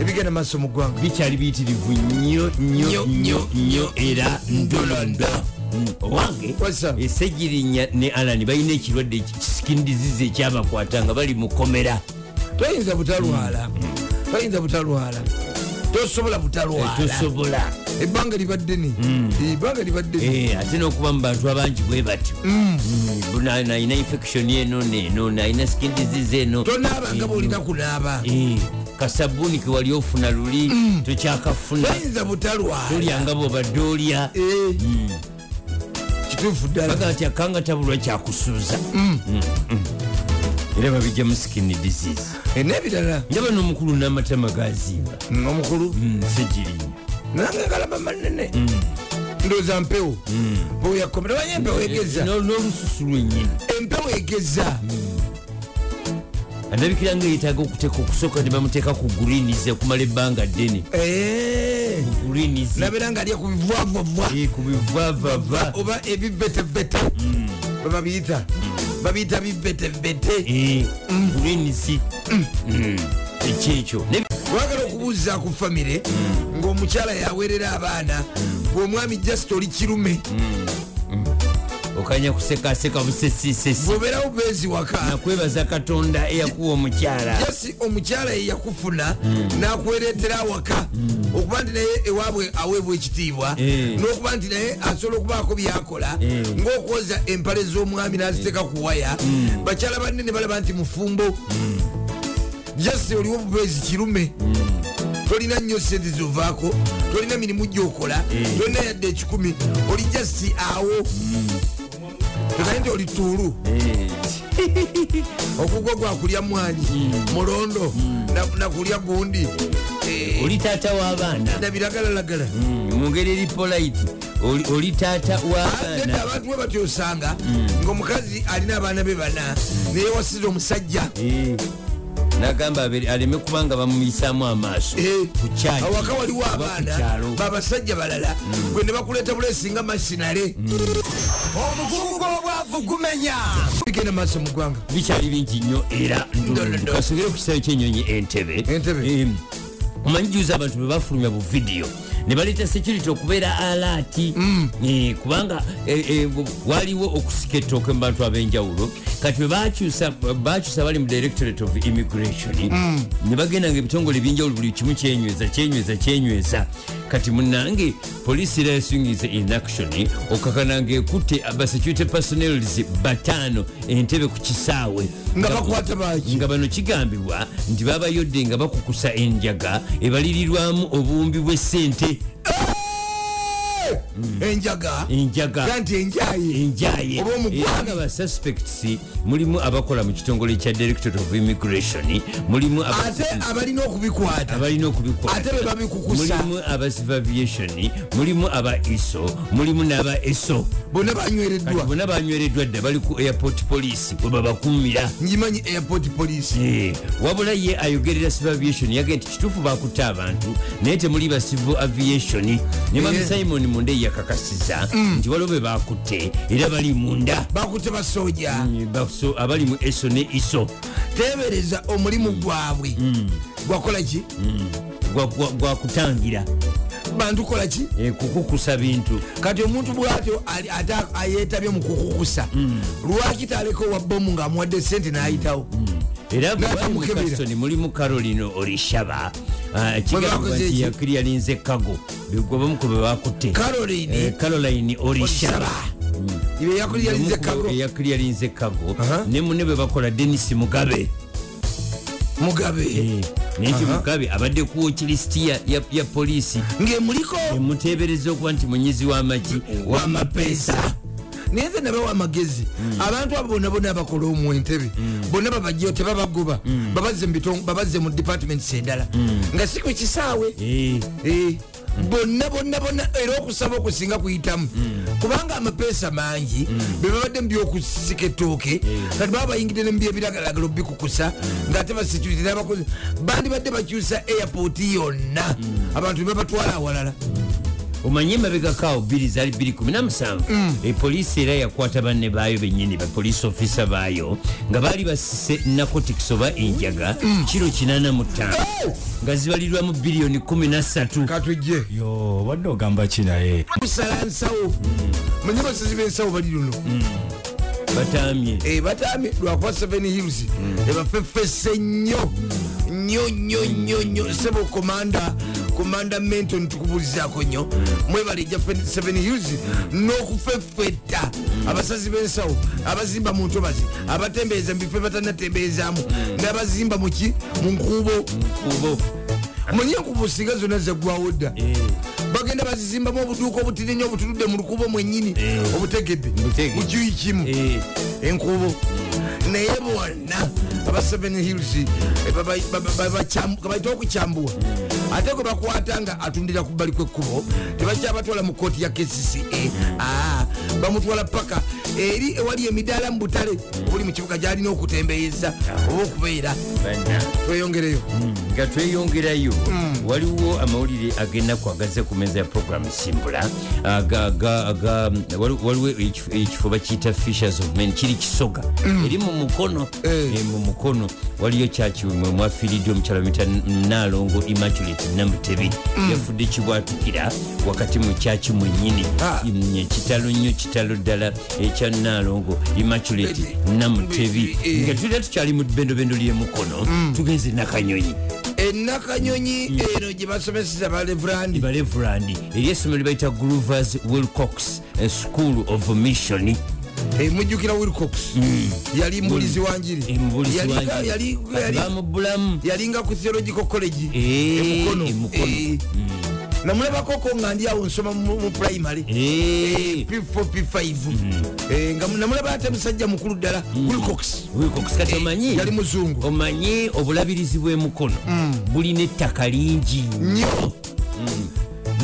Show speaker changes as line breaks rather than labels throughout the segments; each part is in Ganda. ebigenda maaso mu ggwanga
bikyali biyitirivu nnyo nnyo nnyo nnyo era ndolondo owange
What's up?
esejirinya ne alani balina ekirwadde eki- skin disease ekyabakwata nga bali mu komera
toyinza butalwala
Mm.
toyinza butalwala tosobola
Eh,
butalwala
tosobola
ebbanga libaddeni ebbanga libaddeni
Mm. Eh, ate n'okuba mu bantu abangi bwe batyo
Mm.
Mm, alina infection eno neno alina skin disease eno
tonaabanga bolina kunaaba
Eh, kasabuuni kewali ofuna luli
Mm.
tokyakafuna
toyinza butalwala
tolya nga bwobadde olya
Eh,
Mm.
kituufu ddala
baga nti akanga tabulwa kyakusuuza Mm, era babijja mu skin disease
Eh, n'ebirala
njaba n'omukulu n'amatama gaziba
Mm, omukulu
segirinya
nange ngalaba manene
Mm.
ndooza mpewo mpewo yakomera wanye
Eh,
empewo egeza
n'olususu lwennyini
empewo egeza
andabikira nga yeetaaga okuteeka okusooka ne bamuteeka ku greenize okumala ebbanga ddene
Eh,
greenize
nabeera nga alya ku bivwavwavwa
Eh, ku bivavava
oba ebivetevete bababiyita babiyita bivetevete
Eh, greenize Mm. ekyekyo
wagala okubuuza ku famire ng'omukyala yawerera abaana gweomwami just oli kirume
okanya kusekaseka busesisesi
bwobeerawo beezi waka
nakwebaza katonda eyakuwa omukyala
just omukyala yeyakufuna
Hmm.
n'akwereetera waka okuba nti naye ewaabwe aweebwa ekitiibwa
Eh.
n'okuba nti naye asobola okubaako byakola
Eh.
ng'okwoza empale z'omwami n'aziteeka ku waya
Hmm.
bakyala banne ne balaba nti mufumbo just oliwo bubeezi kirume
Hmm.
tolina nnyo sente zovaako tolina mirimu gyokola
Eh. Hmm.
tolina yadde ekikumi oli just awo tonaye nti oli tuulu
Eh,
okugwa gwakulya mwanyi mulondo na- nakulya gundi Eh,
oli taata w'abaana
na biragalalagala
mu ngeri eri Hmm, polite oli oli taata
neda
w'abaana
Ah, abantu we batyosanga ngaomukazi alina abaana be bana neyewasiza omusajja
Eh, nagamba abere- aleme kubanga bamuyisaamu amaaso
Eh,
ku kyaki,
awaka waliwo
oba ku
abaana
kyalo.
babasajja balala gwe ne bakuleeta bulesi nga masinale
omukugu gw'obwavu gumenya
bigenda maaso mu ggwanga
bikyali bingi nnyo era
Ndololo.
kasogere ku kisaayo kyenyonyi entebe
Entebbe.
Em, omanyi juza abantu bebafulumya bu vidiyo ne baleeta security okubeera alaati
Mm.
Eh, kubanga eh, eh, waliwo okusika ettooke mu bantu ab'enjawulo kati bebakyusa bakyusa bali mu directorate of immigration
Mm.
ne bagenda nga ebitongole ebyenjawulo buli kimu kyenyweza kyenyweza kyenyweza kati munange police licensing in action okakana ngaekutte abasecurity personalis bataano entebe ku kisaawe
nga bakwata baki
nga bano kigambibwa nti babayodde nga bakukusa enjaga ebalirirwamu obuwumbi bw'essente
Eh, Mm. enjaga
enjaga
ga nti enjaye
enjaye
Oba omugwanya.
era ba suspects mulimu abakola mu kitongole kya directorate of immigration mulimu aba-
ate abalina okubikwata
abalina okubikwata
Ate be babikukusa.
mulimu aba civil aviation mulimu aba iso mulimu n'aba eso
bonna banywereddwa
kati bonna banywereddwa dda bali ku airport police we babakuumira
ngimanyi airport police
Eh, wabula ye ayogerera civil aviation yage nti kituufu bakutta abantu naye temuli ba civil aviation ne mami
Eh. Mm.
simon munda yakakasiza nti waliwo be bakutte era bali munda
bakute basoja
Mm, baso- abali mu eso ne iso
tebereza omulimu gwabwe gwakola ki
gwa- gwa- gwakutangira
bantu kola ki
eh, kukukusa bintu
kati omuntu bwatyo ali- ate ayetabye mu kukukusa lwaki taleko wabomu ngaamuwadde sente n'ayitawo
era
Nga tamukebera.
mukasoni mulimu carolino olishaba ah,
bakoze
kigaati
ki?
yakiriyalinze kago begobamu ku be bakutte Eh,
caroline
caroline
olisaba
olishaba Mm.
ebeyakuyalize kago
eyakuliyalinze kago
Aha.
ne mune bwe bakola denis mugabe
Eh.
Eh.
mugabe
naye nti mugabe abadde ku wokirisiti ya poliisi
ngemuliko
emuteebereza okuba nti munyizi w'amaki
Eh.
w'amapeesa
naye nze nabawa amagezi abantu abo bonna bonna abakola omu entebe bonna babajjo tebabagoba babazze mu biton- babazze mu departments endala nga si ku kisaawe
Eh,
Eh, bonna bonna bonna era okusaba okusinga kuyitamu kubanga amapeesa mangi bebabadde mubyokusika ettooke kati baba bayingidde nemubyebiragalagalo bikukusa ngaate basecurity nabakozi bandibadde bakyusa airport yonna abantu bebabatwala awalala
omanye emabegakaawo
Mm.
217 poliisi Eh, era yakwata banne baayo bennyini bapoliisi ofisa baayo nga baali basise nakotics oba enjaga
Mm.
kiro 85 nga zibalirwamu biliyoni 13
katujje
yo obadde ogamba ki naye
kusala nsawo manye basezi bensawo bali luno
batamye
Eh, batami lwakuba 7 hills Eh, ebafefese nnyo nnyo nnyo nnyo nnyo sebo komanda komanda mento nitukubulizaako nnyo mwebale ejja 7 hills n'okufefeta abasazi b'ensawo abazimba mu ntobazi abatembeeza mu bifo batanatembeezaamu n'abazimba muki mu nkuubo
kubo
manye enkuubo singa zonna zeggwawo dda bagenda bazizimbamu obuduuka obutinenyo obutuludde mu lukubo mwennyini obutegedde
Mbutegedde.
mukiyi kimu
Eh.
enkuubo naye bonna aba seven hills eh, baba- baba- baba- kyam- babayita okukyambuwa ate gwe bakwata nga atundira ku bbali kwekkubo tebakyabatwala mu kooti ya kcca Ah, bamutwala paka eri ewali emidaala mu butale obuli mu kibuga gyalina okutembeeyeza oba okubeera
bana
tweyongereyo
nga tweyongerayo waliwo amawulire agennaku agazze ku meza ya programu Ah, simbula aga- aga- aga- wali- waliwo ekifo- ekifo bakiyita fishers of men kiri kisoga eri mu mukono
Mm. Eh.
Eh, mu mukono waliyo kyaki mwe mwafiiridde omukyala mita nalongo immaculate namutebi
Mm.
yafudde kibwatukira wakati mu kyaki mwennyini
Ah.
Mm, ekitalo nnyo kitalo ddala ekya nalongo immaculate
Eh,
namutebi
eh. Mm.
nga tulira tukyali mu bbendobendo lyemukono tugenze nakanyonyi
Eh, enakanyonyi
Mm.
eno eh, gye basomeseza balevrandi
balevurandi eryessomero libayita groovers wilcox eh, school of mission
Eh, mujjukira wilcox yali mbulizi wanjiri
Mm. Eh, Mbulizi
Yali-
wanjiri.
yali- yali-
bamubulamu
yalinga ku theological college
Eh, Mm.
emukono
Emukono.
Eh. namulabakoko nga ndiawo nsoma mu mu primary
Eh.
p4 p5
Mm.
Eh, nga mu- namulaba ate musajja mukulu ddala wilcox
wilcox kati
Eh,
Mm. omanyi Oh.
yali Mm. muzungu
omanye obulabirizi bw'emukono bulina ettaka lingi
nyo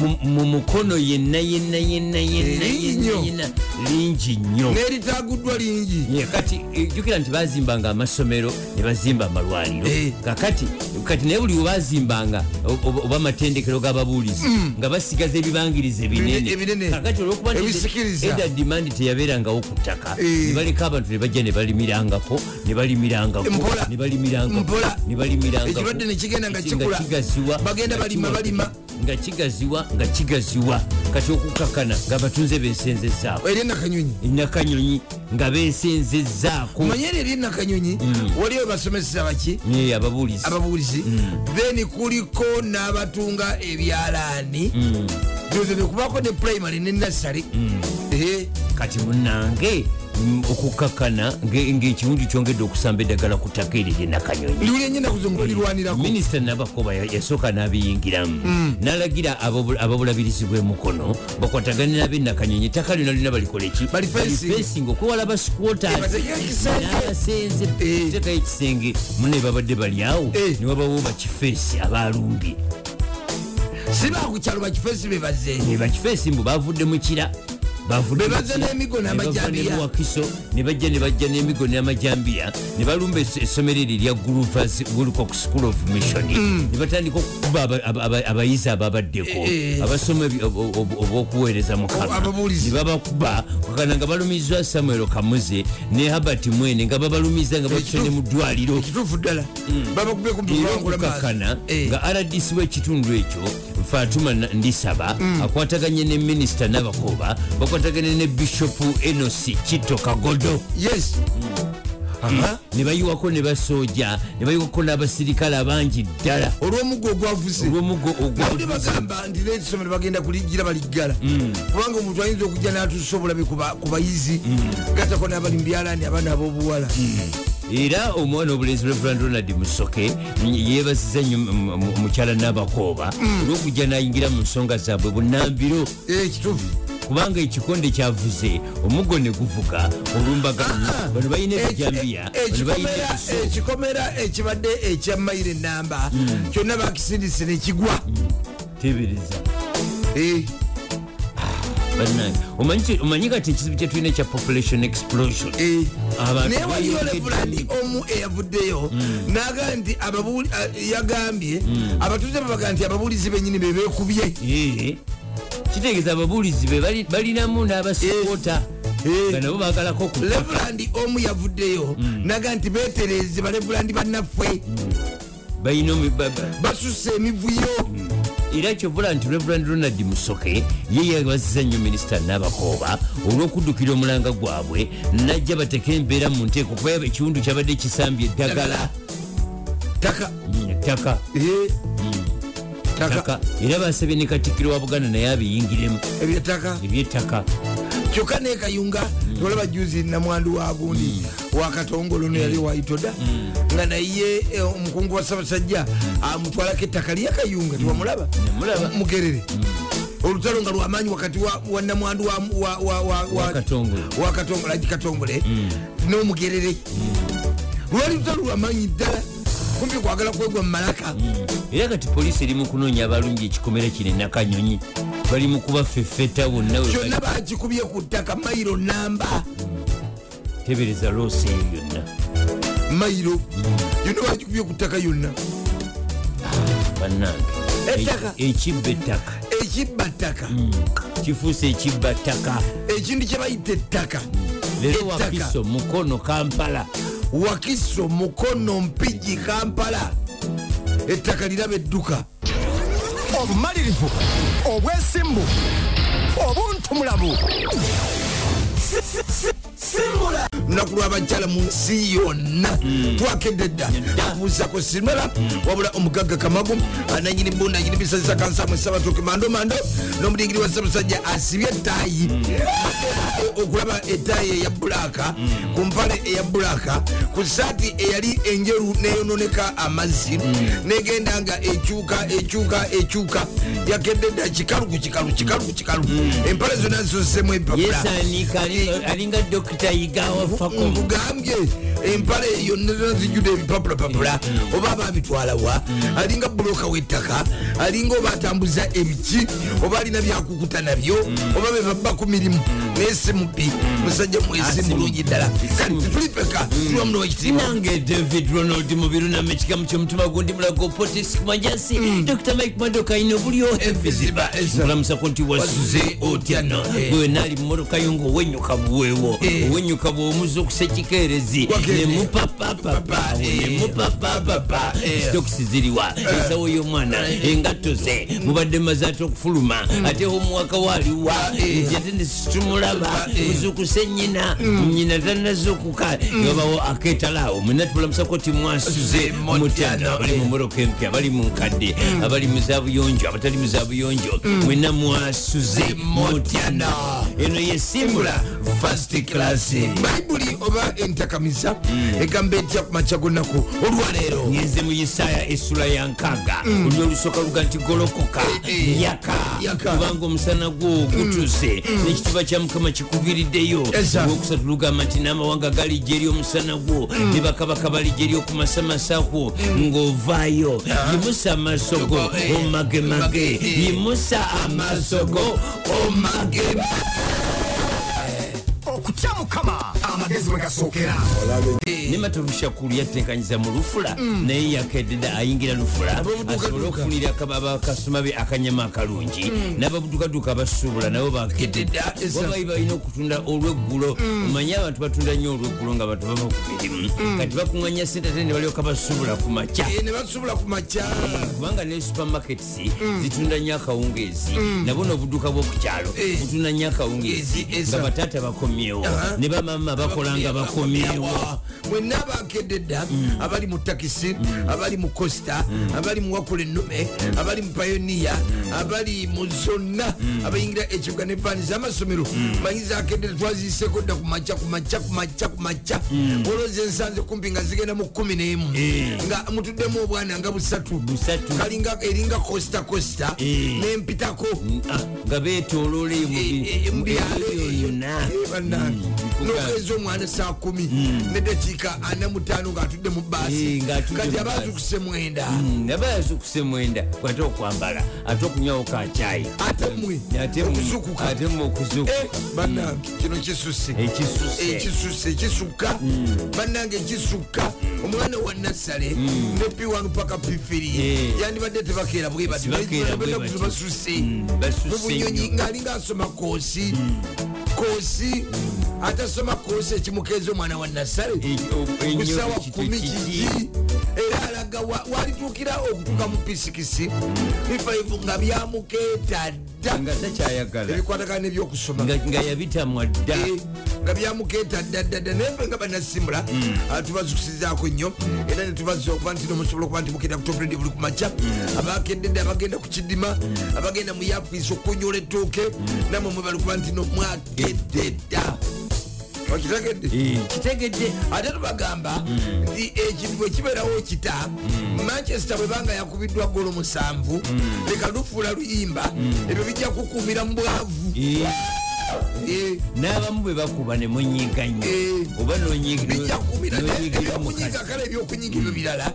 mu- mu mukono yenna yenna yenna yenna
Eh, lingi
yenna
nnyo.
yenna lingi nnyo
neritaguddwa lingi
Ye, kati eh, jjukira nti bazimbanga amasomero ne bazimba amalwaliro
Eh.
kakati kati naye buli webazimbanga o- o- oba amatendekero g'ababuulizi nga basigaza ebibangirizi
Mm. Ebine- ebinene.
ebinene kakati olwokuba nti
Ebisikiriza.
eda dimandi teyabeerangawo ku ttaka
Eh.
ne baleka abantu ne bajja ne balimirangako ne balimirangako
Mpola.
ne balimirangako
Mpola.
ne balimirangako
Ekirwadde ne kigenda nga
Eki-
kikula.
kigaziwa
Bagenda
nga
balima,
kiwa-
balima.
nga kigaziwa nga kigaziwa kati okukakana nga batunze beesenzezaako
eri enakanyonyi
nakanyonyi nga beesenzezaako
manye eri eri enakanyonyi
Mm.
waliwo basomeseza baki
Ye, ababuulizi
ababuulizi
Mm.
then kuliko n'abatunga ebyalaani
Mm.
nze nekubako ne primary ne nasary
kati munange mm, okukakana nge- ngaekiwundu kyongedde okusamba eddagala ku ttaka eryo lyenakanyonyi
ndiwulya nyennaku zo ngaolirwanirako
minisita nabakoba ya- yasooka n'abiyingiramu
Mm.
n'alagira ababu- ababulabirizi bw'emukono bakwatagane n'abenakanyonyi ettaka lyonna lyonna balikoleki
Balifencing.
okwewala
Eh, batekeyo ekisenge.
basikotasenze
Eh.
tekayo ekisenge mune babadde bali awo
Eh.
ne wabawo bakifeesi abalumbye
sibakukyalo bakifesi bebaze
Mm. nebakifeesi mbu bavudde mukira
Be bazza n'emigo n'amajambiya.
newakiso ne bajja ne bajja n'emigo n'amajambiya ne balumba es- essomero eryo erya groovers wilcox school of mission
Mm.
ne batandika okukuba aba- aba- aba- abayizi ababaddeko
Eh, eh.
abasoma ebi- ob- ob- ob- ob'okuweereza mu
Abo- ababuulizi.
ne babakuba kakana nga balumizwa samuel kamuze ne habert mwene nga babalumiza nga bakisone mu ddwaliro
kituufu ddala babakubye ku
Mm. era
mutwangula
okukakana
Eh.
nga rdc w'ekitundu ekyo fatuma Na- ndisaba akwataganye ne minisita nabakoba bakwataganye ne bishopu enosi kito kagodo
yes
Mm.
Aha.
ne bayiwako ne basooja ne bayiwako n'abasirikale abangi ddala
olw'omuggo ogwavuse
olw'omugo
nawulye
ogwa
Eh. bagamba nti n'ekisomero bagenda kuligira baliggala
Mm.
kubanga omuntu ayinza okujja n'atuusa obulabe ku ba- ku bayizi
Mm.
gatako n'abali mu byalaani abaana ab'obuwala
era omwana obulenzi reverand ronald musoke mm, yeebasiza nnyo m- m- mm, mukyala n'abakooba olw'okujja n'ayingira mu nsonga zaabwe bunambiro
Eh, kituufu
kubanga ekikonde kyavuze omuggo ne guvuga olumbaganyi bano balina ebijambiya bano balina
e- Ekikomera-
ebiso
ekikomera ekibadde ekyamayiro enamba kyonna bakisindise nekigwa
tebereza
Eh,
bannange omanyi ki- omanyi kati ekizibu kyetulina ekya population explosion Abantu
eh. naye waliyo
bayongedde
levulandi
nnyo.
omu eyavuddeyo naga nti ababuuli- a- yagambye abatuuze babaga nti ababuulizi benyini bebekubye
Eh, kitegeeza ababuulizi be bali- balinamu n'abasipota
Eh.
nga nabo baagalako ku
levulandi omu yavuddeyo naga nti betereze balevulandi bannaffe
balina omu- ba- ba-
basusa emivuyo
era kyovula nti reverand ronald musoke ye yabaziza nnyo minisita n'abakooba olw'okuddukira omulanga gwabwe najja bateke embeera mu nteeko kuba ekiwundu kyabadde kisambye eddagala
taka
Mm, ettaka
Eh, taka
taka era basabye ne katikkiro wa buganda naye abiyingiremu
ebyetaka
ebyettaka
kyokka nekayunga olaba juzi namwandu wa gundi wakatongolo noyali waitoda nga naye eh, omukungu wa sabasajja amutwalako ettaka lyakayunga tewamulaba
Namulaba.
mugerere olutalo nga lwamaanyi wakati wa- wa namwandu wa- wa- wa- wa- wa-
Wakatongolo.
wakatongole agikatongole n'omugerere lwali lutalo lwamaanyi ddala kumpi kwagala kwegwa mu malaka
Mm. era kati poliisi eri mu kunoonya abalungi ekikomera kino enakanyonyi bali mu kuba feffeta bonna we
kyonna bakikubye ku ttaka mairo namba
batebereza loosi eyo yonna
mairo yonna bakikubye ku ttaka yonna
bannange
Ettaka.
E- ekibba ettaka
ekibba ttaka
kifuuse ekibba ttaka
ekintu kyebayita ettaka
leero
ettaka
wakiso mukono kampala
wakiso mukono mpigi kampala ettaka liraba edduka
obumalirivu obwesimbu obuntumulabu simula
lunaku lw'abakyala mu nsi yonna twakedde dda abuuzako simala wabula omugagga kamagu ananyini bunanyini bisazisa kansamu esabatuuke mando mando n'omudingiri wa ssamusajja asibye ettaayi okulaba ettaayi eya bulaaka ku mpale eya bulaaka ku saati eyali enjeru neyononeka amazzi negenda nga ekyuka ekyuka ekyuka yakedde dda kikalu ku kikalu kikalu ku kikalu empale zonna nsosemu ebipapula
yesaaniika alinga dokita yigawa fako
nkugambye empale yonna zona zijjudde ebipapulapapula oba aba abitwalawa alinga buloka wettaka alinga oba atambuza ebiki oba alina byakukuta nabyo oba bebabba ku mirimu naye si mubi musajja mwesi
si
mulungi ddala kati tetulipeka tuwa muno wekitiibwa
nange david ronald mubirunama ekikamu kyomutima gundi mulago potis majasi
Mm.
dr mike madoka ayina obulyo ebiziba mulamusako nti wasuze otyano
Eh.
wenaali mumotoka yo nga owenyuka buweewo
Eh.
owenyuka bwomuza okusekikerezi
Wagende.
nemupapapapa
Eh.
nemupapapapa
Eh.
sitokisi ziriwa ensawo y'omwana engatto ze mubadde maze ate okufuluma ate omuwaka waaliwa
Mm. Eh.
jete nesitumulaba
Eh. Mm.
muzukuse nyina nyina tanazukuka yabawo akeetalaawo mwena tulamusako ti mwasuze
Ze Motyano.
mutanda abali
Eh. Mm.
mu moroka empya abali mu nkadde abali mu zabuyonjo abatali mu zabuyonjo mwena mwasuze mutyana eno yesimbula
Embula first class bayibuli oba entakamiza egamba etya ku makya gonnaku olwaleero
ngenze mu isaaya essula ya nkaga olwolusooka luga nti golokoka
Mm. Eh, eh.
yaka
Yaka. Mm.
kubanga omusana gwo gutuse n'ekitiba kya mukama kikuviriddeyo
Esa.
olwokusatu lugamba nti n'amawanga gali gyeri omusana gwo
Mm.
ne bakabaka bali gyeri okumasamasakwo ng'ovaayo yimusa amaaso go
Go, Mm. Ah. eh.
omagemage
Eh.
yimusa amaaso go
Oh, omagema Eh,
okutya mukama amagezi we gasookera
ne matovu shakulu yatekanyiza mu lufula
Mm.
naye yakededa ayingira lufula
Ababuduukaduuka.
asobole okufunira bakasoma be akanyama akalungi
Mm.
n'ababudukaduka abasuubula nabo bakededa
Kededa, esa.
wabayi balina okutunda olweggulo
Mm.
omanye abantu batunda nnyo olweggulo nga bantu bava ku mirimu kati bakuŋŋanya sente te ne balyoka basuubula ku makya
Eh, ne basobola ku makya
kubanga ne supermarkets
Mm.
zitunda nnyo akawungeezi nabo n'obuduuka bw'okukyalo
Eh.
butunda nnyo akawungeezi
Ezi, Uh-huh. esa.
nga bataata bakomyewo
Aha.
ne bamama bakola nga bakomyewo
mwenna abakedde dda
Mm.
abali mu takisi abali mu costa abali mu wakola ennume
Mm.
abali mu payoniya abali mu zonna
Mm.
abayingira ekibuga ne paani z'amasomero manyiza akedde dda twaziyiseko dda ku makya ku makya ku makya ku makya
Mm.
olowooza ensanze kumpi nga zigenda mu kumi n'emu
Eh.
nga mutuddemu obwana nga busatu
Busatu.
kalinga eringa costa costa
Eh.
nempitako
Ah, nga betoloola
Eh, eh, mu byalo eyo.
yona Mm.
Eh, bannange.
n'okugamba
nokeza omwana saa kumi nedakiika ana mutaano ngaatudde mu baasi
Mm. Eh, Mm. ng'atudde
kati
mu
aba
bbaasi.
azukuse mwenda
naba yazukuse mwenda ate okwambala ate okunywawo kacayi
Ate mmwe, Ah, okuzukuka.
ate mwe okuzuka
Eh, bannange kino kisuse
Ekisuse.
ekisuse ekisuka
Hmm.
bannange ekisuka omwana wa nasale
Hmm.
ne p1 paka p3
Eh.
yandibadde tebakeera bwe bati
Tebakeera bwe
Banaku
bati. Hmm.
basuse
basuse
mubunyonyi
nnyo. Hmm.
ngaalinga asoma koosi koosi atasoma koosi ekimukeeza omwana wa nasale
Eh,
kusawa kumi kiki era alaga wa- walituukira okutuuka
Hmm.
mu p6 p5 nga byamukeeta dda
nga takyayagala
ebikwatagana nebyokusoma
nga nga yabitamwa dda
Eh, nga byamukeeta ddaddadda naye ffe nga banasimbula ah, tubazukusizaako nnyo era netubazisa okuba nti nomusobola okuba nti mugenda kutopredi buli kumaca abakededde abagenda ku kidima abagenda mu yafiisi okunyola ettooke namwe mwe bali kuba nti nomwakededda wakitegedde
Eh, kitegedde
ate tubagamba nti ekintu bwe kibeerawo kita manchester bwe banga yakubiddwa golo musanvu leka lufuula luyimba ebyo bijja kukuumira mu bwavu
Eh,
Eh,
n'abamu bwe bakuba ne munyiiga nnyo
Eh.
oba nonyi-
bijja kumira
nonyigira mu
ebyokunyiga
kati
kale ebyokunyiga ebibirala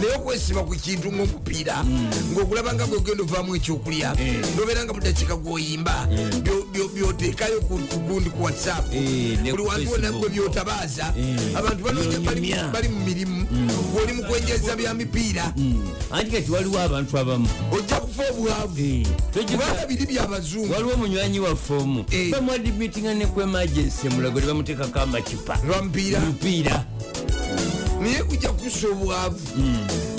naye okwesiba ku kintu ngaomupiira
Mm.
ngaogulaba nga gwegenda ovaamu ekyokulya
Eh.
nobeera nga mudakiika gwoyimba
Mm.
byo- byo- byoteekayo ku ku gundi ku whatsapp
Eh, ne
buli
ku
wantu wona
Facebook.
gwe byotabaaza
Eh.
abantu banoonya bali-
Byonyumya.
bali mu mirimu
Mm.
gwoli mu kwenjeza bya mipiira
Hmm. anti kati waliwo abantu abamu
ojja kufa obwavu
Eh, tojjukira-
kubanga biri byabazungu
waliwo omunywanyi waffe omu
Eh.
bamwadibitinga ne ku emergency emulago tebamuteekako amakipa
lwamupiira
mupiira Mm.
naye kujja kukusa obwavu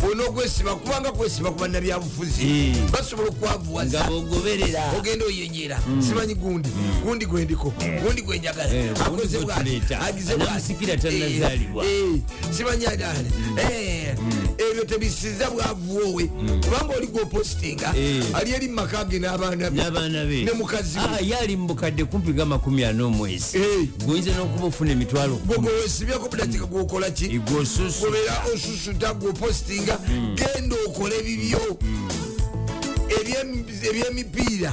olina okwesiba kubanga kwesiba ku bannabyabufuzi
Mm.
basobola okwavuwaza
nga bogoberera
ogenda oyenyera simanyi gundi gundi gwendiko gundi gwenjagala
Mm. Eh, gundi
akoze bwati,
gwetuleeta.
agize bwati.
Anamusikira tannazaalibwa.
Eh, eh, simanyi Eh, adale
Mm.
ebyo tebisiza bwavuwowe kubanga oligo positinga
Mm. Eh.
ali eri mumaka ge n'abaana be
n'abaana be
ne mukazi we.
Ah, ye ali mubukadde kumpi nga 40 omwezi
Eh.
gwoyinza n'okuba ofuna emitwalo
gwe wesibyeko budakiika gwokola ki
egwosusu
gobeera osusuta gwepositinga genda okole bibyo Ebyem- ebyemipiira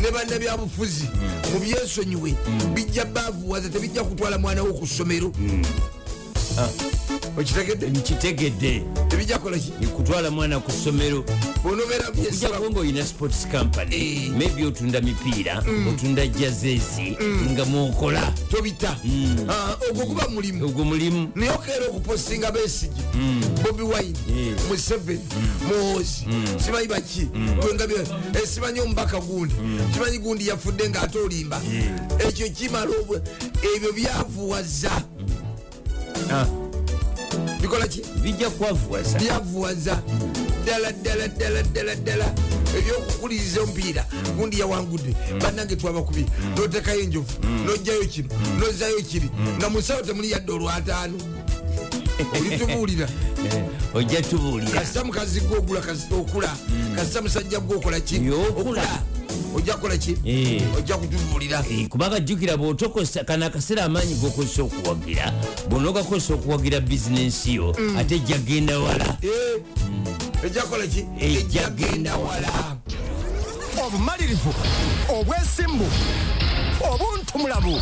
ne bannabyabufuzi mubyesonyiwe bijja bavuwaza tebijja kutwala mwanawo ku ssomero okitegedde
nkitegedde
tebijja kolaki
kutwala mwana ku ssomero
onobeera byesiba
ojjako ngaolina sports company
Eh. Mm.
maybe otunda mipiira otunda jazezi nga mwokola
tobita Ah, ogwo guba mulimu
ogwo mulimu
naye okeera okupostinga besigi bobi wine
Mm.
museveni muhozi simanyi baki gwenga eh, simanyi omubaka gundi simanyi gundi yafudde ngaate olimba ekyo kimala obwe ebyo byavuwaza
Ah,
bikolaki
bijja kwavuwasa
byavuwaza ddala ddala ddala ddala ddala ebyokukuliriza omupiira gundi yawangudde bannange twabakubi notekayo enjovu nojjayo kino nozayo kiri nga munsawo temuli yadde olwataano olitubuulira
Eh, ojja tubuulira
kasita mukazi gwe ogula kasi- okula
Hmm.
kasita musajja gwe okola ki
Y'okula.
ojja kukola ki
Hmm. Eh.
ojja kutubuulira
Eh, kubanga jjukira bwotokosa kana akaseera amaanyi gokozesa okuwagira bwonoogakozesa okuwagira bizinensi yo
Mm.
ate jjagenda wala
Eh, ejja kukola ki
Ejja
ejja genda wala
obumalirivu obwesimbu obuntumulamu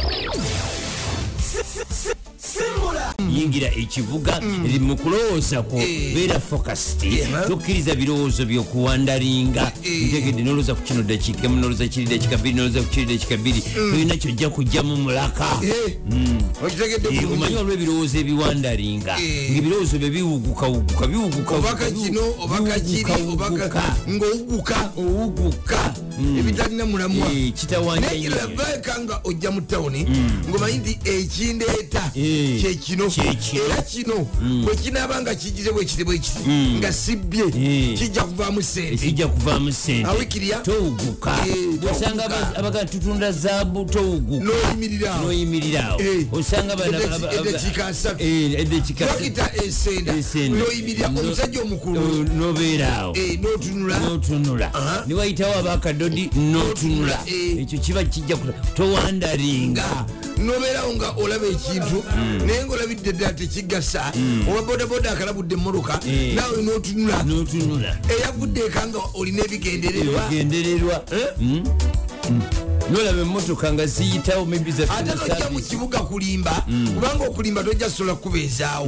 simula
yingira ekibuga eri mu kulowooza kwo
Mm. Eh.
beera focast
Yeah.
tokkiriza birowoozo byokuwandalinga
Eh.
ntegedde nolooza ku kino dakiika emu nolooza kiri dakiika bbiri nolooza ku kiri dakiika bbiri tolina kyojja kujjamu mulaka
Mm. Eh, okitegedde
Eh,
bulungi
omanyi olwo ebirowoozo ebiwandalinga
Eh.
ngaebirowoozo bye biwugukawuguka Eh,
obaka kino obaka kiri obaka ngaowuguka
owuguka
ebitalina
Eh,
mulamwa
kitawanya
nekirala vaeka nga ojja mu tawuni ngaomanyi nti ekindeeta
Hmm. Eh, Hmm.
kyekino
kye kino.
era kino bwe kinaaba nga kigize bwekiri bwekiri nga sibbye
Hmm. Eh.
kijja kuvaamu sente
ekijja kuvaamu sente
awikirya
towuguka
Eh,
osanga
towuguka.
abagala tutunda zaabu towuguka
noyimiriraawo
noyimiriraawo
Eh,
osanga
edda- eddakiika asatu.
eddakiika
wakita esenda
Eh, Esenda.
noyimirira
No-
omusajja omukulu
nobeeraawo
eh, notunula
Oh, notunula
Aha.
newayitawo abakadodi notunula
Eh.
ekyo kiba kijja towandalinga
nga nobeerawo nga olaba ekintu
Hmm.
naye ngaolabidde ddala tekigasa oba bodaboda akalabudde emmotoka
Eh.
naawe notunula
notunula
Eh, eyavudde eka nga olina ebigendererwa
ebigendererwa Mm. nolaba emmotoka nga ziyitawo maybe za
ate
full
tojja mu
service.
kibuga kulimba
Hmm.
kubanga okulimba tojja sobola kukubeezaawo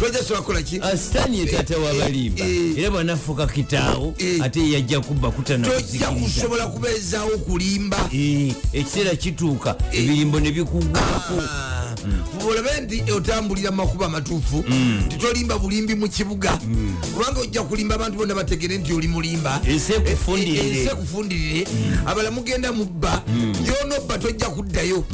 tojja sobola kukola ki
Ah, sitaani ye taata wabalimba
Eh, eh.
era bwanafuuka kitaawo
Eh.
ate ye yajja kubba kutana
tojja
kuzikiriza
kusobola kubeezaawo okulimba
Eh, ekiseera kituuka
Eh.
ebirimbo ne bikugwako
olabe nti otambulira mumakubo amatuufu titolimba bulimbi mu kibuga kubanga ojja kulimba abantu bonna bategere nti oli mulimba
Ensi ekufundirire.
Eh, eh, ensi ekufundirire abala mugenda mubba yonobba tojja kuddayo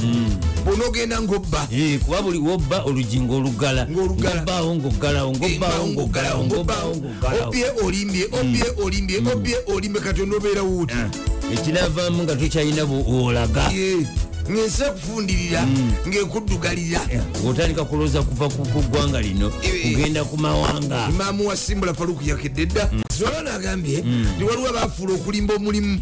onoogenda ngobba
Eh, kuba buli wobba olujingo olugala
Ng'olugala. Eh,
ngobaawo ngaogalawo ngobaawo ngaogalawo ngobaawo ngaogalawo
obye olimbye obye olimbye obye olimbye kati onobeera wuuti
Eh, ekinavaamu nga tokyalina bwolaga
Eh. ngensi ekufundirira ngekuddugalira
E, ngaotandika kulowooza Eh, kuva ku ku ggwanga lino
Eh.
kugenda ku mawanga
maamu wa simbula faluku yakedde edda zola nagambye nti waliwo abafuula okulimba omulimu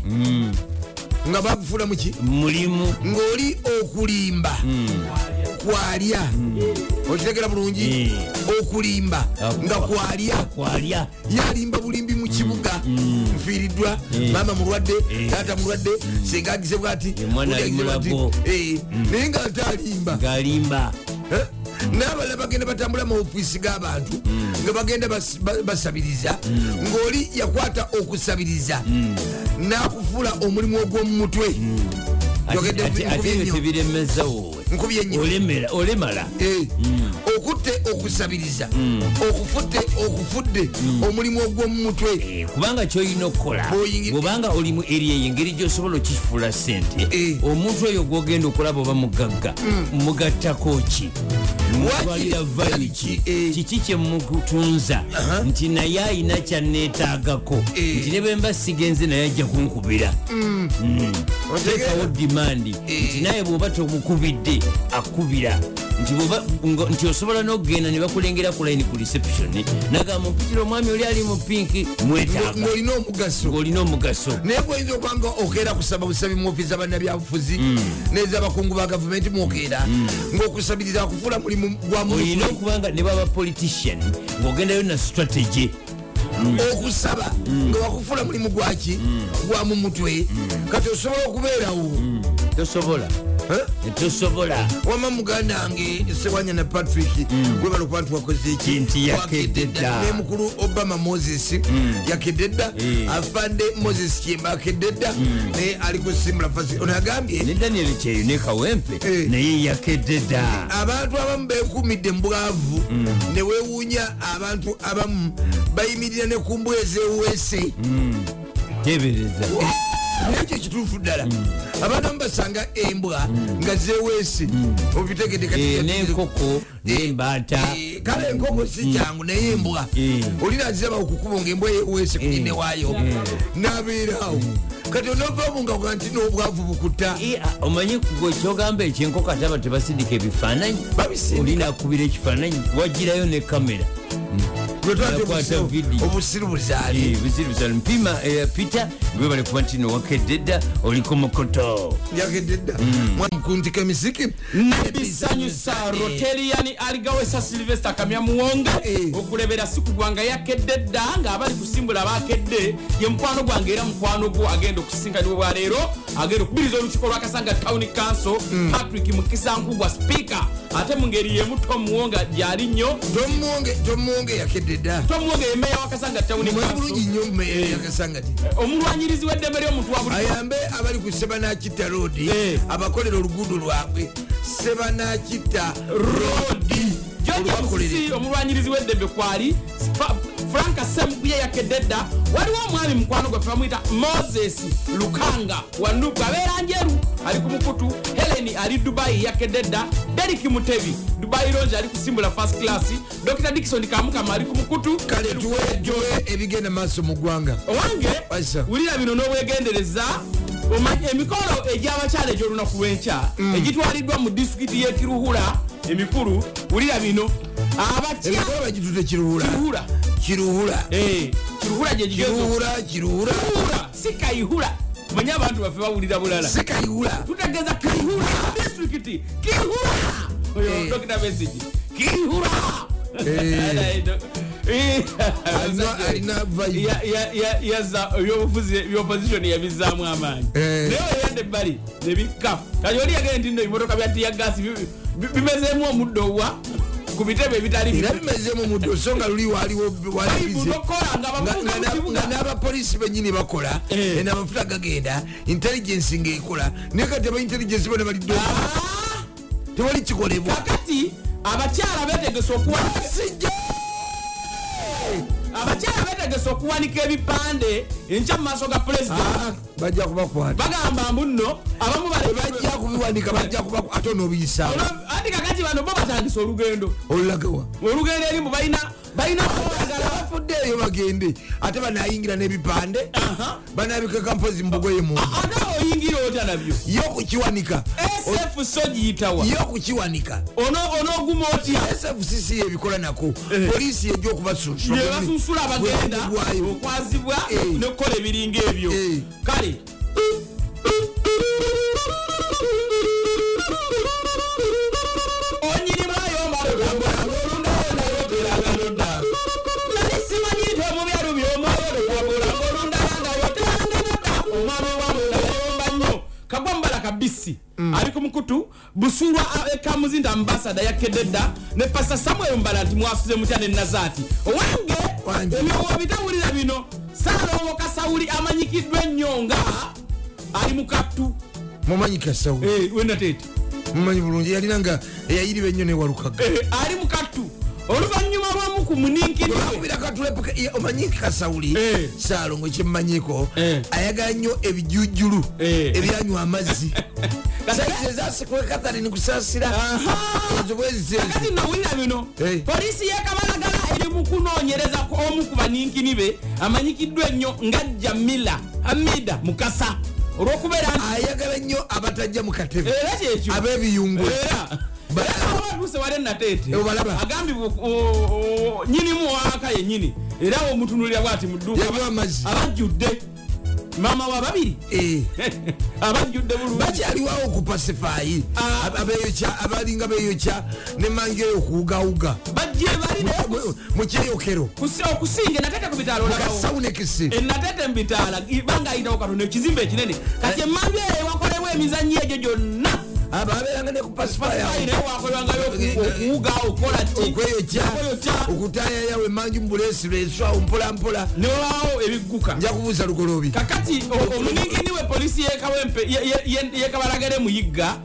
nga bagufuna muki
Mm, mulimu
ng'oli okulimba kwalya okitegera bulungi
Eh.
okulimba
Akuba.
nga kwalya
kwalya
yalimba bulimbi mu kibuga nfiiriddwa maama mulwadde taata mulwadde singa agize bwati
Omwana ali
agize bw'ati.
mulago.
Eh, naye nga ate alimba
galimba
Eh? n'abalala bagenda batambula mu ofiisi g'abantu nga bagenda bas- ba- basabiriza ng'oli yakwata okusabiriza n'akufuula omulimu ogw'omu mutwe Yogedde
ate
nkubye
ate ebyo
nnyo.
tebiremeza wowe
nkubye nnyo
olemera olemala
Eh, okutte okusabiriza okufutte okufudde omulimu ogw'omu mutwe
Eh, kubanga kyolina okukola
Bw'oyingira-
bwobanga olimu eri eyo engeri gyosobola okifuula sente
Eh. Mm.
omuntu oyo gwogenda okulaba oba mugagga mugattako ki mutwalira vayu ki
Eh.
kiki kyemukutunza nti naye ayina kyaneetaagako
Eh.
nti ne bwemba sigenze naye ajja kunkubira teekawo dimandi nti naye bwoba tomukubidde akubira nti bw'oba- ngo- nti osobola n'okugenda ne bakulengera ku layini ku reception nagamba ompitira omwami oli ali mu pinki mwetaaga
ng'olina omugaso
ng'olina omugaso
naye bwoyinza okuba nga okeera kusaba busabi mu ofiisi abannabyabufuzi n'ez'abakungu ba gavumenti mwokeera ng'okusabiriza kufuula mulimu gwa
olina
muntu
okubanga ne baba politician ng'ogendayo na strategy
okusaba nga wakufuula mulimu gwaki gwa mu mutwe kati osobola okubeerawo
tosobola
Eh?
tosobola
wama muganda wange sewanya na patrick gwebala okuba nti wakoze eki
Nti yakedde
Wakedde
dda.
ne mukulu obama moses yakedde dda afande moses kyemba akedde dda naye ali kusimula fasi ono agambye
ne daniel kyeyo ne kawempe
Eh.
naye yakedde dda
abantu abamu bekumidde mubwavu newewuunya abantu abamu bayimirira ne ku mbwa ezeweese
tebereza
nakyo kituufu ddala abantu abamu basanga embwa nga zeweese
Eh,
obitegedde
n'enkoko n'embaata
Eh, kale enkoko si kyangu naye embwa
Eh.
olinaziraba okukuba nga embwa yeweese ku gine waayo nabeeraawo kati onovamu nga kuga nti n'obwavu bukutta
Eh, ah, omanyi gwe kyogamba ekyenkoko ate aba tebasindika ebifaananyi
babisindika
olina akubira ekifaananyi wagirayo ne kamera
lwetwate
Bakwata video.
obusiru buzaali
bizibuza E, mpima e, peter webale kuba nti nowakedde dda oliko mukoto
yakedde dda mkuntika emisiki
bisanyusa
E.
roteriyani aligawesa silvesta kamya muwonga
E.
Eh.
okulebera siku gwange yakedde dda ng'abali kusimbula bakedde ye mukwano gwange era mukwano gwo agenda okusinkanibwa bwaleero agenda okubiriza olukiiko lwakasanga town council
Mm.
patrick mukisa nkugwa sipiika ate mu ngeri yemu tom muwonga gyali nnyo
tomuwonge yakedde dda
tom muwonga yemeya wakasanga town
mwe bulungi
council
nnyo mumeera yakasanga ti
omulwanyirizi w'eddembe ly'omuntu wabuli
ayambe abali ku sebanakita roodi
Eh.
abakolera oluguudo lwabwe sebanakita roodi olubakolere
georgemusisi omulwanyirizi w'eddembe kwali Fra- franka semuguye yakedde edda waliwo omwami mukwano gwaffe bamuyita moses lukanga wanuku abeera njeru ali ku mukutu heleni ali dubayi yakedde edda deriki mutebi dubayi longe ali kusimbula first class dr dikison kamukama ali ku mukutu
kale tuwe tuwe ebigenda maaso mu ggwanga
owange
Aisha.
wulira bino n'obwegendereza omanyi emikolo egy'abakyala egy'olunaku lw'enkya egitwaliddwa mu disitulikiti y'ekiruhura emikulu wulira bino abakya
ebikola bagitute kiruhura
kiruhura
kiruhura
Eh, kiruhura gye kigezo
kiruhura kiruhura
kiruhura si kayihura manye abantu baffe bawulira bulala
si kayihura
tutegeeza kihura disitulikiti kihura
Eh.
oyo dokita mesigi kihura Eh,
Alina- alina vibe.
Ya- ya- ya- yaza ebyobufuzi byopositioni yabizaamu amaanyi
Eh.
naye byagadde ebbali nebikka kati oli yagende nti nno ebimotoka bya tiyagasi bimezeemu omuddo wa ku bitebe ebitali
era bimezemu muddo so nga luli waliwo walibize
bibunokola nga
Nga- nga
bafuuza
na-
mu
nga
kibuga
n'abapolisi benyini bakola
Eh.
ena amafuta gagenda intelligence ngaekola naye kati aba intelligence bona balidde
Ah,
tewali kikolebwa
kakati abakyala betegese okuwa
sijja
abakyala betegese okuwanika ebipande enkya mu maaso ga pulezidenti
Ah, bajja kubakwata
bagamba mbu nno abamu
bajja kubiwanika bajja kuba ate onoobiyisaawo
anti kakati bano bo batandisa olugendo
olulagewa
olugendo erimu balina balina kwagala
afudde eyo bagende ate banayingira n'ebipande
Aha.
banabikeka mpozi mubugoye mu
ate oyingira otya nabyo Eh.
yo okukiwanika
sf so giyitawa
yo okukiwanika
Ono- onooguma otya
sfcc ebikola nako
Eh.
poliisi ejja okubasusula
yebasusula abagenda
Bwebagwayo.
okwazibwa
Eh.
nokukola ebiringa ebyo
Eh.
kale onyirimu kagwambala kabisi ali ku mukutu busulwa ekamuzinda ambasada yakededda ne pasa samuel mbala nti mwasuze mutya ne nazaati owange
Wange.
ebyowo bitawulira bino saalowo kasawuli amanyikiddwa ennyo nga ali mu kattu
mumanyi kasawo
Eh. wenateete
mumanyi bulungi yalina nga eyayiriba ennyo newalukaga
ali mu kattu oluvannyuma lwamu ku muninkidwe
akubira katulepuke omanyi kasawuli
Eh.
saalongo kyemmanyiko
Eh.
ayagala nnyo ebijujulu
Eh.
ebyanywa amazzi
Kasa-
ezasikwekatalini kusaasira ezo bwezizezo
kati nawulira bino
Eh.
poliisi yekabalagala eri mu kunoonyereza ku omu ku baninkini be amanyikiddwa ennyo nga jamila hamida mukasa olw'okubeera nti
ayagala nnyo abatajja mu katebe
era kyekyo
ab'ebiyungu
era
Ba-
atuse wali nateete
Obalaba?
agambibwa oh, nyinimu waaka yennyini era omutunulira bwati mu dduuka
Yamuwa amazzi.
abajjudde maama wababiri
Eh.
abajjudde bulungi
bakyaliwawo ku pasifayi
Ah.
Ab- abeeyokya- abalinga beeyokya ne mange eyo okuwugawuga
bajje balire
mu kyeyokero
okusinga enatete ku bitaala olabawo
kasawunekese
Eh. enatete mu bitaala banga ayitawo katono ekizimbe ekinene kati emmanju eyo wakolebwa emizannyo egyo gyonna
ababeeranga ne ku
Ayi,
pasifayi
naye wakolwangayo oku- okuwuga okola ki
okweyokya
okweyokya
okutayayawo emanju mubuleesireesu awo mpolampola
newabaawo ebigguka
nja kubuuza lugoloobi
kakati o- omuningini we polisi yekawempe- ye- ye- ye- yekabalagale muyigga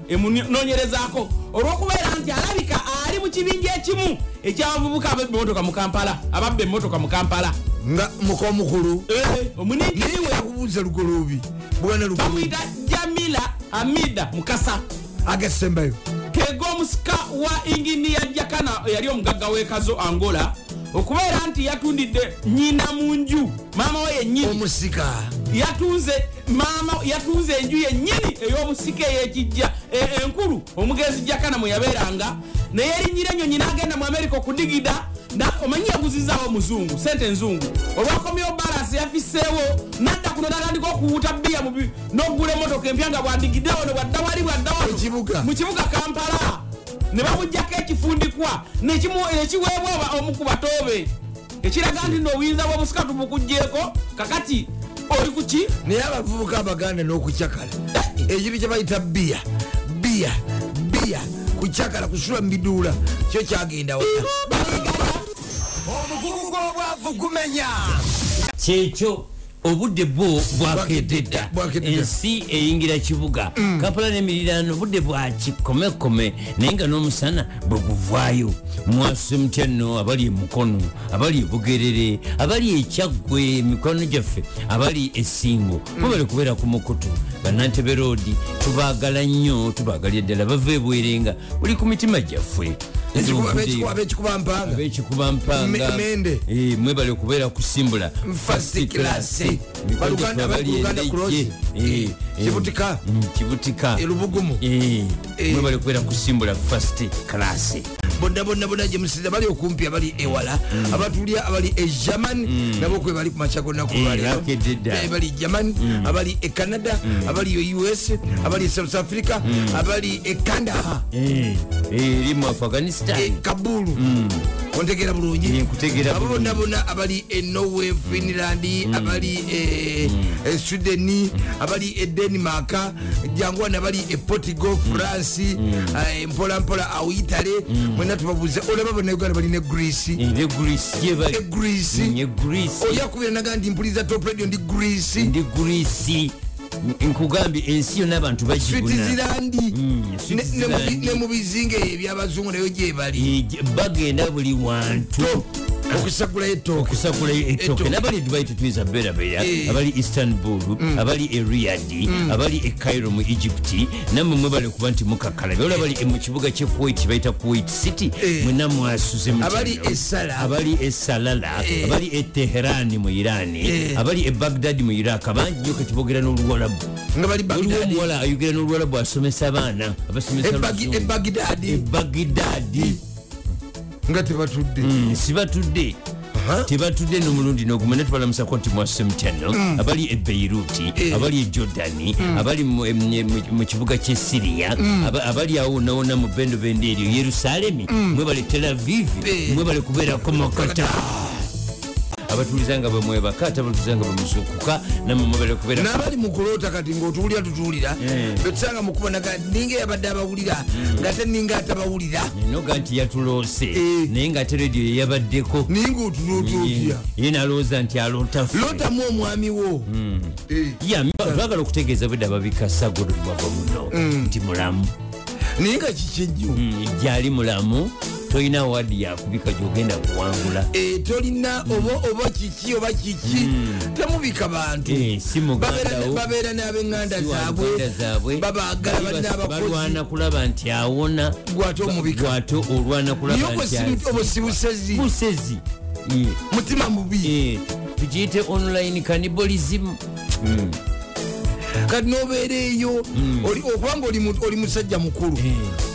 emunonyerezaako olwokubeera nti alabika ali mu kibinja ekimu ekyabavubuka ababba emotoka mu kampala ababba emotoka mu kampala
nga muka omukulu
Eh, omuningini
naye
we
akubuuza lugoloobi bwana lugoloobi
bamuyita jamila hamida mukasa
agasembayo
kego omusika wa inginiya jakana eyali omugagga w'ekazo angola okubeera nti yatundidde nyina mu nju maama we yennyini
omusika
yatunze maama yatunze enju yennyini ey'obusika ey'ekijja e- enkulu omugezi jakana mwe yabeeranga naye erinnyira enyo nyina agenda mu amerika okudigida na omanyi yaguzizaawo muzungu sente enzungu olwakomyewo balansi yafiseewo nadda kuno natandika okuwuta bbiya mubi n'okugula emotoka empya nga bwandigiddewo ne bwadda wali bwadda wano
Mu kibuga.
mu kibuga kampala ne bamugjako ekifundikwa nekimu- nekiweebwa oba- omu ku batoobe ekiraga nti noobuyinza bwobusika tubukugjeeko kakati oli kuki
naye abavubuka abaganda n'okucakala ekintu kye bayita biya biya biya kucakala kusula mu biduula kyo kyagenda wala
omukulu gw'obwavu gumenya
kyekyo obudde bwo bwakededda
Bwakededda.
ensi eyingira kibuga kampala nemiriraano obudde bwakikomekome naye nga n'omusana bwe guvaayo mwasuse mutya nno abali emukono abali ebugerere abali ekyaggwe emikwano gyaffe abali essingo mubale kubeera ku mukutu bannantebe roodi tubaagala nnyo tubaagalya ddala bava ebwerenga buli ku mitima gyaffe
abekikuba mpanga
abekikuba mpanga
Me- Mende.
Eh, mwebale okubeera kusimbula
First class. Baluganda- Baluganda cross.
Eh, eh,
Kibutika.
mm, kibutika
E elubugumu
Eh,
Eh.
mwebale kubeera kusimbula first class
bonna bonna bonna gyemusiza bali okumpi abali ewala abatulya abali e german nabo kwe bali kumaca
Eh, bakedde dda.
bali e german abali e canada abali e us abali e south africa abali e kandaha
Eh, eh, eri mu afghanistan
e kabulu ontegeera bulungi
nkutegeera
abo bonna bonna abali e norway finland abali e- e sweden abali e denmark jangu na abali e portugal france eh, mpola mpola awo itale mwena tubabuuze olaba bannauganda balina greece
Eh, ne greece
e
gyebali
greece Oh,
ne greece
oyakubira naga nti mpuliriza top radio ndi greece
ndi greece nkugambye ensi yonna abantu bagiguna
switzerlandi
Mm, Switzerland.
ne mu bizinga eyo ebyabazungu nayo gyebali
Eh, bagenda buli wantu
okusagulayo ettooke
okusakulayo
Ethiopia.
etiope e- nabali dubai tetuyinza berabeera
Eh. Mm.
abali istanbul abali e riyadi abali e cairo mu egypt nammwe mwe bali kuba nti mukakkala byola abali e- mu kibuga kye kuwait bayita kuwait city
Eh.
mwena mwasuze mutyo.
Abali e Sala.
abali e salala
Eh.
abali e teherani mu irani
Eh.
abali e bagdad mu iraq abangi nyo katibogera n'oluwalabu
nga bali
waliwo
bagdadi
omuwala ayogera n'oluwalabu asomesa abaana abasomesa
e
Oluzungu. e
bagdadi
bagdadi
nga tebatudde
Mm, sibatudde tebatudde nomulundi nogumane tubalamusako nti mwasse mutyano abali e beiruti
Mm. Eh. Mm.
abali e jordani abali mu- em- em- mu kibuga kye siriya aba- abali awonawona mu bendobendo eryo yerusaalemi mwebale tel avivi
Mm. Eh.
mwebale kubeerako makata abatuuliza nga bwemwebaka ate abatuuliza nga bwemusukuka namwe mwebale kubeera
n'abali mu kuloota kati ng'otuwulira tutuwulira
Mm.
betusanga mukubanaga ninga eyabadde abawulira nga te ninga atabawulira
noga nti yatuloose
Eh.
naye nga ate rediyo yeyabaddeko
naye ng'otulootya
ye nalowooza nti alootafe
lootamu omwami wo
Mm.
Eh,
Ya, mba- twagala okutegeeza bwedde ababikasa godolwava muno
Mm.
nti mulamu
naye nga kiki ejjo
Mm, gyali mulamu tolina waadi yakubika gyogenda kuwangula
Eh, tolina oba oba kiki oba kiki temubika bantu
Eh, Mm. si
Babeera-
mugandawo
babeera n'ab'enganda
si wa
zaabwe
Uganda zaabwe.
babaagala
Bali
balina
bas-
abakozi
balwana kulaba nti awona
gwate omubika
gwate olwana
naye
kulaba
obwo
nti
si- obwo si busezi
busezi Eh,
mutima mubi
eh, tukiyite online cannibalism
kati nobeera eyo oli- okubanga oli mu- oli musajja mukulu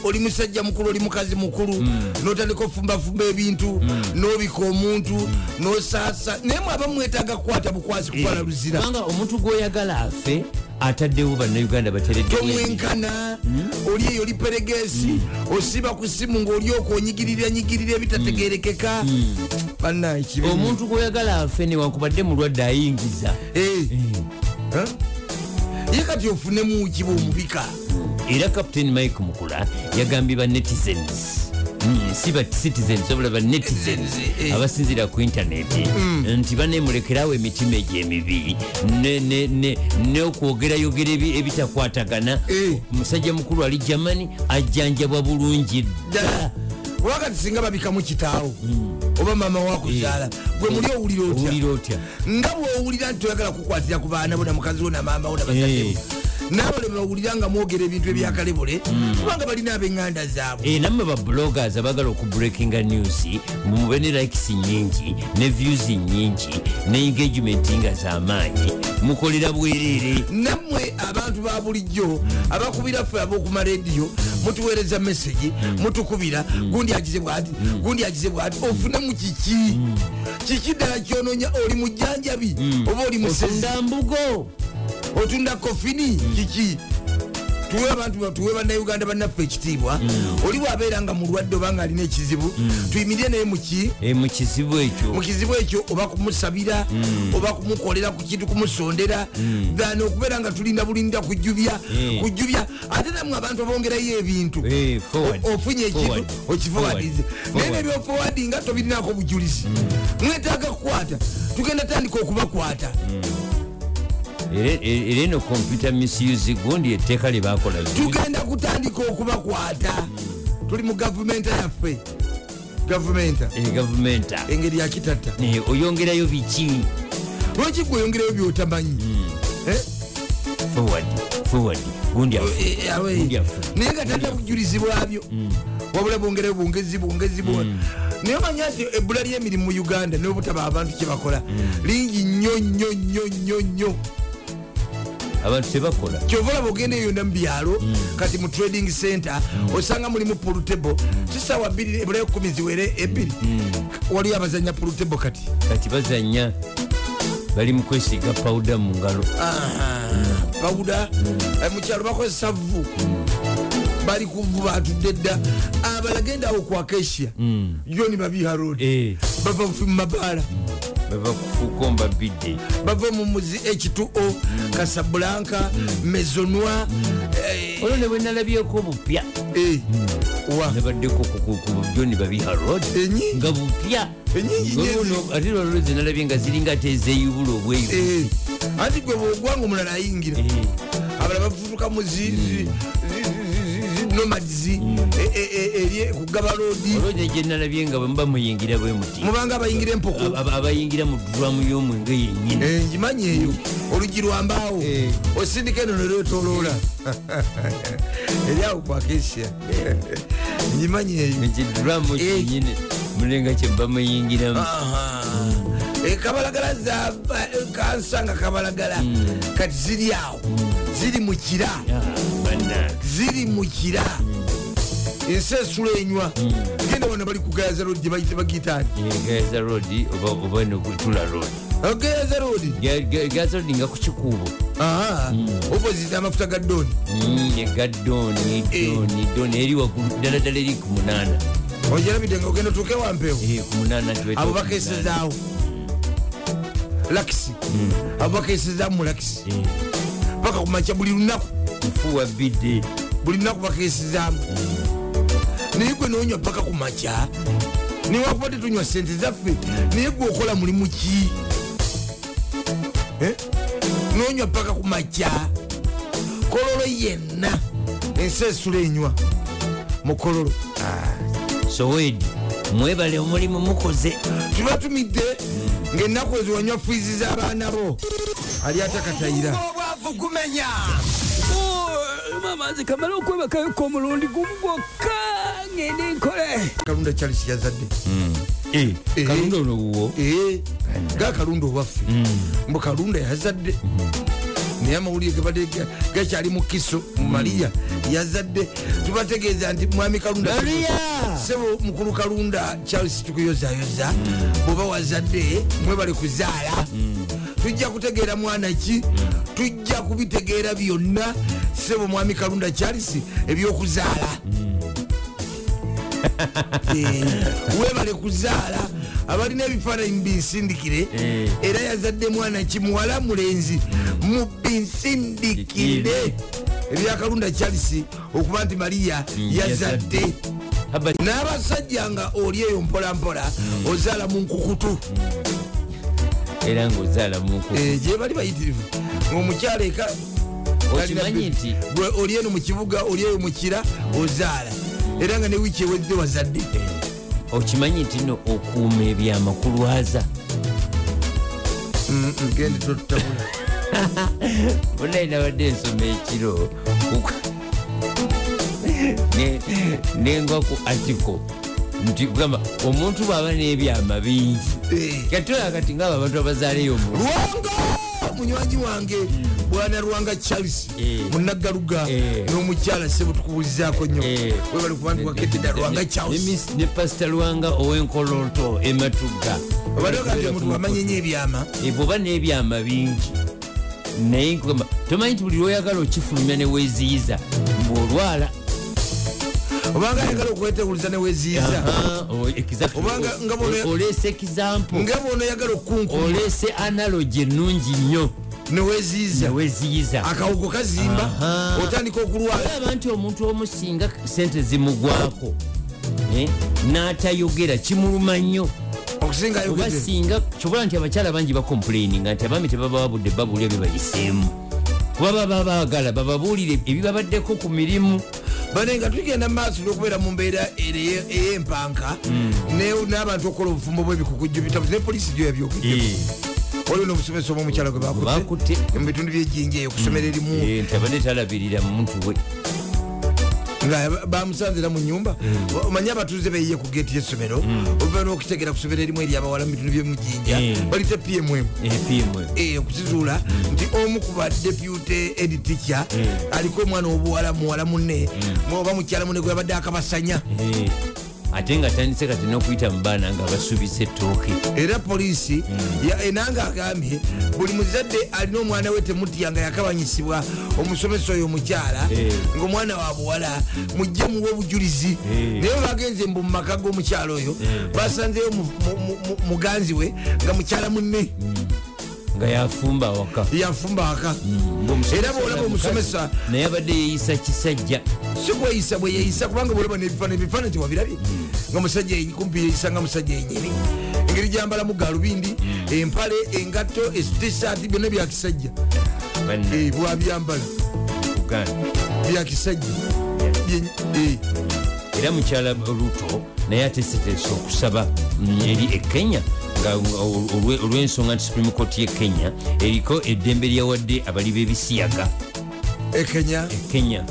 oli musajja mukulu oli mukazi mukulu notandika ofumbafumba ebintu nobika omuntu nosaasa naye mwaba mwetaaga kukwata bukwasi kutwala luzira
kubanga omuntu gwoyagala afe ataddewo bannauganda batereddewo
tomwenkana oli eyo oli peregesi osiba ku simu ngaolioko onyigirira nyigirira ebitategerekeka banaye kibi
omuntu gwoyagala afe newankubadde mulwadde ayingiza
Eh. Eh? ye kati ofunemu kiba omubika
era captain mike mukula yagambye ba netizens Mm, si ba citizens wabula ba netizens
Netizens, eh. Hmm.
abasinzira ku intaneti nti banemulekerawo emitima egyo emibi ne- ne- ne- n'okwogerayogera ebi- ebitakwatagana
Eh.
omusajja mukulu ali germany ajjanjabwa bulungi
ddala wakati singa babikamu kitaawo oba maama wakuzaala gwe muli owulira otya
Eh. owulira otya
nga bwowulira nti toyagala kukwatira ku baana bona mukazi wo namaama wo nabazaddewo
Eh.
naabale bawulira nga mwogera ebintu ebyakalebule
Hmm.
kubanga balina ab'enganda zaabwe
E, nammwe babloggers abagala okubreakinga news mube ne likes nyingi ne views nyingi ne engagement nga z'amaanyi mukolera bwereere
nammwe abantu ba bulijjo abakubira ffe ab'okumarediyo
Hmm.
mutuweereza mesagi mutukubira gundi agize bwati
Hmm.
gundi agize bwati ofunemu kiki kiki ddala kyononya oli mujjanjabi
Hmm.
oba oli musezi
otunda mbugo
otunda kofini kiki tuwe abantu tuwe bannauganda bannaffe ekitiibwa oli bwabeera nga mulwadde oba nga alina ekizibu tuyimirire naye muki
e, mu kizibu
mu
ekyo
kizibu ekyo oba kumusabira oba kumukolera ku kintu kumusondera than okubeera nga tulinda bulinda kujubya
Mm.
kujubya ate namwe abantu abongerayo ebintu
Eh, forward,
O- ofunye ekintu
forward,
okifowadize
forward,
naye
forward.
nebyofowadi nga tobirinako bujulizi mwetaaga kukwata tugenda tandika okubakwata
era e- era eno computer misuse gundi etteeka lye bakola
tugenda kutandika okubakwata tuli mu gavumenta yaffe gavumenta
gavumenta
engeri yakitata
Eh, oyongerayo biki
lwaki gweyongereyo byotamanyi Eh?
forward forward gundi afu-
Eh, eh, awe.
Gundi afu.
naye nga talina bujulizi bwabyo wabula bwongereyo bwongezi bwongezi bwo naye manya nti ebbula ly'emirimu mu uganda n'obutaba abantu kye bakola lingi nnyo nnyo nnyo nnyo nnyo
abantu tebakola
kyova olaba ogenda eyo yonna mu byalo kati mu trading center osanga mulimu pulutebo kisawa bbiri ebulayo kumi ziwere ebbiri waliyo abazanya pulutebo kati
kati bazanya bali mu kwesiiga pawuda mu ngalo
eh, pawuda mukyalo bakozesa vvu bali kuvuba atudde edda abalagenda awo ku acacia john mabiha road
Eh,
bava mu mabaala
bava kukomba bidde
bava mu muzi h2o casablanca mezonoi eh,
olwo ne bwe nalabyeko obupya
eh, wa
nabaddeko ku- ku- ku joni babiha road
Enyi-
nga bupya
Ennyingi
Olwo no- ate lwalolo zenalabye nga ziringa tezeeyubula obweyu
eh, anti gwe bwogwanga omulala ayingira
Eh.
abala bafutuka mu nomadizi Eh, kugaba lodi
olwo ne gye nalabye nga bwemuba muyingira bwe muti
mubanga abayingira empoko
Ab- ab- abayingira mu duramu y'omwenge yennyini
Eh, ngimanyi eyo olugi lwambaawo osindika eno neretoloola eryawo kwakesia ngimanyi eyo
ekiduramu
Eh.
kyenyini mulenga kyebba muyingiramu
Aha. Eh, kabalagala zava kansanga kabalagala kati ziri awo ziri mukira
Ah,
ziri mukira ensi esula enywa genda wano bali kugayaza road gyebayite bagitani
Eh, gaza road oba- oba nekutula road
ogayaza road
gaza road nga ku kikuubo
opposite amafuta ga doni
ega doni
Eh.
doni doni eri waggulu ddala ddala eri ku munaana
ojarabidde nga ogenda otuuke wampeewo
Eh, ku munaana tuweta
abo
ku munaana.
bakesezaawo lakisi abo bakesezaamu mu lakisi
Eh.
paka kumaca buli lunaku
fuwa bidde
buli lunaku bakesezaamu naye gwe nonywa paka ku maca newakuba tetunywa sente zaffe naye gwe okola mulimu ki Eh? nonywa paka ku maca kololo yenna ensi esula enywa mu kololo
sowedi mwebale omulimu mukoze
tubatumidde ngaennaku ezo wanywa fiizi z'abaana bo ali atakatayira
obwavu gumenya
mamazi kamala okwebakayoka omulundi gumu gwokka ngende nkole
kalunda charles yazadde Eh.
kalunda olowuwo
Eh, ga kalunda owaffe mbu kalunda yazadde naye amawulire gabadde ga- gakyali mu kiso mu maliya yazadde tubategeeza nti mwami kalunda sebo mukulu kalunda charles tukuyozayoza bwoba wazadde mwebale kuzaala tujja kutegeera mwana ki tujja kubitegeera byonna sebo mwami kalunda charles ebyokuzaala Eh, webale kuzaala abalina ebifaananyi mubinsindikire
Eh.
era yazadde mwana ki muwala mulenzi mubinsindikire ebyakalunda charles okuba nti mariya yazadde
Haba-
n'abasajja nga oli eyo mpolampola ozaala mu nkukutu
era ngaozaala muku
Eh, gye bali bayitirivu ngaomukyala eka
okimanyi nti
bwe oli eno mu kibuga oli eyo mukira ozaala era nga ne wiiki ewedde wazadde
okimanyi nti no okuuma ebyamakuluaza
Mm, mm, genda totutabula
bunaye nabadde ensoma ekiro ku- ne- nenga ku atiko nti gamba omuntu bwaba n'ebyama bingi
Eh.
katola kati ngaabo abantu abazaaleyo omuntu
lwanga munywanyi wange bwana lwanga charles
Eh.
munaggaluga
Eh.
n'omukyala sebutukubulizaako nnyo
Eh.
webali kubandiwakededa lwanga charles
ne pasita lwanga e owenkolonto ematugga
baliogambe omuntu bamanyinyo ebyama
bwoba n'ebyama bingi e naye nkugamba tomanyi nti buli lwoyagala okifulumya neweziyiza mbwolwala
obanga ayagala okweteguliza neweziiza Obanga nga bw'ole-
olese ekizampo
nga bona oyagala okukunkuma
olese analogi ennungi nnyo
neweziiza
neweziyiza
akawugo kazimba
Aha.
otandika okulwala
olaba nti omuntu omu singa sente zimugwako eh, n'atayogera kimuluma nnyo
okusinga
oba
ayogedde
singa kyobola nti abakyala bangi bakomplaininga nti abaami tebabawabudde babulya byebayiseemu kuba baba baagala bababuulire ebibabaddeko ku mirimu
bane nga tugenda mu maaso n'okubeera mu mbeera ere- ey'empanka
Hmm.
ne- n'abantu okukola obufumbo bw'ebikukuju bitabu ne poliisi gyo yabyogedde olio n'obusomesa oba omukyala gwe bakutte
Bakutte.
mu bitundu by'ejjinja eyo okusomera erimu
Eh, nti abadde talabirira muntu we
nga bamusanzira mu nyumba
Hmm.
omanye abatuuze beyiye ku geeti y'essomero oluva n'okutegera ku somero erimu eryabawala mu bitundu by'emujinja
Mm.
balite pmm
epimu
Eh, okukizuula nti omu ku ba deputy ed teacher
Mm.
aliko omwana obuwala muwala munne oba mukyala munne gweyabadde akabasanya
ate nga tandise kati n'okuyita mu baana nga basuubiza ettooke
era poliisi
Mm.
ya- enanga agambye buli muzadde alina omwana we temutya nga yakabanyisibwa omusomesa oyo omukyala
Eh.
ngaomwana wa buwala mujje muwe obujulizi
Eh.
naye bagenze mbu mumaka g'omukyala oyo basanzeyo mu- mu- mu- mu- muganzi we nga mukyala munne
Mm. nga yafumba awaka
yafumba waka
Mm.
era bwolaba omusomesa
naye abadde yeeyisa kisajja
si kweyisa bwe yeyisa kubanga bwolaba nebifaananyi ebifaananyi tewabirabye nga musajja yenyi- kumpi yeyisa nga musajja yenyini engeri gyambalamu galubindi empale engatto estisati byonna byakisajja
bannayuganda
Eh, bwabyambala byakisajja Bye- eh.
era mukyala luto naye ateeseteese okusaba mm, eri e kenya nga ol- olwe- olw'ensonga nti supreme court ye kenya eriko eddembe lyawadde abali b'ebisiyaga
e kenya
e kenya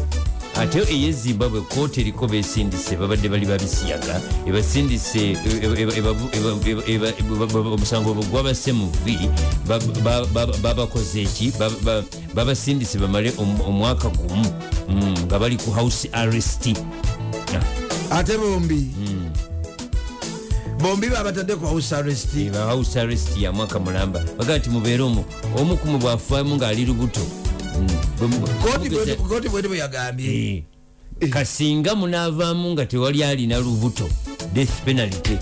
ate eye zimbabwe kooti eriko besindise babadde bali e babisiyaga ebasindise e omusango gwabasse mu vi babakoze eki Ba- ba- babasindise bamale om- omwaka gumu mm, nga bali ku house arrest Ah,
ate bombi bombi babatadde ku house arrest
eba house arrest ya mwaka mulamba bagaa ti mubeere omwo omu kumu bwafaamu ng'ali lubuto Mm, bwe mu-
Kooti bwete- kooti bwete bwe yagambye
Eh, kasinga munaavaamu nga tewali alina lubuto death penalty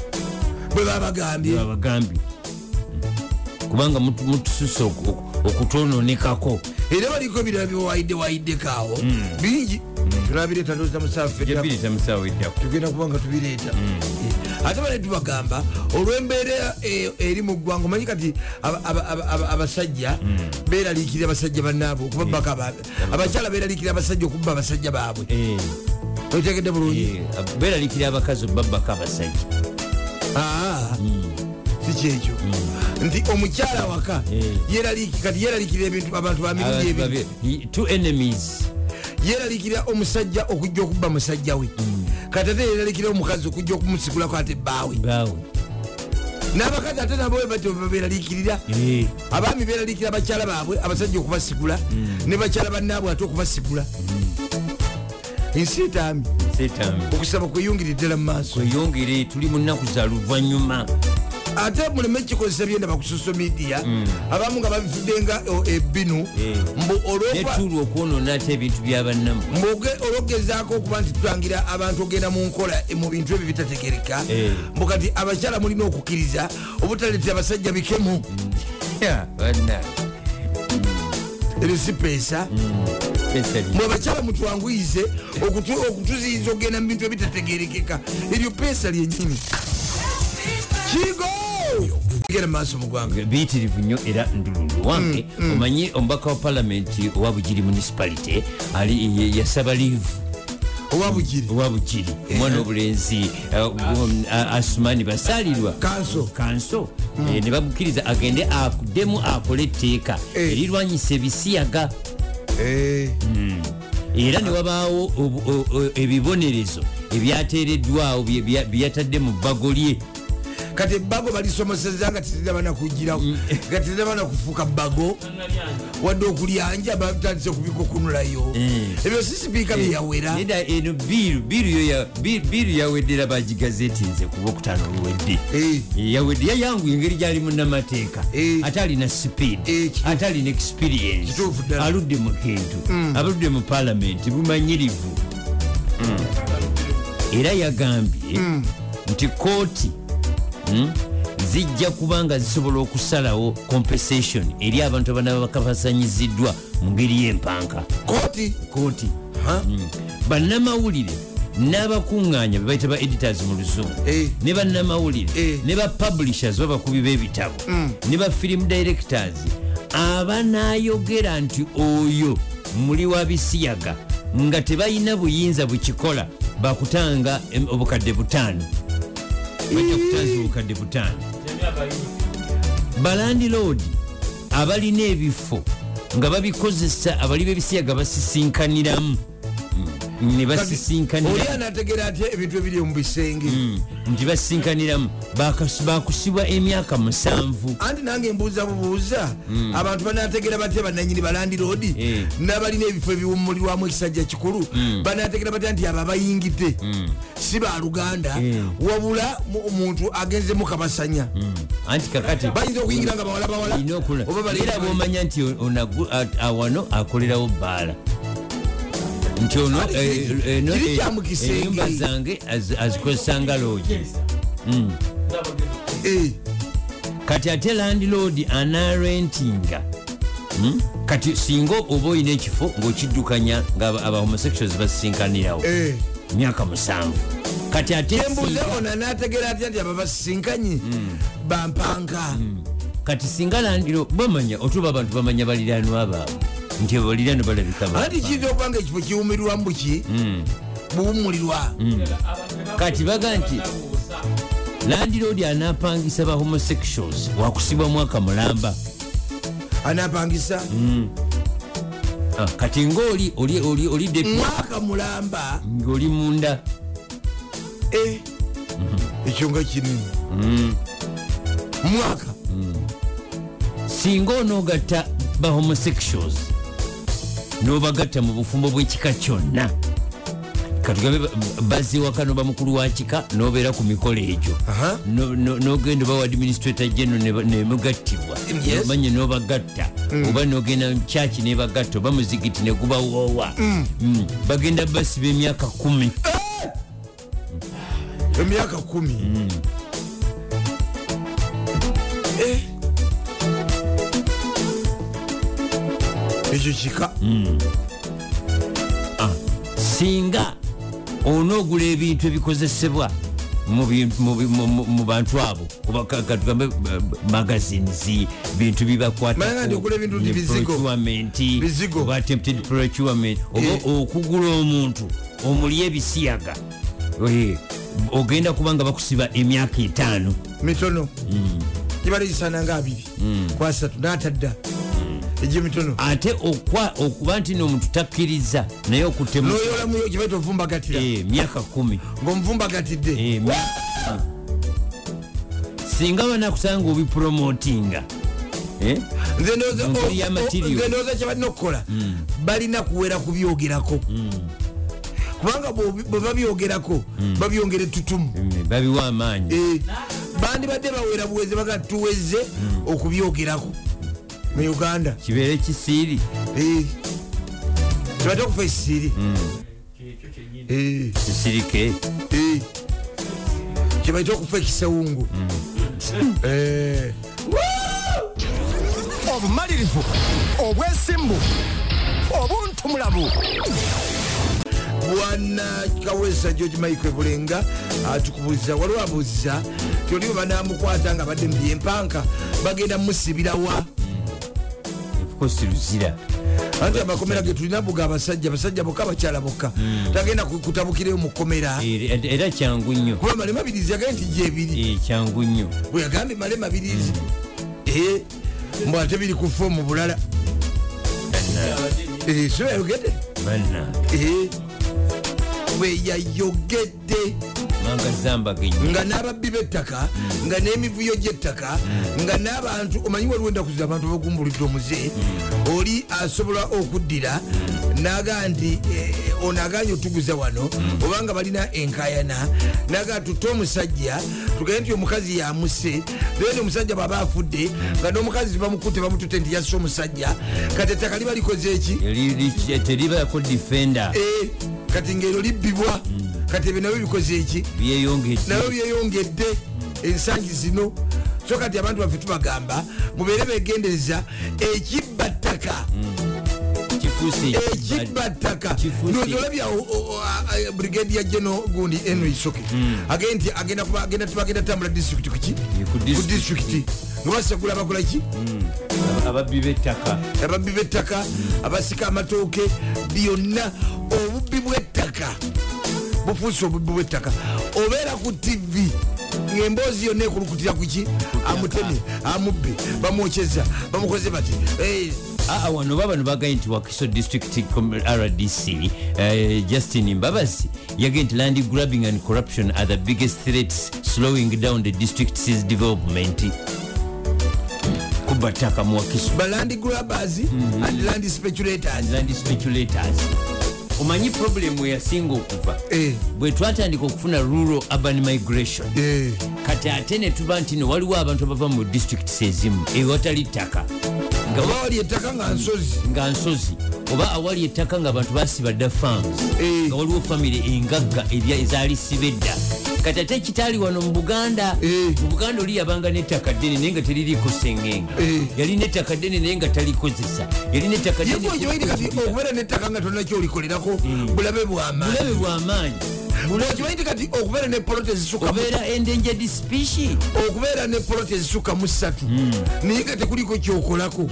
bwe babagambye
abagambye Mm. kubanga mutu- mutususa oku- oku- okutononekako
era baliko ebirala byewayidde wayiddeko awo bingi tunabireeta ndowooza musaafu ffenna
jabirita musaawa eddako
tugenda kuba nga tubireeta ate bale tubagamba olw'embeera eh, eri mu ggwanga omanyi kati aba- aba- aba- aba- abasajja beeraliikirira abasajja bannaabwe okubabbaka baabwe abakyala beeraliikirira abasajja okubba abasajja baabwe
Eh.
otegedde bulungi
beralikira abakazi obbabaka abasajja
Aa, Ah, si kyekyo nti omukyala waka
Eh.
yeraliiki- kati yeraliikirira ebintu abantu bamirundi
Abantu
ebintu
babiri- two enemies
yeralikira omusajja okujja okubba musajja we kati ate yeralikira omukazi okujja okumusikulako ate ebbaawe
baawe
n'abakazi ate nabo batoberalikirira
Eh.
abaami beralikira bakyala baabwe abasajja okubasigula ne bakyala bannaabwe ate okubasigula ensi etaami
setambi
okusaba kweyungire ddala mu maaso
kweyongere tuli mu nnaku za luvanyuma
ate muleme kikozesa byendaba ku social media abamu nga babivuddenga ebbinu
Eh.
mbu olwokwa
netulwa okwonona ate ebintu byabannamu
mboge olwogezaako okuba nti tutangira abantu ogenda mu nkola eh, mu bintu ebyo bitategereka
Eh.
mbu kati abakyala mulina okukkiriza obutaleetera abasajja bikemu ebyo si peesa mwe abakyala mutwanguyize okutu- okutuziyiza okugenda mu bintu ebitategerekeka eryo peesa lyenyini kigo genda mu maaso mu ggwanga
biyitirivu nnyo era ndulundu wange
Mm,
omanyi omubaka wa palamenti owa bugiri municipality ali ye- yasaba liivu
owa bugiri
owa bugiri
Eh.
omwana wobulenzi uh, um, asumani basalirwa
Kanso. Mm.
kanso Eh, ne bamukkiriza agende addemu akole etteeka
Eh.
erirwanyisa ebisiyaga
Eh,
era newabaawo obu- o- o- ebibonerezo ebyateereddwawo bye- bya- bye yatadde mu bbago lye
kati ebbago balisomeseza nga terirabana kugirako nga terirabana kufuuka bbago wadde okulyanja batandise kubikokunulayo
Mm. Eh.
ebyo sisipiika byeyawera
nedda eno biiru biiru yo ya- bi- biiru yaweddera bagigazeti nze ku E, lwokutaano oluwedde
Eh.
yawedde yayanguye engeri gyali munnamateeka
Eh.
ate alina
Eh,
sipiidi
kituufu.
ate alina experience
Kituufu ddala. Mm.
aludde mu kintu abaludde mu palamenti bumanyirivu
Mm.
era yagambye nti kooti mm, zijja kuba nga zisobola okusalawo compensation eri abantu abanaba bakafasanyiziddwa mu ngeri y'empanka
kooti
kooti Mm. bannamawulire n'abakuŋŋaanya bebayita ba editors mu luzungu
Eh.
ne bannamawulire
Eh. Mm.
ne ba publishers babakubi b'ebitabo ne ba film directors abanaayogera nti oyo muli wa bisiyaga nga tebalina buyinza bukikola bakutanga em- obukadde butaano bajja kutanza obukadde butaano balandiloodi abalina ebifo nga babikozesa abali b'ebisiyaga basisinkaniramu Mm, ne
Kati, oli
basisinkanira
anategera atya ebintu ebiri mu
Mm.
bisenge
nti basinkaniramu bakas- bakusibwa emyaka musanvu
anti nange mbuuza bubuuza abantu banategera batya bananyini balandiroodi
Hmm. Eh. Hmm.
n'abalina ebifo ebiwumulirwamu ekisajja kikulu banategera batya nti abo abayingidde si baluganda
Eh.
wabula mu- omuntu agenzemu kabasanya
Mm, anti kakati
bayinza okuyingira nga bawala bawala
Hmm. ina okula
oba bali-
era bomanya nti ono agu- a- awano akolerawo bbaala nti ono
Ati
eh,
kiri-
eno,
kiri
eh,
kya mukisa
enyumba
engeri.
zange az- azikozesanga loogi
Eh,
kati ate landlord anarentinga Mm? kati singa oba olina ekifo ngaokiddukanya ngaabahomosexuals basisinkanirawo
eh.
myaka musanvu kati ate
embuuza
singa-
ono anategera atya nti aba basinkanye
Hmm.
bampanka
kati singa landiro bamanya otuba abantu bamanya baliranwa baabwe nti balirano balabika ba-
anti kiyinza okuba nga ekifo kiwumirwamu buki
Hmm.
buwumulirwa
kati baga nti landiroodi anapangisa ba homosexuals wakusibwa mwaka mulamba
anapangisa
Hmm. Ah, kati ngaoli oli- oli- oli depi
mwaka mulamba
ngaoli munda
Eh, ekyo nga kinene mwaka
singa onoogatta ba homosexuals n'obagatta mu bufumbo bw'ekika kyonna katugambe ba- bazze waka noba mukulu wa kika n'obeera ku mikolo egyo
Aha.
No- no- n'ogenda oba wa administrator general ne ba- ne mugattibwa
Yes. Mm.
omanye n'obagatta oba n'ogenda kyaki n'ebagatta oba muzigiti ne gubawoowa Mm. bagenda basiba emyaka kumi
emyaka eh, kumi Eh. ekyo kika
singa onoogula ebintu ebikozesebwa mu bi- mu bi- mu- mu- mu bantu abo oba ka- katugambe ba- ba- magazines bintu
Mala nga ndigula ebintu nti bizigo. Bizigo.
oba attempted procurement
Eh.
oba okugula omuntu omulya ebisiyaga Eh, ogenda kuba nga bakusiba emyaka etaano
mitono gibala gisana nga abiri kwasatu n'atadda egyemitono
ate okwa- okuba nti n'omuntu takkiriza naye okutemu
noyolamuyo gibaita ovumbagatira
Eh, myaka kumi
ngaomuvumbagatidde
Eh, mi- singa banakusanga obipromotinga Eh?
nze ndowooza-
Mu ngeri Hmm.
o-
ya
o-
material.
nze ndowooza kyebalina okukola balina kuwera kubyogerako
Hmm.
kubanga bw'obi- bwe babyogerako
Hmm.
babyongera ettutumu
Mm, babiwa amaanyi
Eh, bandibadde bawera buweze baga tuweze
Hmm.
okubyogerako mu uganda
kibeere kisiiri
Eh, tubadde okufa esiri
Hmm.
Eh,
kisirike
eh. kyebaita okufa ekisewungu
Hmm.
Eh,
obumalirivu obwesimbu obuntumulamu
bwana kawesa george michael bulenga atukubuuza waliwo abuuza tyoli bwe banamukwata nga badde mubyepanka bagenda musibirawa
kosi luzira
anti amakomera getulina buga abasajja basajja bokka bakyala bokka tagenda ku- kutabukireyo mu kkomera
Era- era kyangu nnyo
kuba male mabirizi yagambye nti gyebiri
Eh, kyangu nnyo
bwe yagambye male mabirizi ee mbw Eh, ate biri ku foomu bulala Eh, so yayogedde
bannange
Eh, bwe yayogedde
mangazambagenyo
nga n'ababbi b'ettaka nga n'emivuyo gy'ettaka nga n'abantu omanyi waliwo endakuzi abantu abagumbulidde omuze oli asobola okuddira naga nti eh, ono aganye otuguza wano obanga balina enkayana naga tute omusajja tugende nti omukazi yamuse then omusajja bwaba afudde nga n'omukazi bamukute bamutute nti yasse omusajja kati ettaka liba likoze eki
Teri- li- teribaako defenda
Eh, kati ngaero libbibwa kati ebyo nabyo bikoze eki
byeyongedde
nabyo byeyongedde ensangi zino so kati abantu baffe tubagamba mubeere begendereza ekibba ttaka
kifuuse
ekibba ttaka
Kifuuse-
nozolabya brigade ya geno gundi henry soke agende nti agenda kuba- agenda tuba- agenda tambula disitulikiti kuki
ku
ku
disitulikiti.
disitulikiti nga basagula bakolaki
ababbi b'ettaka
ababbi b'ettaka abasika amatooke byonna obubbi bw'ettaka bufuuse obubbi bw'ettaka obeera ku tivi ngaemboozi yonna ekulukutira kuki amutemye amubbe bamwokyeza bamukoze bati "Eh,
aa Ah, wano babano bagambye nti wakiso district Com- rdc eh, justin mbabazi yagambye nti land grabbing and corruption are the biggest threats slowing down the district's development kuba ttaka mu wakiso
balandi grabbers and land speculators
land speculators omanyi problem weyasinga okuva
Eh.
bwe twatandika okufuna rural urban migration
Eh,
kati ate netuba nti no waliwo abantu abava mu disitulikiti ezimu ewatali ttaka nga
oba
wa-
wali ettaka nga nsozi
nga nsozi oba awali ettaka nga abantu basiba dda fams
Eh.
nga waliwo famire engagga erya- ezalisiba edda kati ate ekitaali wano mu buganda
Eh.
mu buganda oli yabanga nettaka ddene naye nga teririiko sengenga
Eh.
yalina ettaka ddene naye nga talikozesa yalina ettaka ddene-
yegwe okimanyi nti kati okubeera nettaka nga tolina kyolikolerako bulabe bwamaanyi
bulabe bwamaanyi
okimanyi nti kati okubeera ne poloti ezisuka
obeera endangered specie
okubeera ne poloti ezisuka mu ssatu
Hmm.
naye nga tekuliko kyokolako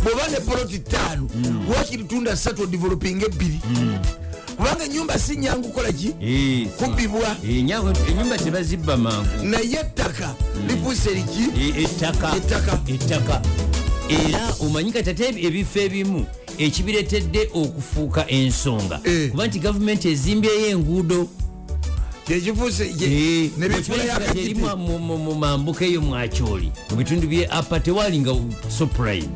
bweoba ne poloti ttaano
Hmm.
lwaki tunda ssatu odivelopinga ebbiri kubanga ennyumba si nyangu kukolaki
Eh, si-
kubibwa
Eh, nyabwe, ennyumba tebazibba mangu
naye ettaka
Hmm.
lifuuse liki
E- ettaka
Ettaka.
ettaka era omanyi kati ate ebifo ebimu ekibiretedde okufuuka ensonga
Eh.
kuba nti gavumenti ezimbyeyo enguudo
kyekifuuse
Eh,
nebifuula
bw'okibeera kati eri
yakakiti
mu- mu- mu- mu mambuka eyo mwakyoli mu bitundu bye apa tewalinga soprime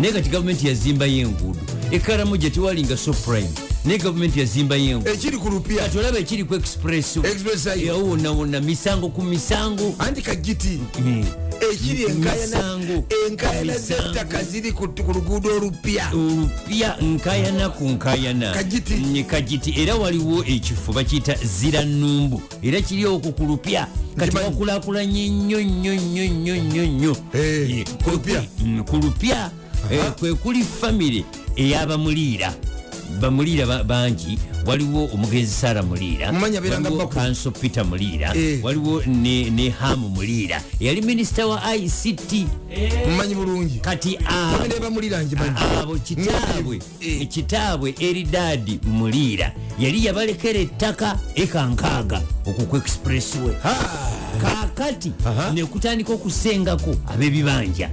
naye kati gavumenti yazimbayo enguudo ekkaramu gye tewalinga soprime naye gavumenti yazimbayo enguudo
ekiri ku lupya
kati olaba ekiri ku express
Express highway.
yawonawona misango ku misango
anti kagiti
Eh,
ekiri enkayana-
Misango.
enkayana
Misango.
zettaka ziri ku ku luguudo olupya
olupya nkayana ku nkayana
Kagiti.
Ne kagiti era waliwo ekifo bakiyita zira nnumbu era kiri okwo ku lupya kati
Nkimanyi.
bakulakulanye nnyo nnyo nnyo nnyo nnyo nnyo
Eh,
Eh,
ku
kwe-
lupya.
mm, ku lupya eh, kwe kuli famire eyabamuliira bamuliira ba- bangi waliwo omugezi sara muliira
Mumanyi abeeranga
waliwo
Bakulu.
kanso peter muliira
Eh.
waliwo ne, ne hamu muliira eyali minisita wa ict
mumanyi bulungi
kati ah, abo
nebamulirangimanyi
abo kitaabwe
Eh.
kitaabwe eridaadi muliira yali yabalekera ettaka e eka nkaaga okukw expresswe
Ah,
kaakati nekutandika okusengako ab'ebibanja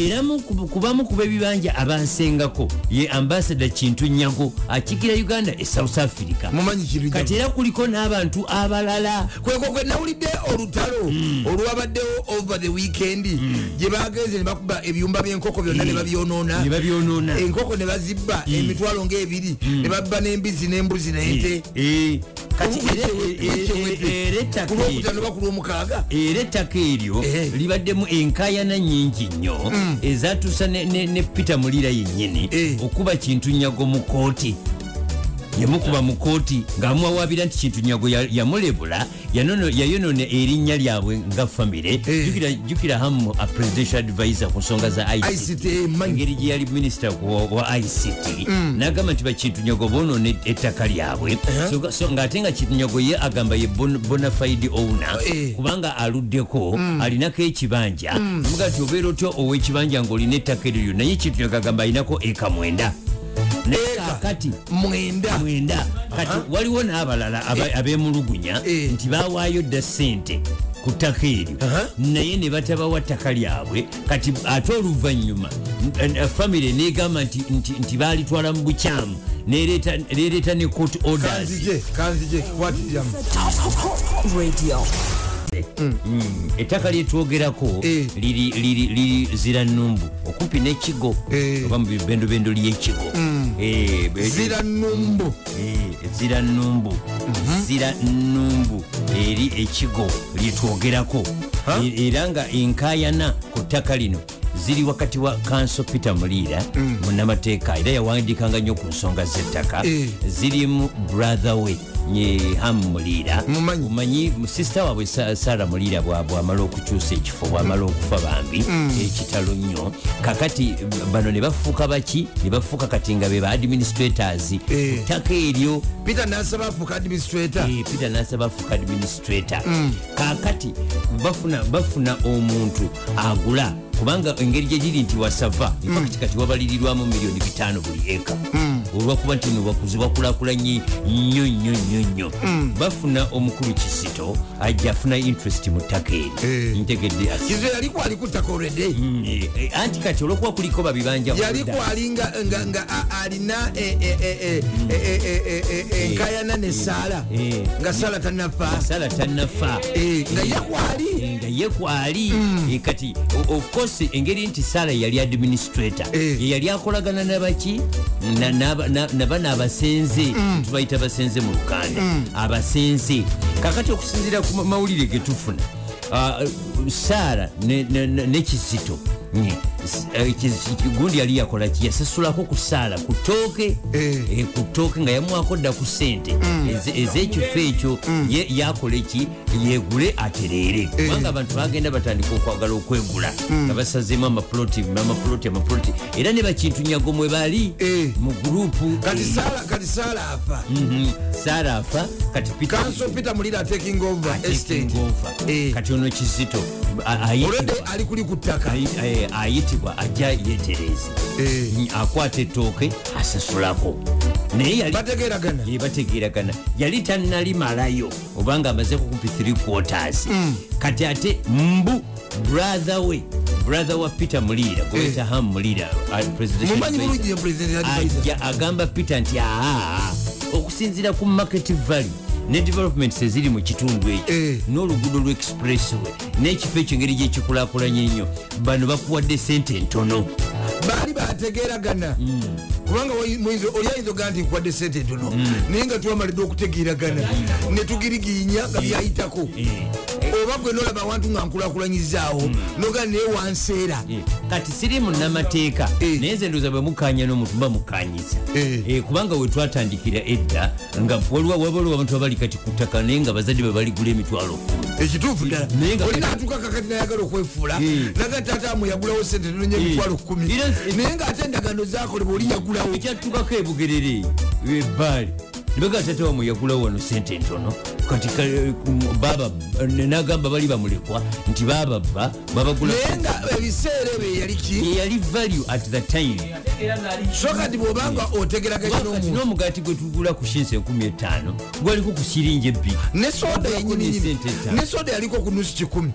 era mu- ku- ku bamu ku b'ebibanja abansengako ye ambasada kintu nyago akikira uganda e south africa
mumanyi kiri
kati era kuliko n'abantu abalala
kwekwo gwe nawulidde olutalo olwabaddewo over the weekend gye bagenze ne bakuba ebiyumba by'enkoko byonna ne babyonoona
ne babyonoona
enkoko ne bazibba emitwalo ngaebiri ne babba n'embizi n'embuzi n'ente
Eh, kati
Obubbi
era-
kyewedde-
eh,
kyewedde.
eh, era ettaka
ku
eryo-
lwokutano baku lwomukaaga
era ettaka eryo
Eh. Mm.
libaddemu enkayana nyingi nnyo ezatuusa ne- ne ne peter mulira yennyini
Eh.
okuba kintu nyago mu kooti yamukuba mu kooti ng'amuwawabira nti kintu nyago ya- yamulebula yanono- yayonona erinnya lyabwe nga famire
Eh.
Jjukira- jjukira hamu a presidential advisor ku nsonga za
ICT,
ict
emanyi.
engeri gye yali minisita ku- wa ict
Mm.
n'agamba nti bakintunyago bonona ettaka lyabwe
Eh?
So- so ng'ate nga kintunyago ye agamba ye bon- bona fide owner
Eh. Mm.
kubanga aluddeko alinako ekibanja amuga nti obeera otya ow'ekibanja ng'olina ettaka eryo naye kintunyago agamba alinako eka mwenda naye
Eka.
kakati
mwenda
mwenda kati waliwo n'abalala aba- abemulugunya
Eh.
nti bawaayo dda ssente ku ttaka eryo
Aha.
naye ne batabawa ttaka lyabwe kati ate oluvannyuma famire negamba nti- nti nti baalitwala mu bukyamu nereeta nereeta ne court orders
kanzije kanzije kikwatiramu
Radio.
Mm. ettaka lyetwogerako
Eh.
liri- liri liri zira nnumbu okumpi n'ekigo
Eh. Mm.
oba mu bibendobendo lyekigo Eh, be-
zira numbo
Eh, zira nnumbu
Mhm.
zira nnumbu eri ekigo lyetwogerako E- era nga enkayana ku ttaka lino ziri wakati wa kanso peter muliira
Mm.
munnamateeka era yawandiikanga nnyo ku nsonga z'ettaka
Eh.
zirimu brother we ye ham muliira
Mumanyi.
omanyi sisita waabwe Sa- sara muliira bwa- bwamala okukyusa ekifo bwamala okufa bambi ekitalo nnyo kakati bano ne bafuuka baki ne bafuuka kati nga be ba administrators
Eh.
ttaka eryo
peter nasaba afuuka administrator
eh, peter nasaba fuka
Mm.
administrator kakati bafuna, bafuna omuntu agula ku kubanga engeri gyegiri nti wasava
Mm.
infakti kati wabalirirwamu miliyoni bitaano buli eka olwakuba nti nobakuzi bakulakulanye nnyo nnyo nnyo nnyo
Mm.
bafuna omukulu kisito ajja afuna interest mu ttaka eri
Eh.
ntegedde ati-
kizo yaliko alikutaka olwedde
Mm, eh, eh, anti kati olwokuba kuliko babibanja
yaliko alinga nga- nga a- alina e- e- e- e- e- e- e- e- e- enkayana ne saala
Eh.
nga saala tanafa
sala tannafa
Eh, nga ye kwali
nga ye kwali
Hmm.
Eh, kati o- of course engeri nti sara yali administrator
Eh.
Ye yali akolagana nabaki Na- n'aba- na- nabano abasenze
Hmm.
tubayita abasenze mu luganda abasenze kakati okusinziira ku ma- mawulire ge tufuna sara ne kizito
Hmm.
mm, s- eh, Kiz- gundi yali yakolaki yasasulako ku saala ku tooke
Eh.
Eh, ku tooke nga yamuwako dda ku sente
Mm.
Eze- ez'ekifo ekyo ye- yakola eki yegule
Eh.
atereere kubanga abantu bagenda batandika okwagala okwegula
Mm.
nga basazeemu amapuloti amapuloti amapuloti era ne bakintunyago mwe bali
Eh.
mu gurupu
kati saala kati saala afa
sara afa kati Peter-
kanso peter mulira taking over estate
taking over.
Eh.
kati ono kizito a- ayitibwa-
olwedde ali kuli ku ttaka
ayi- eh, ayitibwa ajja yetereze
Eh.
akwata ettooke asasulako naye yali
bategeragana
yebategeragana yali tannalimalayo obanga amazeko kumpi 3 quarters kati ate mbu brother we brother wa peter muliira gweta ham muliira uh, presidential
mumanyi
advisor,
bulungi ye president advisor
ajja agamba peter nti aa okusinziira ku market value ne developments eziri mu kitundu ekyo
Eh.
n'oluguudo lwe expressway n'ekifo ekyo engeri gyekikulakulanye ennyo bano bakuwadde sente ntono
baali bategeragana kubanga wayi- muyinza- oli ayinza ogaa nti nkwadde sente ntono
Mm.
naye nga twamalidde okutegeeragana ne tugiriginya
Mm.
nga byayitako oba gwe nolaba awantu nga nkulakulanyizaawo
Mm.
nogaa naye wanseera
Eh, kati siri munnamateeka
Eh.
naye nze ndowooza bwe mukanya n'omutumba mukanyiza
Eh.
Eh, kubanga we twatandikira edda nga waliwo wabaliwo abantu abali kati ku ttaka naye nga bazadde be baligula emitwalo kumi
ekituufu ddala
Naye nga- Mm.
olina atuka kakati nayagala okwefuula naga taata muyagulawo sente nonya emitwalo kumi
Era nze-
naye ngaate endagaano zakolebwa oliyagulawo
ekyattukako ebugerere ebbaali nebaga tata wamwe yagulawo wano sente ntono kati ka- ku- baaba eh, n'agamba bali bamulekwa nti baababba babagula
naye nga ebiseera ebyo eyali ki
eyali value at the time
so kati bwobanga otegeraganye
wakati
n'omuntu
n'omugaati gwe tugula ku shinsi 15 gwaliko ku siringi ebbiri
ne soda
Wabulako
yenyini
n'esente etaano.
ne soda yaliko ku nusu kikumi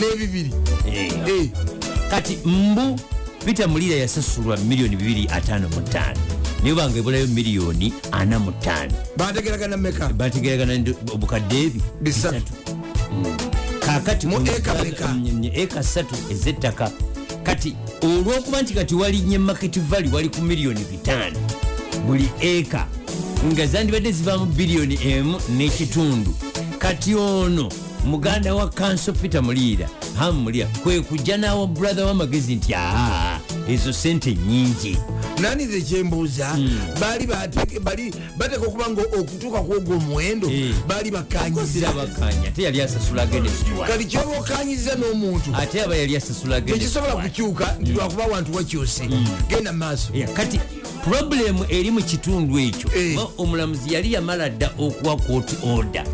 n'ebibiri
Eh.
Eh,
kati mbu peter mulira yasasulwa miliyoni 255 naye banga ebulayo miliyoni 45
bategeragana meka
bategeragana ndi- obukadde ebi
Bisatu.
Mm. kakati
Mu
ono-
eka meka?
Mm, eka 3 ez'ettaka kati olwokuba nti kati walinnye market value wali ku miliyoni 5 buli eka nga zandibadde zivaamu biliyoni emu n'ekitundu kati ono muganda wa kanso peter muliira hamulira kwe kujja n'awa brother w'amagezi nti aa ezo sente nyingi
nanize kyembuuza baali bate- bali bateeka okuba nga okutuuka kwogwo omuwendo
Eh.
baali bakanyiza
kozira bakanya ate yali asasula agende situwa
kati kyoba okanyiza n'omuntu
ate aba yali asasula agende
tekisobola kukyuka nti lwakuba wantu wakyuse genda mu maaso
Yeah, kati purobulemu eri mu kitundu ekyo
Eh.
kuba omulamuzi yali yamala dda okuwa court order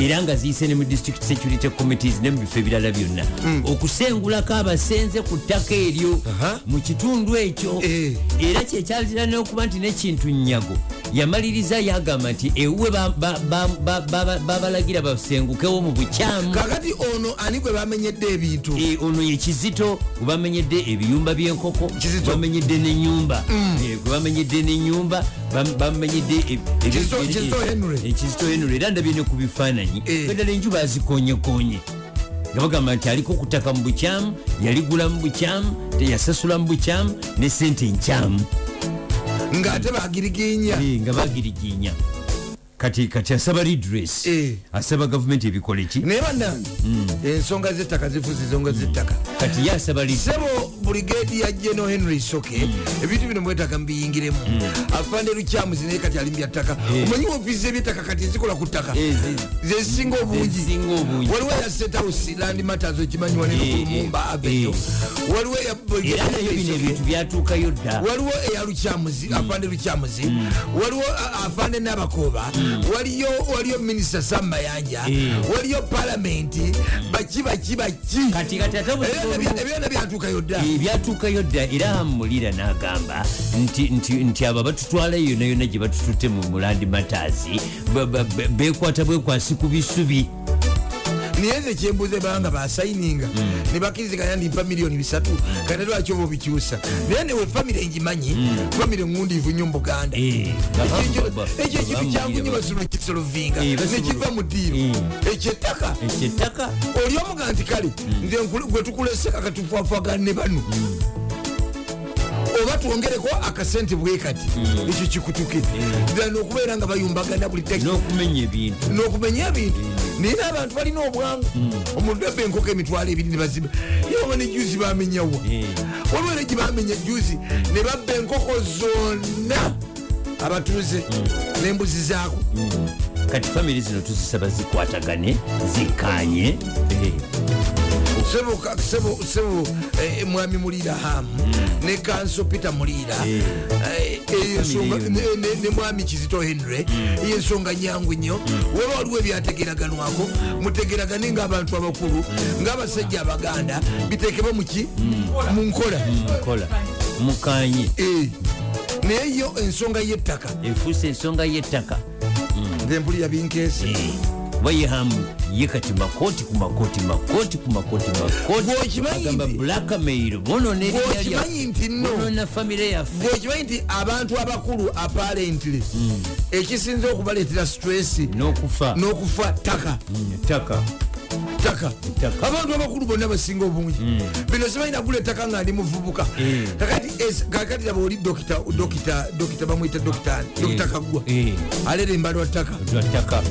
era nga ziyise ne mu district security committees ne mu bifo ebirala byonna okusengulako abasenze ku ttaka eryo
Hmm. Aha.
mu kitundu ekyo
Eh.
era kyekyalira n'okuba nti nekintu nnyago yamaliriza yagamba nti ewuwe ba- ba- ba- ba- ba- babalagira basengukewo mu bukyamu
kakati ono ani gwe bamenyedde ebintu
Eh, ono ye kizito gwe bamenyedde ebiyumba byenkoko
Kizito. Mm.
bamenyedde nenyumba gwe bamenyedde nenyumba bam- bamenyedde e- e-
Kizito-
e- e-
Kizito Henry.
e- kizito henry era ndabye ne ku bifaananyi
Eh.
edala enjuba azikonyekonye nga bagamba nti aliko kutaka mu bukyamu yaligula mu bukyamu teyasasula mu bukyamu ne sente nkyamu
ng'ate bagiriginya
Eh, nga bagiriginya kati kati asaba redress
Eh.
asaba gavumenti ebikoleki
naye bannange ensonga z'ettaka zifuza ensonga z'ettaka
kati ye asaba redress
sebo buligeedi ya jeno henry soke ebintu bino mwetaka mbiyingiremu
Hmm.
afande lukyamuzi naye kati ali mubyattaka omanyi ofiisi ebyettaka kati ezikola ku ttaka
Eh, zi-
zesinga obungi
ezisinga obungi
waliwo eya setausi land matters okimanyiwa
Eh,
nekulumumba
eh,
abeyo waliwo eya
era nayo bino Hmm.
Soke.
ebintu byatuukayo dda
waliwo eya lukyamuzi afande lukyamuzi waliwo a- afande n'abakooba
Hmm.
waliyo waliyo minisita sammayanja
Eh.
waliyo palamenti baki baki baki
kati Eh. kati ate bwe
Ebyonna bya- ebyonna byatuukayo dda
ebyatuukayo dda era mulira n'agamba nti, nti, nti abo batutwala yona yona gye batututte mu mulandi mataasi ba- ba- be- bekwata bwekwasi ku bisubi
naye nze kyembuze banga basayininga
Mm.
ne bakkiriziganya ndi mpa miliyoni bisatu kate lwaki oba obikyusa
Mm.
naye newe famire engimanyi famire ngundiivu nnyo mu buganda Ekyo-
Eh, ba-
ekyo-
ba- ba-
ekyo ekintu
bamulira
kyangu nyo
ba-
basobola okukisolovinga
Eh, Mm. basobola-
nekiva mu ddiiru ekyettaka
ekyettaka
oli omuga nti kale
Mm.
nze nkulu- gwe tukuleseka katufafagane bano oba twongereko akasente bwe kati
Mm.
ekyo kikutukire
Eh.
nzira nokubeera nga bayumbagana buli taki
n'okumenya ebintu
nokumenya ebintu naye n'abantu balina obwangu omuntu abba enkoko emitwalo ebiri nebaziba yewa nejuzi bamenyawo waliwo era gye bamenya juzi ne babba enkoko zonna abatuuze nembuzi zaako
kati famire zino tuzisaba zikwatagane zikkaanye eh,
Sebo ka- sebo sebo eh, mwami mulira hamu ne kanso peter mulira Eh, eyo ensonga
eyo.
ne- ne- ne mwami kizito henry eyo ensonga nyangu nnyo waba waliwo ebyategeraganwako mutegeragane ngaabantu abakulu ngaabasajja abaganda bitekebwe muki mu nkola
nkola mukanye
Eh, naye yo ensonga y'ettaka
efuusa ensonga y'ettaka
nze mpulira
Eh.
binkeesi
oba ye hamu ye kati makooti ku makooti makooti ku makooti
Gw'okimanyi
makootibagamba
nti-
blakamail bonona
Gw'okimanyi nti nno-
bonona famire yaffe
gwekimanyi nti abantu abakulu apparently ekisinza okubaleetera stress
n'okufa
n'okufa ttaka
ttaka
ttaka
Ettaka.
abantu abakulu bonna basinga obungi bino simanyi nagula ettaka nga ndi muvubuka
Eh.
Kakati es- kakati laba oli dokita dokita dokita bamwyita dokita dokita kaggwa
Eh.
alera embalwa ttaka
lwa ttaka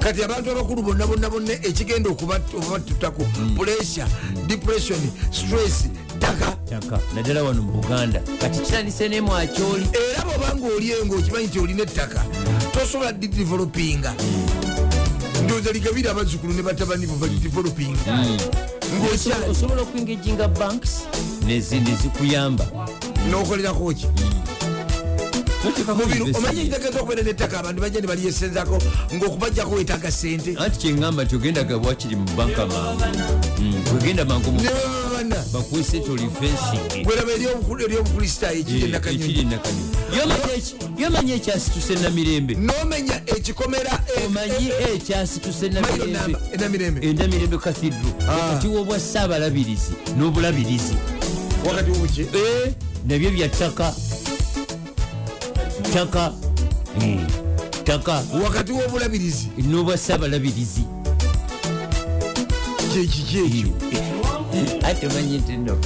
kati abantu abakulu bonna bonna bonna ekigenda okubat- okubatutako puresure depression stress ttaka
ttaka naddala wano mu buganda kati kitandise nemu akyoli
era bwobanga olyenga okimanyi nti olina ettaka tosobola didevelopinga ndoza ligabira abazzukulu ne batabani bo badidevelopinga
Hmm.
ngaokyali
osobola okwingejinga banks nezi- nezikuyamba
nokolerako ki
Toteekako
mubiri omanyi
investment.
ekitegeeza okubeera nettaka abantu bajja ne balyesenzaako ngaokubajjako wetaaga sente
anti kyeŋŋamba nti ogenda gabwakiri mu banka mangu Mm, bwegenda mangu mu-
nebababana
bakwese tolifensing
bweraba eryobukristaayo ekiri
Eh,
enakanyonyi
yomanya ekyasituse namirembe
nomenya ekikomera e-
omanyi
e-
ekyasituse
Mailo e namba
namirembe
enamirembe
endamirembe kathidro
Ah.
wakati wobwa saabalabirizi n'obulabirizi
wakati wobuki
Eh, nabyo bya ttaka ttaka
Hmm.
Mm, ttaka
wakati w'obulabirizi
n'obwa saabalabirizi
kyekiki ekyo
Eh.
ate omanyi nti no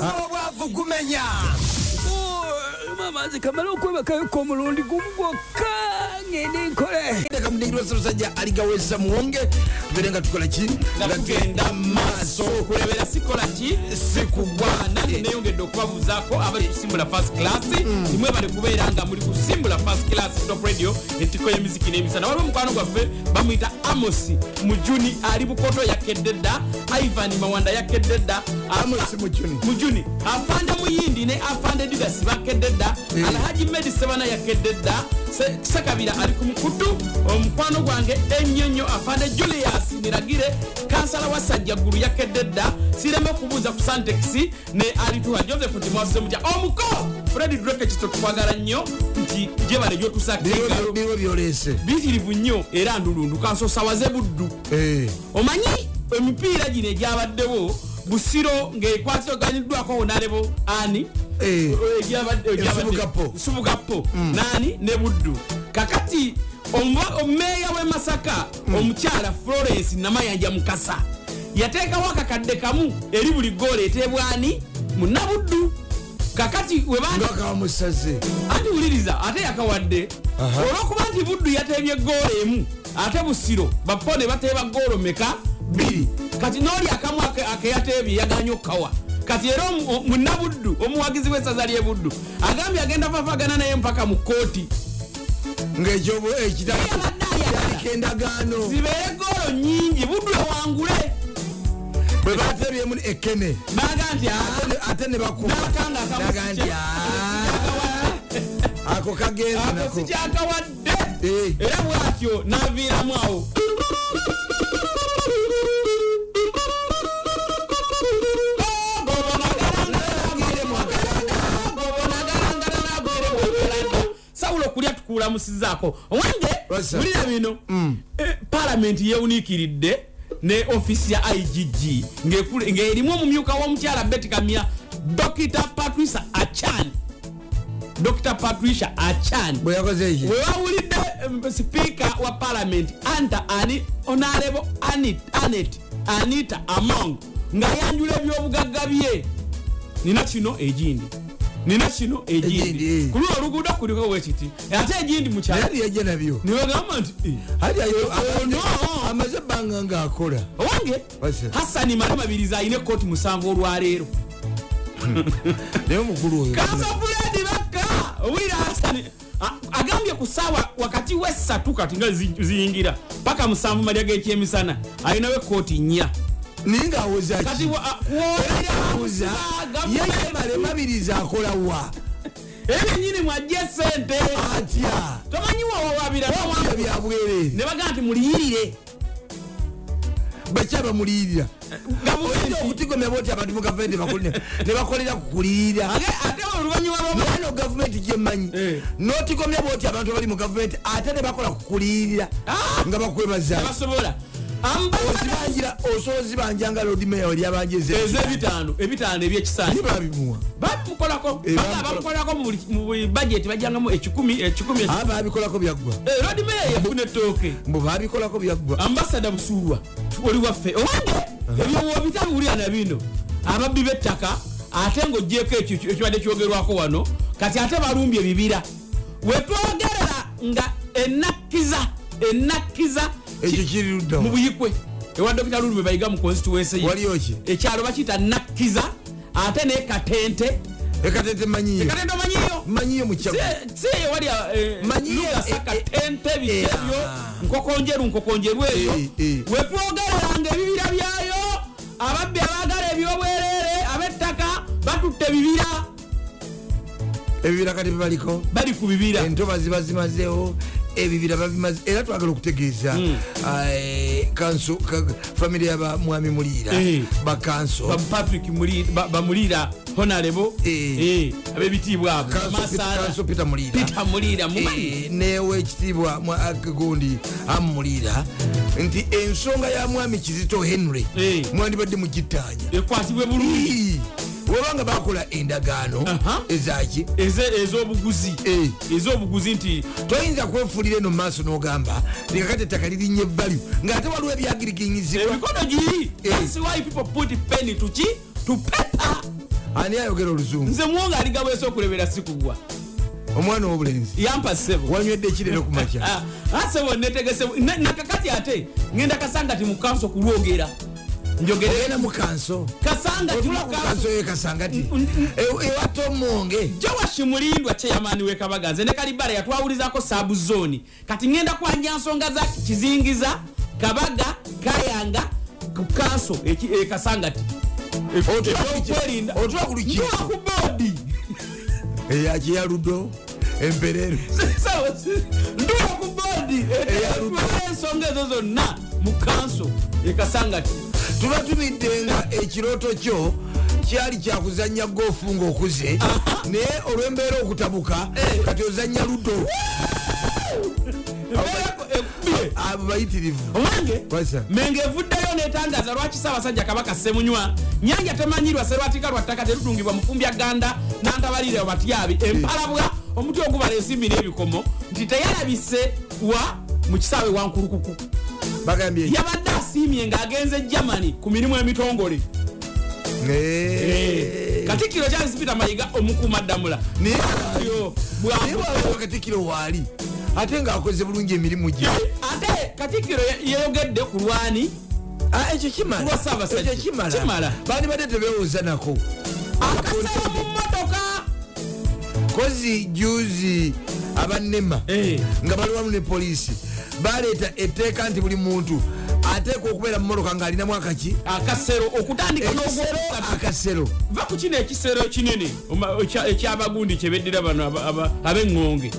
obwavu gumenya
mama nze kamala okwebakayoko omulundi gumu gwokka ngende nkole
ndeka munengerwasa musajja aligawesa muwonge tubeere nga tukola ki
nga tugenda maaso okulebera sikola ki sikugwa nani neyongedde okubabuuzaako abali kusimbula fast class timwe bali kubeera nga muli kusimbula fast class top radio entiko y'emiziki n'emisana waliwo omukwano gwaffe bamuyita amosi mu juni ali bukoto yakedde dda ivan mawanda yakedde dda
Amos mu Juni.
mujuni afande muyindi ne afande didasi bakedde dda
Eh.
alhaji medi sebana yakedde dda Se- sekabira ali ku mukutu omukwano gwange ennyo nnyo afande julius miragire kansala wa sajjaggulu yakedde dda sireme kubuuza ku santexi ne alituha joseph ntimwasuze mutya omuko fred dreke kito twagala nnyo nti gyebale gyotusakeegalo
biriwo byolese
biyitirivu nnyo era ndulundu kansosawaze buddu
Eh,
omanyi emipiira gino egyabaddewo busiro ng'ekwataganyidwako onalebo ani
Eh. Mm.
Egyabadde- egyabadde-
Nsubugapo.
nsubugapo nani ne buddu kakati omuba- omumeeya w'e masaka
Mm.
omukyala florence namayanja mukasa yateekawo akakadde kamu eri buli goola eteebwani munabuddu kakati webandi
ngakawa musaze
anti wuliriza ate yakawadde olwokuba nti buddu yatebye egoola emu ate busiro bapo ne bateeba goolo meka bbiri kati n'oli akamu ake- akeyatebye yaganye okukawa kati era omu- o- munnabuddu omuwagizi w'essaza ly'ebuddu agambye agenda fafagana naye mpaka mu
eh,
kooti
ngaekyoekitaliko endagaano
zibeere goolo nyingi buddu awangule
bwe batebyemu ekene
baga nti
ate- ate ne
N'akanga akamu
bakubaga nti "Ah, ako kagenda
ako
nako
sikyakawadde
Eh.
era bwatyo naviiramu awo sawulo kulya tukulamusizaako owange
Wasa.
mulira bino Eh, palamenti yewuniikiridde ne ofisi ya igg ng'ekule- ng'erimu omumyuka w'omukyala betty kamya dr patricia achan dr patricia achan
bwe yakoze eki
wewawulidde mm, sipiika wa palamenti anta ani onalebo Ani- anet anita among ng'ayanjula ebyobugagga bye nina kino egindi nina kino
Egindi,
egindi
eh.
ku lulwo oluguudo kuliko wekiti ate egindi mukyala
naye yajja nabyo
nibagamba nti eh,
Hadi ayo-
Ono!
amaze ebbanga ngaakola
owange
Basi.
hassani malemabirizi alina ekooti musanvu olwaleero
naye omukulu oyo
kansa fuledi bakka owulira hasani a- agambye ku saawa wakati wesatu kati nga zi- ziyingira paka musanvu malya g'ekyemisana alinawo ekooti nnya
naye ngaawoza
kati
ki
wa- a- wooza
abuza yeye malemabirizi akolawa
era nyini mwajje sente
atya
tomanyiwa wowabira
bya byabwerere
ne bagaa nti muliyirire
bakya bamuliyirira
nga mubiri
oyinza okutigomya boti abantu mu gavumenti bakole- ne bakolera ku kuliyirira
ate oluvannyuma lw'omu-
nano gavumenti gyemanyi
Eh.
notigomya boti abantu abali mu gavumenti ate ne bakola ku kuliyirira
Ah!
nga bakwebaza
abasobola ambaa
ozibanjira osobola ozibanjanga lodimeya olyabanja
ez'ebitaano ebitaano ebyekisanja
babimuwa
bamukolako
Eh,
baba
bamukolako.
bamukolako mu buli- mu buli bajeti bajangamu ekikumi ekikumi
aba babikolako byaggwa
rodimeya yafuna ettooke
mbu babikolako byaggwa
ambasada busuulwa oli waffe owange ebyowobitabulira na bino ababbi b'ettaka ate ng'oggyeko ekyo ekibadde kyogerwako wano kati ate balumbye ebibira wetwogerera nga ennakkiza ennakkiza
ekyo
ki- mu
kiriruddawo
buyikwe ewa dokita lulu bwe bayiga mu constituency ye.
waliyo ki
ekyalo bakiyita nakkiza ate ne katente
ekatete manyiyo
katente omanyiyo
manyiyo mukyago
siye wali
Manyiye,
lugasaka
eh, eh,
tente bikebyo
eh,
nkokonjeru nkokonjeru eyo
Eh, eh.
wetwogereranga ebibira byayo ababbi abaagala ebyobwerere ab'ettaka batutta ebibira
ebibira kati bibaliko
bali ku bibira
entobazi bazimazewo ebibira babimaze era twagala okutegeeza
Hmm.
eh, kanso- ka- famire yabamwami muliira
Eh.
bakanso
patrick bamuliira honarebo
Eh.
ab'ebitiibwa abo
Kanso Pit-
masala
kanso peter muliira
peter
Eh.
muliira mumanyi
newekitiibwa ah, gundi amumuliira nti ensonga ya mwami kizito henry
Eh.
mwandibadde mugitaanya
ekwatibwe bulungi
Ii, webanga bakola endagaano
Aha.
ezaki
Eze- ez'obuguzi
Eh.
ez'obuguzi nti
toyinza kwefuulira eno mu maaso n'ogamba tikakati ettaka lirinye evalu ng'ate waliwo ebyagiriginyizibwa
emikono giri
Eh.
That's why people put penny to ki to paper
ani ayogera oluzungu
nze mwonga aligaweesa okulebera sikugwa
omwana w'obulenzi
yampa ssebo
wanywedde ekirero ku makya
Ah, ah, ssebo netegese ne- nakakati ate ngenda kasanga ti mukanso kulwogera njogerere
ogenda mu kanso
kasanga ti
otula ku kanso
mukanso
eyo kasanga ti
Mm, mm.
e- ewata omonge
jowa shimulindwa kyeyamaani wekabaga nze ne kalibala yatwawulizako sabu zooni kati ngenda kwanja nsonga za kizingiza kabaga kayanga ku kanso eki- e kasanga ti
Otula ku ki-
Ebyokwerinda.
otula ku
ntuwa
lukiiko
ku boodi
eyakiyaludo empereru
ntuwa ku boodi etegeera ensonga ezo zonna mu kanso ekasanga e, ti
tuba tubidde nga ekirooto kyo kyali kyakuzannya goofu ng'okuze naye olw'embeera okutabuka
Eh.
kati ozannya ludo
ekubye
abo bayitirivu
owange
Wasa.
menge evuddeyo netangaza lwaki saabasajja kabaka semunywa nyanja temanyirwa serwatika lwa ttaka terudungibwa mufumbya ganda nantabalire batyabi empalabwa omuti ogubala ensimbi n'ebikomo nti teyalabise wa mu kisaawe wankulukuku
bagambye
yabadde asiimye ng'agenze germany ku mirimu emitongole Eh.
naye
katikkiro charles peter mayiga omukuuma ddamula Yo, bwa-
wakatikkiro waali ate ng'akoze bulungi emirimu gye
ate katikkiro ye- yeyogedde ku lwani
Ah, ekyo kimala.
Lwa Ssaabasajja.
Ekyo kimala.
Kimala.
bandibadde tebewoza nako
akaseera mu mmotoka
kozi juzi abanema
Eh.
nga bali wamu ne poliisi baleeta etteeka nti buli muntu ateeka okubeera mumoloka ng'alinamu akaki
akasero okutandika
ekisero
n'ogwokubiri.
akasero
va ku kino ekisero ekinene oma- ekya- ekyabagundi kyebeddira bano aba- aba- ab'eŋŋonge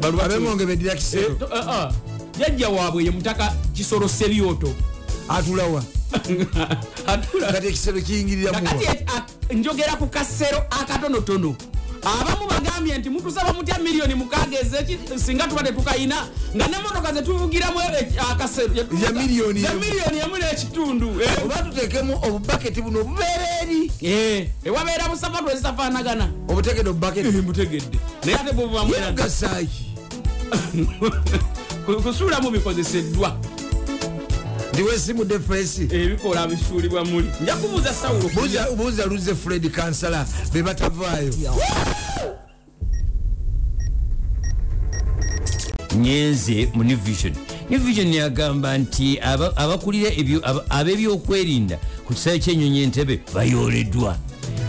Balwa-
abengonge bedira
Eh,
kisero
to- eh, ah. jjajja waabwe ye mutaka kisolo seryoto
atulawa
Atula-
kati ekisero kiyingirira
kakati
muwa
e- a- njogera ku kasero akatonotono abamu bagambye nti mutusaba mutya miliyoni mukaaga ezeki singa tuba tetukayina nga nemotoka zetuvugiramu e- akasero
Ya miliyoni emu.
miliyoni emu n'ekitundu eh.
oba tuteekemu obubaketi buno obubeera eri
Eh, ewabeera busapatu ezitafaanagana
obutegedde obubaketi
mutegedde naye ate bwobubamwera
yemugasaaki
kusuula mubikozeseddwa
ndiwesimudde feesi
ebikola bisuulibwa muli nja kubuuza sawulo
Buuza- buuza luze fred kansala be batavaayo
nyenze mu new vision new vision yagamba nti aba- abakulira ebyo- aba- ab'ebyokwerinda ku kisaawe kyenyonyi entebe bayoleddwa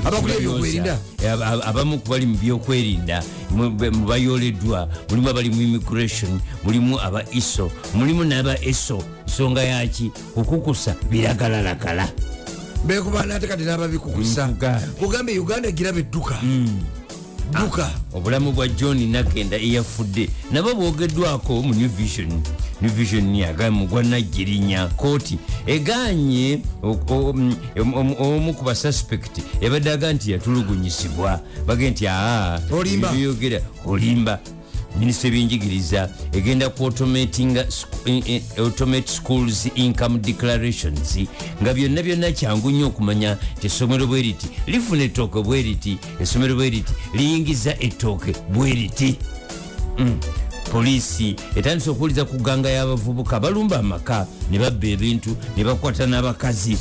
Abakulira ebyokwerinda?
Eh, ab- ab- abamu ku bali mu byokwerinda mu- be- mu bayoleddwa mulimu abali mu immigration mulimu aba iso mulimu n'aba E eso nsonga yaki kukukusa biragalalagala
bekubana ate kati n'ababikukusa
Nkugambye.
kugambe uganda giraba edduka
Mm.
duka
obulamu bwa john nakenda eyafudde nabo bwogeddwako mu new vision new vision yagamba gwa najjirinya kooti eganye ok- o- mm, omu- omu- omu ku basuspect ebadde aga nti yatulugunyisibwa bage nti aa
Olimba.
byogera olimba minisita ebyenjigiriza egenda ku automatinga sc- eh, eh, automate schools income declarations nga byonna byonna kyangu nnyo okumanya nti essomero bwe liti lifuna ettooke bwe liti essomero bwe liti liyingiza ettooke bwe liti Mm. poliisi etandise okuwuliza ku gganga y'abavubuka balumba amaka ne babba ebintu ne bakwata n'abakazi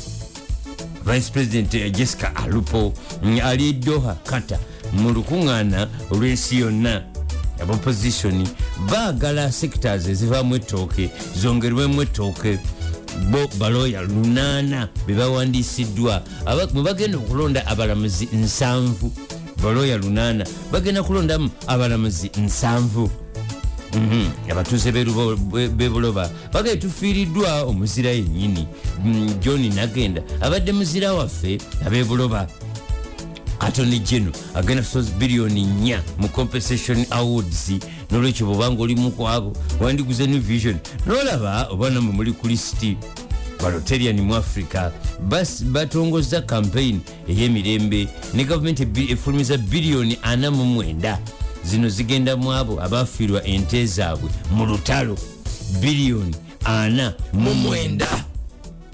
vice president eh, jessica alupo mm, ali doha kata mu lukuŋŋaana olw'ensi yonna abapositioni baagala sectors ezivaamu ettooke zongerwemu ettooke bo baloya lunaana bebawandiisiddwa Aba- mwe bagenda okulonda abalamuzi nsanvu baloya lunaana bagenda kulondamu abalamuzi nsanvu Mhm. abatuuze b'e Lubo- b'e- b'e buloba bagale tufiiriddwa omuzira yennyini Mm, john nagenda abadde muzira waffe abebuloba atoni geno agenda kusoza biliyoni 4 mu compensation awards nolwekyo bwobanga olimu kwabo wandiguze new vision nolaba oba namwe muli ku lisiti baloterian mu africa bas- batongoza campaign ey'emirembe ne gavumenti ebi- efulumiza biliyoni 49 zino zigenda mu abo abaafiirwa ente zaabwe mu lutalo biliyoni 4 mu mwenda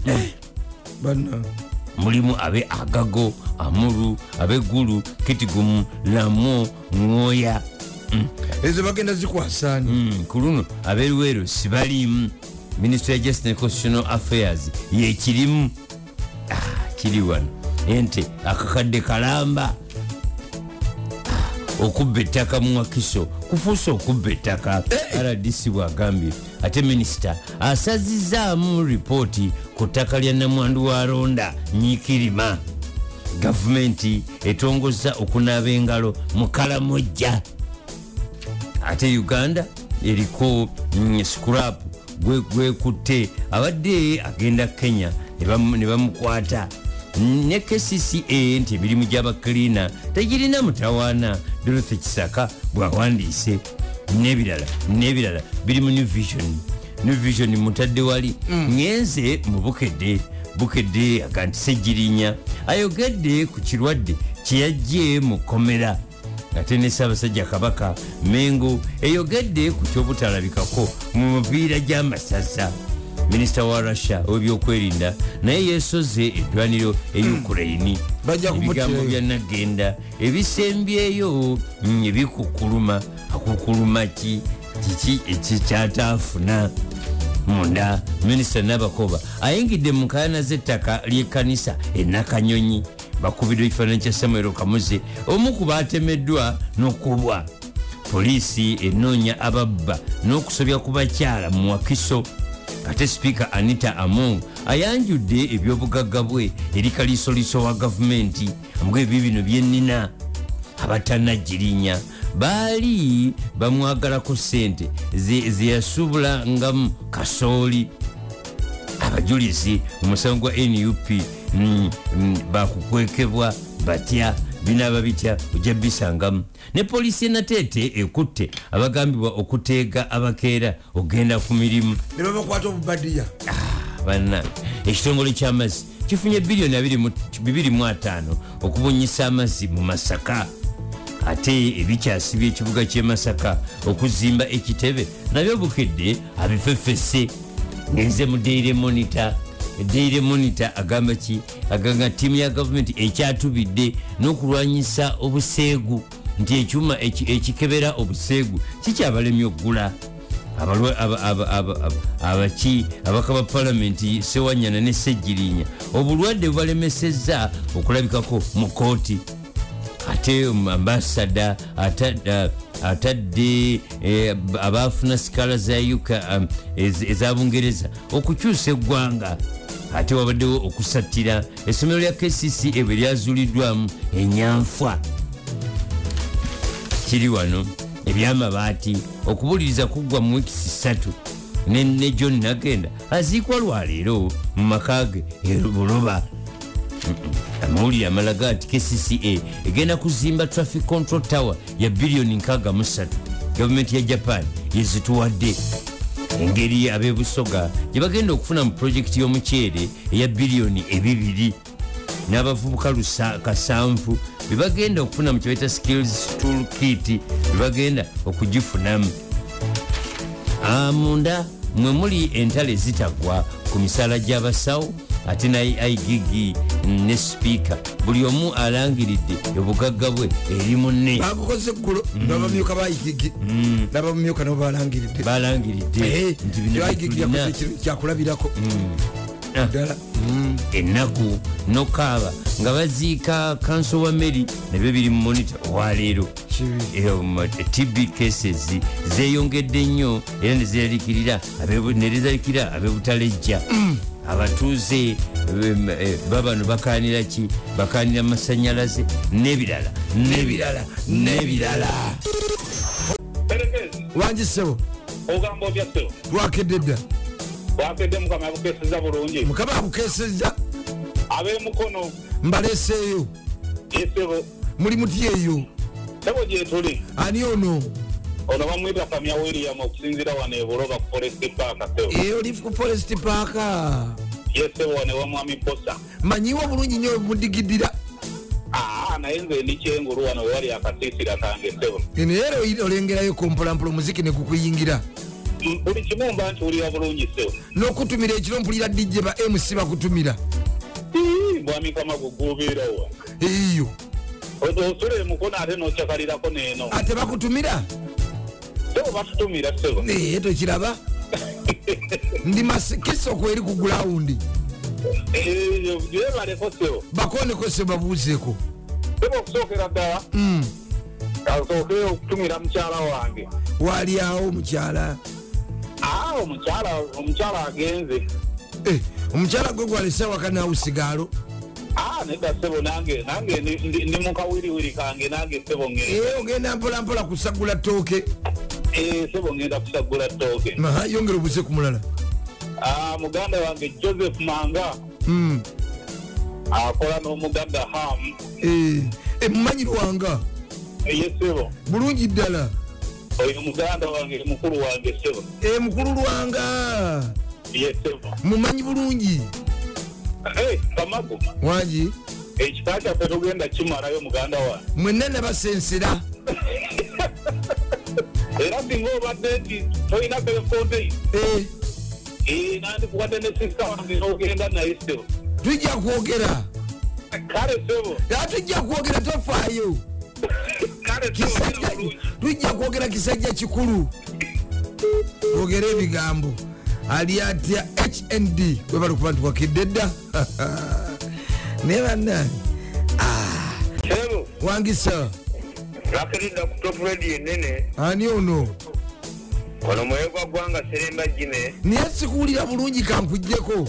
Eh.
bana
mulimu abe agago amuru abegulu kitigumu lamo ng'oya
ezo bagenda zikwasaani
Mm, ku luno aberuweero sibaliimu minisitule ya justice ne constitutional affairs yekirimu Ah, kiri wano ente akakadde kalamba Ah, okubba ettaka muwakiso kufuuse okubba ettaka rdc bwagambye ate minisita asazizaamu ripooti ku ttaka lya namwandu wa ronda nyikirima gavumenti etongoza okunaaba engalo mu kalamojja ate uganda eriko mm, scrap gwe- gwekutte abadde agenda kenya ne bamu- ne bamukwata Mm, ne kcca nti emirimu gy'abakirina tegirina mutawaana dorothy kisaka bwawandiise n'ebirala n'ebirala biri mu new vision new vision mutadde wali ngenze mu bukedde bukedde aga nti segirinya ayogedde ku kirwadde kyeyajje mu kkomera ate ne ssaabasajja kabaka mengo eyogedde ku kyobutalabikako mu mipiira gy'amasasa minisita wa russia ow'ebyokwerinda naye yeesoze eddwaniro e ukraine
Bajja kumutera
ebigambo
yo.
bya nagenda ebisembyeyo mm, ebikukuluma akukuluma ki kiki ekikyataafuna munda minisita nabakoba ayingidde mu nkaayana z'ettaka ly'ekkanisa enakanyonyi bakubiddwa ekifaananyi kya samuel kamuze omu ku baatemeddwa n'okubwa poliisi enoonya ababba n'okusobya ku bakyala mu wakiso ate sipiika anita among ayanjudde ebyobugagga bwe eri kaliisoliiso wa gavumenti amuga ebi bino byennina abatanajirinya baali bamwagalako sente ze- ze yasuubulangamu kasooli abajulizi omusango gwa nup mm, mm, bakukwekebwa batya binaaba bitya ojja bisangamu ne poliisi enateete ekutte abagambibwa okuteega abakeera okgenda ku mirimu
ne babakwata obubadiya
banna ekitongole ky'amazzi kifunye biliyoni 25 okubunyisa amazzi mu masaka ate ebikyasibya ekibuga ky'e masaka okuzimba ekitebe nabyo bukedde abifefese ngenze mu daily monitor daily monitor agamba ki aganga ttiimu ya gavumenti ekyatubidde n'okulwanyisa obuseegu nti ekyuma eki- ekikebera obuseegu kikyabalemye okugula abalwa- aba- aba- aba- aba- abaki abaka ba palamenti sewanyana ne sejirinya obulwadde bubalemesezza okulabikako mu kooti ate um, ambasada atadde eh, abaafuna sikala za uk um, ez- eza bungereza okukyusa eggwanga ate wabaddewo okusatira essomero lya kcca bwe lyazuuliddwamu enyanfa kiri wano ebyamabaati okubuliriza kuggwa mu wiiki ssatu ne- ne john nagenda aziikwa lwaleero mu maka ge e buloba Mm-mm. amawulire amalaga ati kcca egenda kuzimba traffic control tower ya biliyoni 63 gavumenti ya japan yezituwadde engeri abebusoga gye bagenda okufuna mu pulojekiti y'omuceere eya biliyoni ebibiri n'abavubuka lusa- kasanvu bye bagenda okufuna mu kibaita skills tool kit bye bagenda okugifunamu Ah, munda mwe muli entalo ezitagwa ku misaala gy'abasawo ate ne igigi ne sipiika buli omu alangiridde obugagga bwe eri munne
bagukoze eggulo
Mm.
nabamyuka bayigigi nabamyuka nabo balangiridde
balangiridde
Eh,
nti Mm. bino
Waigigi yakoze
byetulina
ekintu kyakulabirako
Ah.
ddala
ennaku nokaaba nga baziika kanso wa meri nabyo biri mu monita owaleero Eyo, ma- tb cases zeeyongedde nnyo era nezerarikirira abe- nerezarikira abebutalejja abatuuze em, eh, babano bakanira ki bakanira masanyalaze n'ebirala n'ebirala n'ebirala
perekezi
wangi ssebo
ogambo obya ssebo
lwakedde dda
bwakedde mukama yakukeseza bulungi
mukama akukesezza
ab'emukono
mbaleeseeyo
esebo
muli muti eyo
sebo gye tuli
ani ono
ono bamwita kamya william okusinziira wano ebuloba ku forest paaka sebo
Eh, oli ku forest paaka
yesebo wano ewamwami posa
manyiwo bulungi nnyo wemudigiddira
aa Ah, naye nze ndi kyengulu wano wewali akasiisira kange sebo
naye era olengerayo kompolampola omuziki ne gukuyingira
M- buli kimu mba nkiwulira bulungi sebo
n'okutumira ekiro mpulira dj ba mc bakutumira
Ii, mwami kama guguubiirawa
eyo
osula emukono ate n'ocyakalirako neeno
ate bakutumira
sebo batutumira sebo
Eh, tokiraba ndi masikisa okweri ku gulawundi
yebaleko sebo
bakoneko se babuuzeeko
sebo okusookera ddala
Mm,
asooke okutumira mukyala wange
waali awo omukyala
aa omukyala omukyala agenze
Eh, omukyala gwe gwalese wakanaawo sigaalo
aa nedda Ah, sebo nange nange ndi- ndi ndi mu kawiriwiri kange nange sebo ngenda
Eh, ogenda mpolampola kusagula tooke
Eh, sebo ngenda kusagula ttooke
Aha, yongera obuze ku mulala
Aa, Ah, muganda wange joseph manga
Mm,
akola n'omuganda ham
eh, eh, mumanyi lwanga
ye sebo
bulungi ddala
oyo muganda wange mukulu wange sebo
Eh, mukulu lwanga
ye sebo
mumanyi bulungi
Eh, kamagu
wangi
ekika kyaffe tugenda kimalayo muganda wange
mwenna nabasensera
era singa obadde nti tolina telefoneyi
Eh,
nandikuwadde ne sisita wange n'ogenda naye sebo
tujja kwogera
kale sebo
era tujja kwogera tofaayo
kale sebo
kisajja
era bulungi
tujja kwogera kisajja kikulu twogere ebigambo ali atya hnd webali okuba nti wakidde dda naye bannange
sebo
wangisa
lwakiridda ku top radio enene
ani ono
ono muyegwa ggwanga seremba jime
naye sikuwulira bulungi kankugjeko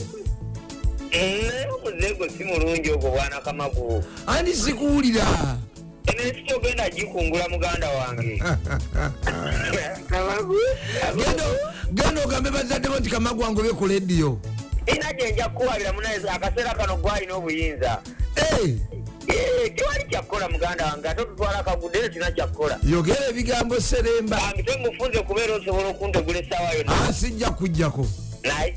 naye omuzeego si mulungi ogwo bwana kamagu
ani sikuwulira
enensi kyogenda gikungula muganda wange
Genda- genda ogambe bazadde bo nti kamagwange obekola ediyo
ina gye nja kukuwabira munaye akaseera kano gwalina obuyinza
Eh,
Eh, tewali kyakukola muganda wange ate otutwala akagudde era kirina kyakukola
yogera ebigambo seremba
bange temufunze kubeera osobola okuntegula essaawa yonna
Ah, sijja kujjako
naye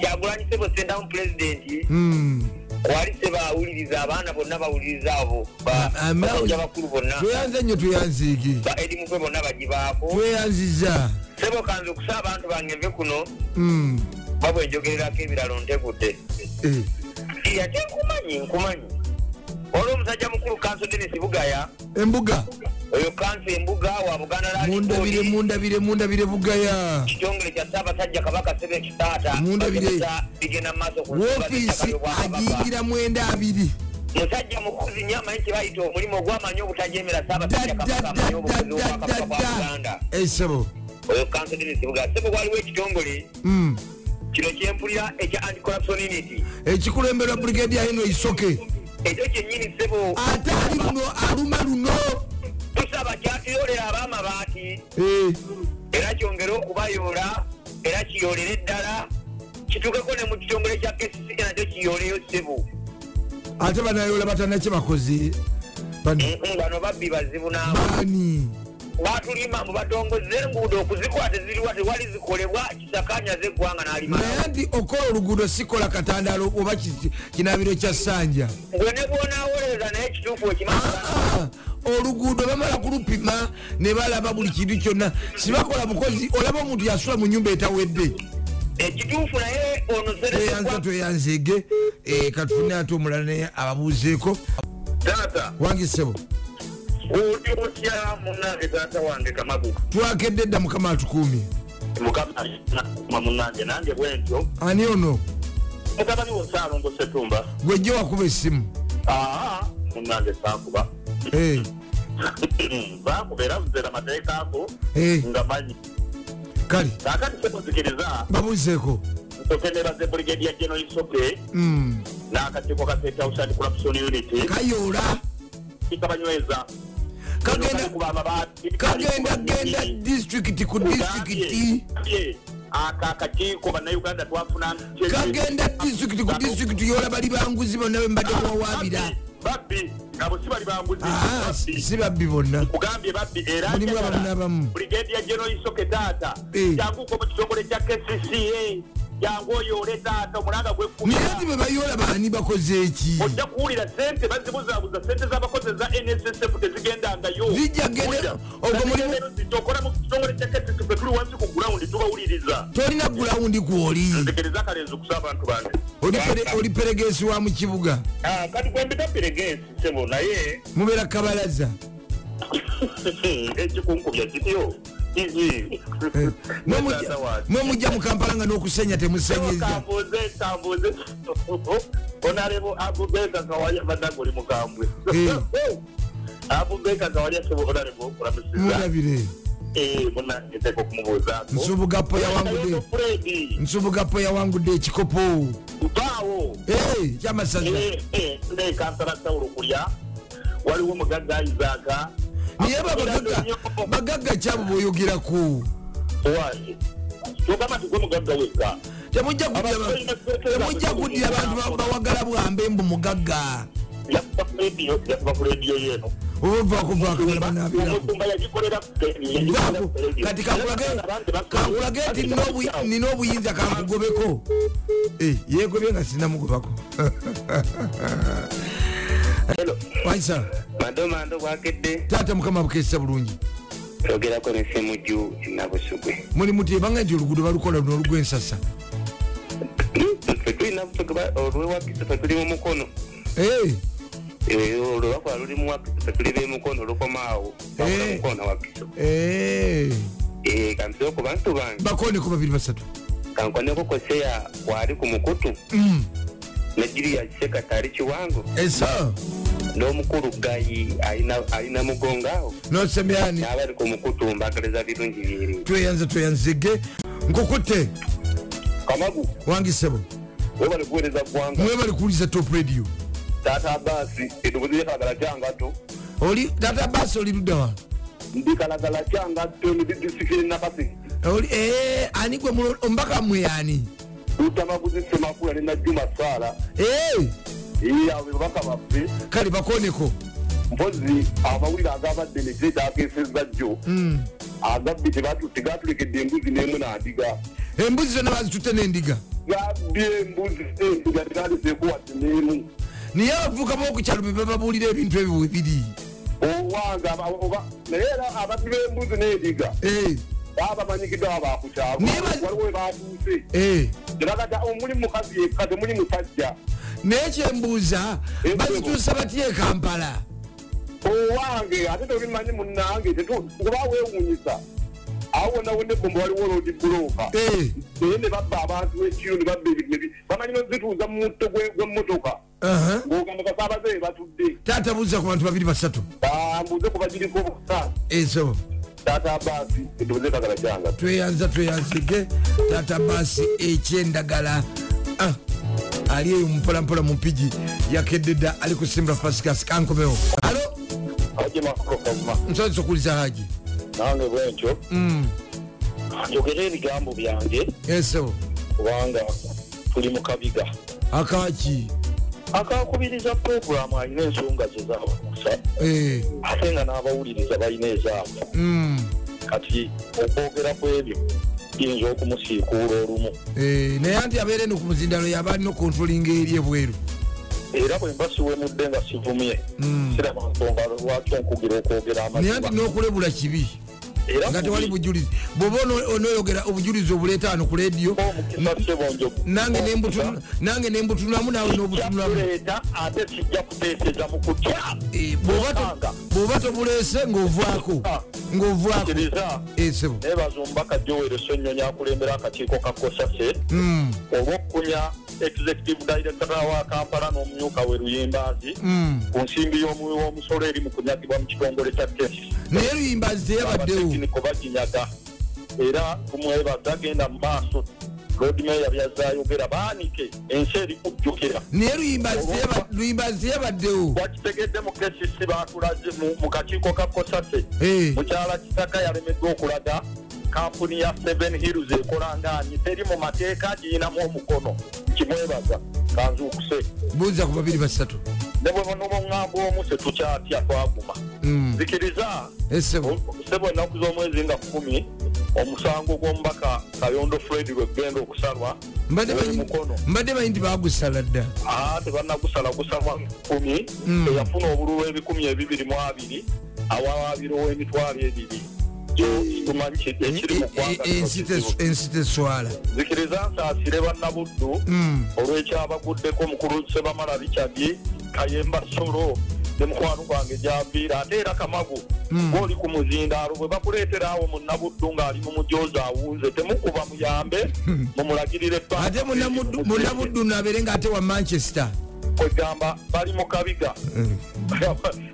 kyagulanyisebo sentamu pulezidenti
Mm.
wali sebaawuliriza abaana bonna bawuliriza abo ba-
Ama-
basajja bakulu bonna
tweyanze nnyo tweyanziigi
ba edimukwe bonna bagibaako
tweyanziza
sebo kanze okusa abantu bange nve kuno
Mm.
babwe njogererako ebiralo ntegudde
Eh,
ate nkumanyi nkumanyi olwo omusajja mukulu kanso denis bugaya
embuga
oyo kanso embuga wa buganda Land Board,
mundabire mundabire mundabire bugaya
ekitongole kya ssaabasajja kabaka sebe ekitaata
Mundabire.
bigenda mu maaso ku nsonga z'ettaka
woofiisi
ly'Obwakabaka.
agiyingira mwenda abiri
musajja mukozi nyo amanyi kyebayita omulimu ogwamanyi obutajeemera saabasajja kabaka amanyi obukozi obwakabaka bwa
dadadadadada
buganda
esebo
oyo kanso denis bugaya sebo waliwo ekitongole
Mm.
kino kyempulira ekya anticorruption unity
ekikulembera brigadier henry soke
ekyo kyennyini sebo
ate ali luno aluma luno
tusaba kyatuyolera ab'amabaati
Eh,
era kyongere okubayoola era kiyoolere ddala kituukeko ne mu kitongole kya kcc nakyo kiyooleyo sebo
ate banayola batanaki bakozi Bano-
Mm, bano babbi bazibu naabo
baani
batulima mu batongoze enguudo okuzikwata ziriwa tewali zikolebwa kisakanyaza eggwanga n'alima
naye nti okola oluguudo sikola katandaalo oba ki- kinabiro kya ssanja
gwe ne bwonaawolereza naye kituufu okimaa
Ah, oluguudo bamala kulupima ne balaba buli kintu kyonna sibakola bukozi olaba omuntu yasula mu nyumba etawedde Eh,
ekituufu naye ono
tweyanza tweyanzeege Eh, katufune ate omulala naye ababuuzeeko
taata
wangisebo
oli otya munange taata wange kamagu
twakedde edda mukama atukuumi
mukama ma munange nange bwentyo
ani ono
mutabani wosaalongo setumba
gwejje wakuba essimu
aa munange saakuba
Eh,
baakuba era buzera mateeka ago
eh,
nga manyi
kale
kaakati sekuzikiriza
babuuzeeko
nsokenera ze brigadiya geno isoke
Mm,
n'akakiiko ka state house and corruption unity
kayoola
kikabanyweza
kagenda
kuba amabaati
kagenda genda district ku district
Kugambye, ako akakiiko bannayuganda twafuna nti-
kagenda district ku district yola bali banguzi bonna bembadde bawabira
babbi ngabo si bali banguzi
Ah, si
babbi.
si babbi bonna
kugambye babbi era
Mulimu abamunaabamu.
brigadiya geno isoke taata
Eh.
janguuko mu kitongole kya kcca jangu oyoole taata omulanga
naye ti bwe
gwefuna
bayola baani bakoze eki
ojja kuwulira sente bazibuzaabuza sente z'abakozi eza nssf tezigendangayo
Zijja genda- ogwo mulimu-
okola mu kitongole kya kcc ffe tuli wansi ku gulawundi tubawuliriza
tolina gulawundi kwoli
ntegereza akalenzi kusa abantu bange
Olipere- oliperegesi wa mu kibuga
Ah, kati gwembita piregensi sebo naye
mubeera kabalaza
ekikunkubya kityo kiki
Eh, mwe mujja-
Taata wange.
mwe mujja mu kampala nga n'okusenya temusenyeza
kambuze kambuze onalebo abubeka kawalya badanga oli mukambwe
Eh.
abubeka kawalya
bon,
sebo onalebo olamisiza
mulabire
munange nteka okumubuuzaako
nsubuga po yawangudde
fredi
nsubuga po yawangudde ekikopo
oh.
mpaawo
Eh, kyamasaza
eh,
nekansala sawulo kulya waliwo mugagga aizaaka
naye babagaga bagagga kyabo boyogeraku
wange togamba tigwe mugagga wekka
temujja kudya- temujja kudira abantu bawagala bwambe mbu mugagga
yakuba kulediyo yakuba kulediyo
non.
yeeno
oba kuvaako balabanabeerako
omusumba yagikolera
vaako kati kankulage- kankulage nti nina obuyi- nina obuyinza kankugobeko Eh, yeegobye nga sinamugobako waisa
madomando gwakedde
taata mukama bukeesa bulungi
togerako nesemujju nabusugwe
muli mutyebanga nti oluguudo balukola luno olugwensasa
ffe tulina olwewakisa ffe tuli mu mukono
Eh,
Eh, olwo bakola luli mu wakiso ffe tuli bemukono lukomaawo
Eh.
mukono wakiso
eh,
kanzire ku bantu bange
bakoneko babiri basatu
kankoneko koseya kwali ku mukutu
Mm, eh,
nejiriya kisekatali kiwango
esa
n'omukulu gayi alina- alina mugongo awo
nosemyani
n'abali ku mukutu mbagereza birungi biri
tweyanze tweyanzege nkukutte
kamagu
wangisebo
webali kuweereza ggwanga
mwebali kuwuliza top radio
taata abaasi edobozi lyekalagala kyangatto
oli tata basi oli luddawa
ndikalagala kyangatto nididisiki nakasi
eh, ani gwe mulo- omubaka mweyani
lutamaguzi semakula ne najjuma saala
Eh,
yaabwe babaka baffe
kale bakoneko
mpozi amawulire agabadde nekire kyakesezza jjo agabbi tebatu- tegatulekedde embuzi n'emu nandiga
embuzi zonna bazitutte n'endiga
gabbye embuzi endiga tegaleseeko wadde n'emu
naye abavubuka b'okukyalo be bababuulira ebintu ebyo webiri
owange aba- oba- naye era ababbi b'embuzi n'endiga
Eh,
baba bamanyikiddwa abakukyalo
Naye ba-
waliwo webatuuse
eh.
tebagata omuli "Oh, mukazi yekka temuli musajja
naye kyembuuza bazituusa batya ekampala
owange "Oh, ate tobimanyi munnange tetu- kuba weewuunyisa awo wonawona ebbombo waliwo lodi buloka
Eh,
naye ne babba abantu ekiro ne babba ebintu bamanyi nozituuza mu mutto gwe- gw'emmotoka
aha.
ng'ogamba basaabaze be batudde
taata buuza ku bantu babiri basatu Eh,
bambuuze ku bagiriko bokka
ensobo
taata abaasi edoboze kagala kyanga
tweyanza tweyanzige taata baasi ekyendagala Ah, ali eyo mpolampola mupigi yakedde dda ali kusimbula fasikas kankomewo alo
ajje makulu kazima
nsonesa okuliza haji
nange bwentyo
Mm,
njogere ebigambo byange
ensobo
kubanga tuli mu kabiga
akaki
akakubiriza puroguramu alina ensonga ze zabakusa
Eh,
ate nga n'abawuliriza balina ezaabwe
mm,
kati okwogera ku ebyo kiyinza okumusiikuula olumu
eh, naye anti abeera eno ku muzindalo yaba alina okontrolinga eri ebweru
era bwe mba siwemudde nga sivumye
Hmm.
siraba nsonga lwaki onkugira okwogera
naye anti
amazima
n'okulebula kibi
era
nga tewali
kubi-
bujulizi bw'oba ono- onoyogera obujulizi obuleeta ano ku lediyo
omukisa sebonjo
Hmm. nange nembutu- nange nembutunulamu naawe n'obutunulamu
kuleeta ate kijja kuteeseza mu kutya
Eh, bw'oba to-
Mukaaga.
bw'oba tobuleese ng'ovaako
Ah.
ng'ovaako
kiriza
esebo
nebaza omubaka jowero sonnyonyi akulembera akakiiko ka kosase
Hmm.
olw'okukunya executive directora wa kampala n'omumyuka we ruyimbazi ku nsimbi y'omuwi w'omusolo eri mu kunyagibwa mu kitongole kya kesi
naye luyimbazi teyabaddewo
abatekiniko baginyaga era tumwebaza agenda mu maaso lord meya byazayogera baanike ensi eri kujjukira
naye luyimbazi teyaba- luyimbazi teyabaddewo
wakitegedde mu kesisi batulaze mu- mu kakiiko ka kosase
Eh,
mukyala kitaka yalemeddwa okulaga kampuni ya seven hills ekola ngaanyi teri mu mateeka giyinamu omukono kimwebaza kanzuukuse
buuza ku babiri basatu
ne bwe nomuŋŋamba omu tetukyatya twaguma
Mm,
zikiriza
esebo
sebo ennaku z'omwezi nga kumi omusango gw'omubaka kayondo fred lwegenda okusalwa
mbadde manyi-
mukono
mbadde manyi nti baagusala dda
aa tebannagusala gusalwa kumi
Mm.
eyafuna obululu ebikumi ebibiri mu abiri awawaabira ow'emitwalo ebiri tumanyi ki- ekiri mu
E- e-
ggwanga
e- ensi
kino kizibu.
tes- ensi teswala
zikiriza nsaasire bannabuddu
Mm,
olw'ekyabaguddeko omukulu sebamala richard kayemba solo ne mukwano gwange gyaviira ate era kamagu
Hmm.
gweoli ku muzindaalo bwe bakuleetera awo munnabuddu ng'ali mu mujoozi awunze temukuba muyambe mumulagirire ebbanga.
Hmm. ate munnamuddu- munnabuddu naabeere ng'ate wa manchester
kwegamba bali mu kabiga
Hmm.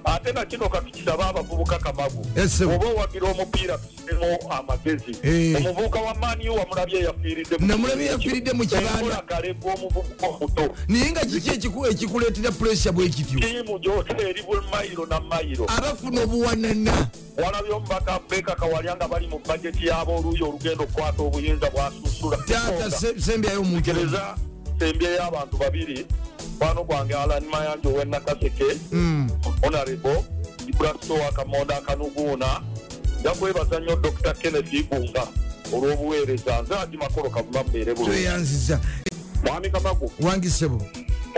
ate nakino katukisaba abavubuka kamagu
Yes, sir.
oba owagira omupiira tusinemu amagezi
Eh.
omuvubuka wa maniyo wamulabye eyafiiridde mu-
Namulabye eyafiiridde mu kibanda.
Enkola kalevu omuvubuka omuto
naye nga kiki ekiku- ekikuleetera puresya bwe kityo
tiimu gyote eri bwe mayiro na mayiro
abafuna obuwanana
walabye omubaka beeka kawalya nga bali mu bajeti y'abooluuyi olugenda okukwata obuyinza bwasusula
taata se- sembyayo omuntu omu.
gereza sembyeyo abantu babiri kwano gwange alan mayanja owennakaseke
Mm.
honorable ibrasto wakamonda akanuguuna nja kwebaza nnyo dr kenneth igunga olw'obuweereza nze adi makolo kavuma mbeere bulungi
tweyanziza
mwami kamagu
wangisebo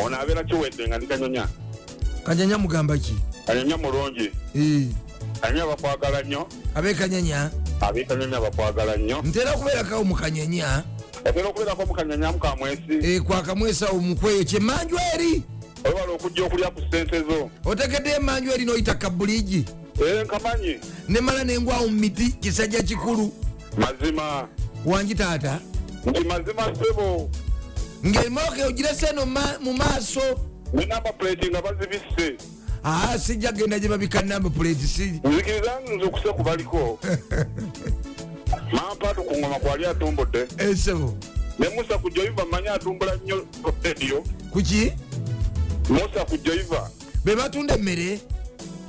ono abeera kiwedde nga ndikanyonya
kanyanya mugamba ki
kanyonya mulungi
Eh,
kanyonya bakwagala nnyo
abekanyanya
abeekanyonya bakwagala nnyo
ntera okubeerakawo mukanyanya
otera okubeerako mukanyonyamu ka mwesi
eh, kwakamwesawo mukweyo kyemanju eri
olwala okujja okulya ku ssente zo
otekedde emanju eri n'oyita kabuliigi
ee nkamanyi
nemala nengwawo mu miti kisajja kikulu
mazima
wangi taata
nti mazima sebo
ng'emooka ogirese eno ma- mu maaso
ne namba puleti nga bazibisse
aa sijja genda gye babika namba puleeti si
nzikiriza nze okuse kubaliko mampaatu ku ngoma kwali atumbudde
esebo
ne musa ku joiva manyi atumbula nnyo rediyo
kuki
musa ku joiva
be batunda emmere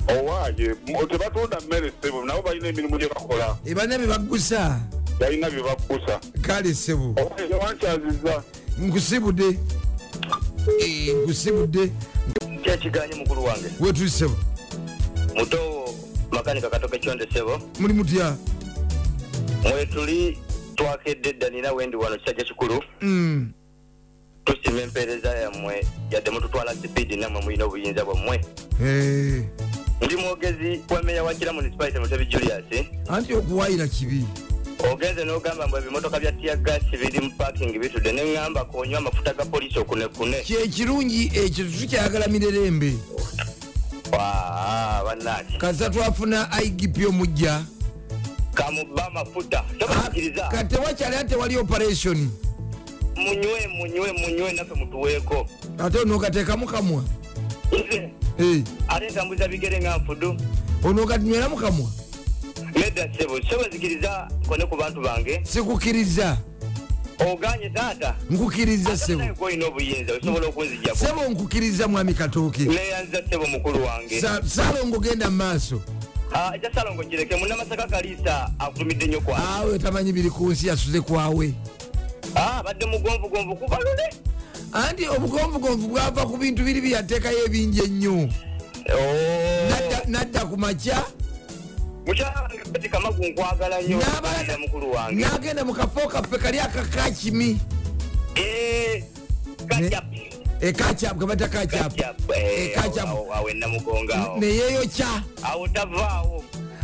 owaaye mu- tebatunda mmere sebo nabo balina emirimu gye bakola
ebana be e baggusa
balina bye bakkusa
kale sebo
owankyaziza
nkusibudde Eh, nkusibudde
kyekiganye mukulu wange
wetuisebo
muto makanika katoke kyonde sebo
muli mutya
mwetuli twakedde edda nina wendi wano kijajja kikulu
Mm,
tusima empeereza yammwe yadde mututwala sipiidi nammwe mulina obuyinza bwammwe
eh.
ndi mwogezi wa meya wa kira munisipality mutebi julius
anti okuwayira kibi
ogenze n'ogamba mbwe ebimotoka bya tiyagasi biri mu paking bitudde neŋŋamba konywa amafuta ga poliisi okunekune
kyekirungi ekyo tukyagala mirerembe
Waa, bannange
kasa twafuna igp omujja
kamubba amafuta tobakiriza
katewakyali atewali operation
munywe munywe munywe naffe mutuweeko
ate onookateekamu kamwa
Nze,
Eh,
ate ntambuza bigere nga nfudu
onookanywera mu kamwa
nedda ssebo so bazikiriza kone ku bantu bange
sikukkiriza
oganye taata
nkukkiriza
Ate naye
sebo
gwe olina obuyinza osobola okunzijjako
sebo nkukkiriza mwami katooke
neyanza ssebo mukulu wange
Sa- saalongo genda mu maaso
Ah, ekyasalongo kireke munnamasaka kaliisa akulumidde nnyo kwana
aawe tamanyi biri ku nsi yasuze kwawe
Ah, badde mugonvugonvu kubalule
anti obugonvugonvu bwava ku bintu biri byeyateekayo ebingi ennyo Nadda- nadda ku makya
Oh. mukyala wange peti kamagu nkwagala nnyo
N'abala-
era mukulu wange
n'agenda mu kafo kaffe kali akakakimi
Eh, kajjapu,
E, ekakyapu kabata kakyapu
kajjapu, eh,
Ekajjapu.
awo- awo- awe namugonga awo
neyeyokya
awo tavaawo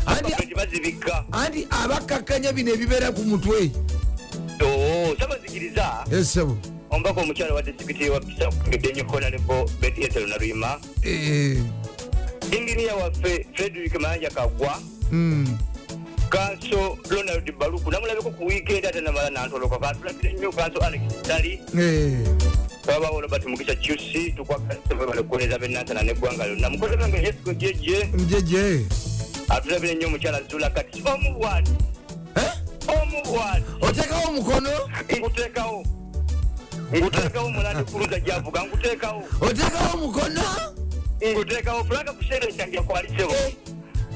Andi-
Bapeti bazibikka
anti abakakkanya bino ebibeera ku mutwe E,
Oo, sabazikiriza
esebo
omubaka omukyala wa disitulikiti wa pisaedenyokonalebo betietero naluyima
E,
inginiya waffe frederick mayanja kagwa
mm,
kanso ronald baluku namulabeko ku wiikendi ate namala nantoloka katulabire nnyo kanso alex dali
e,
wabawo robert mukisa qc tukwakabalekuwoleza bennansana neggwanga lyonna mukozi bange yesiko jeje
njeje
atulabire nnyo omukyala zula kati omubwati omubwati
otekawo omukono
nguteekawo nguteekawo mulandi kuluza gyavuga nguteekawo
otekawo omukono
nguteekawo fulaka kuseera kyange kwalisebo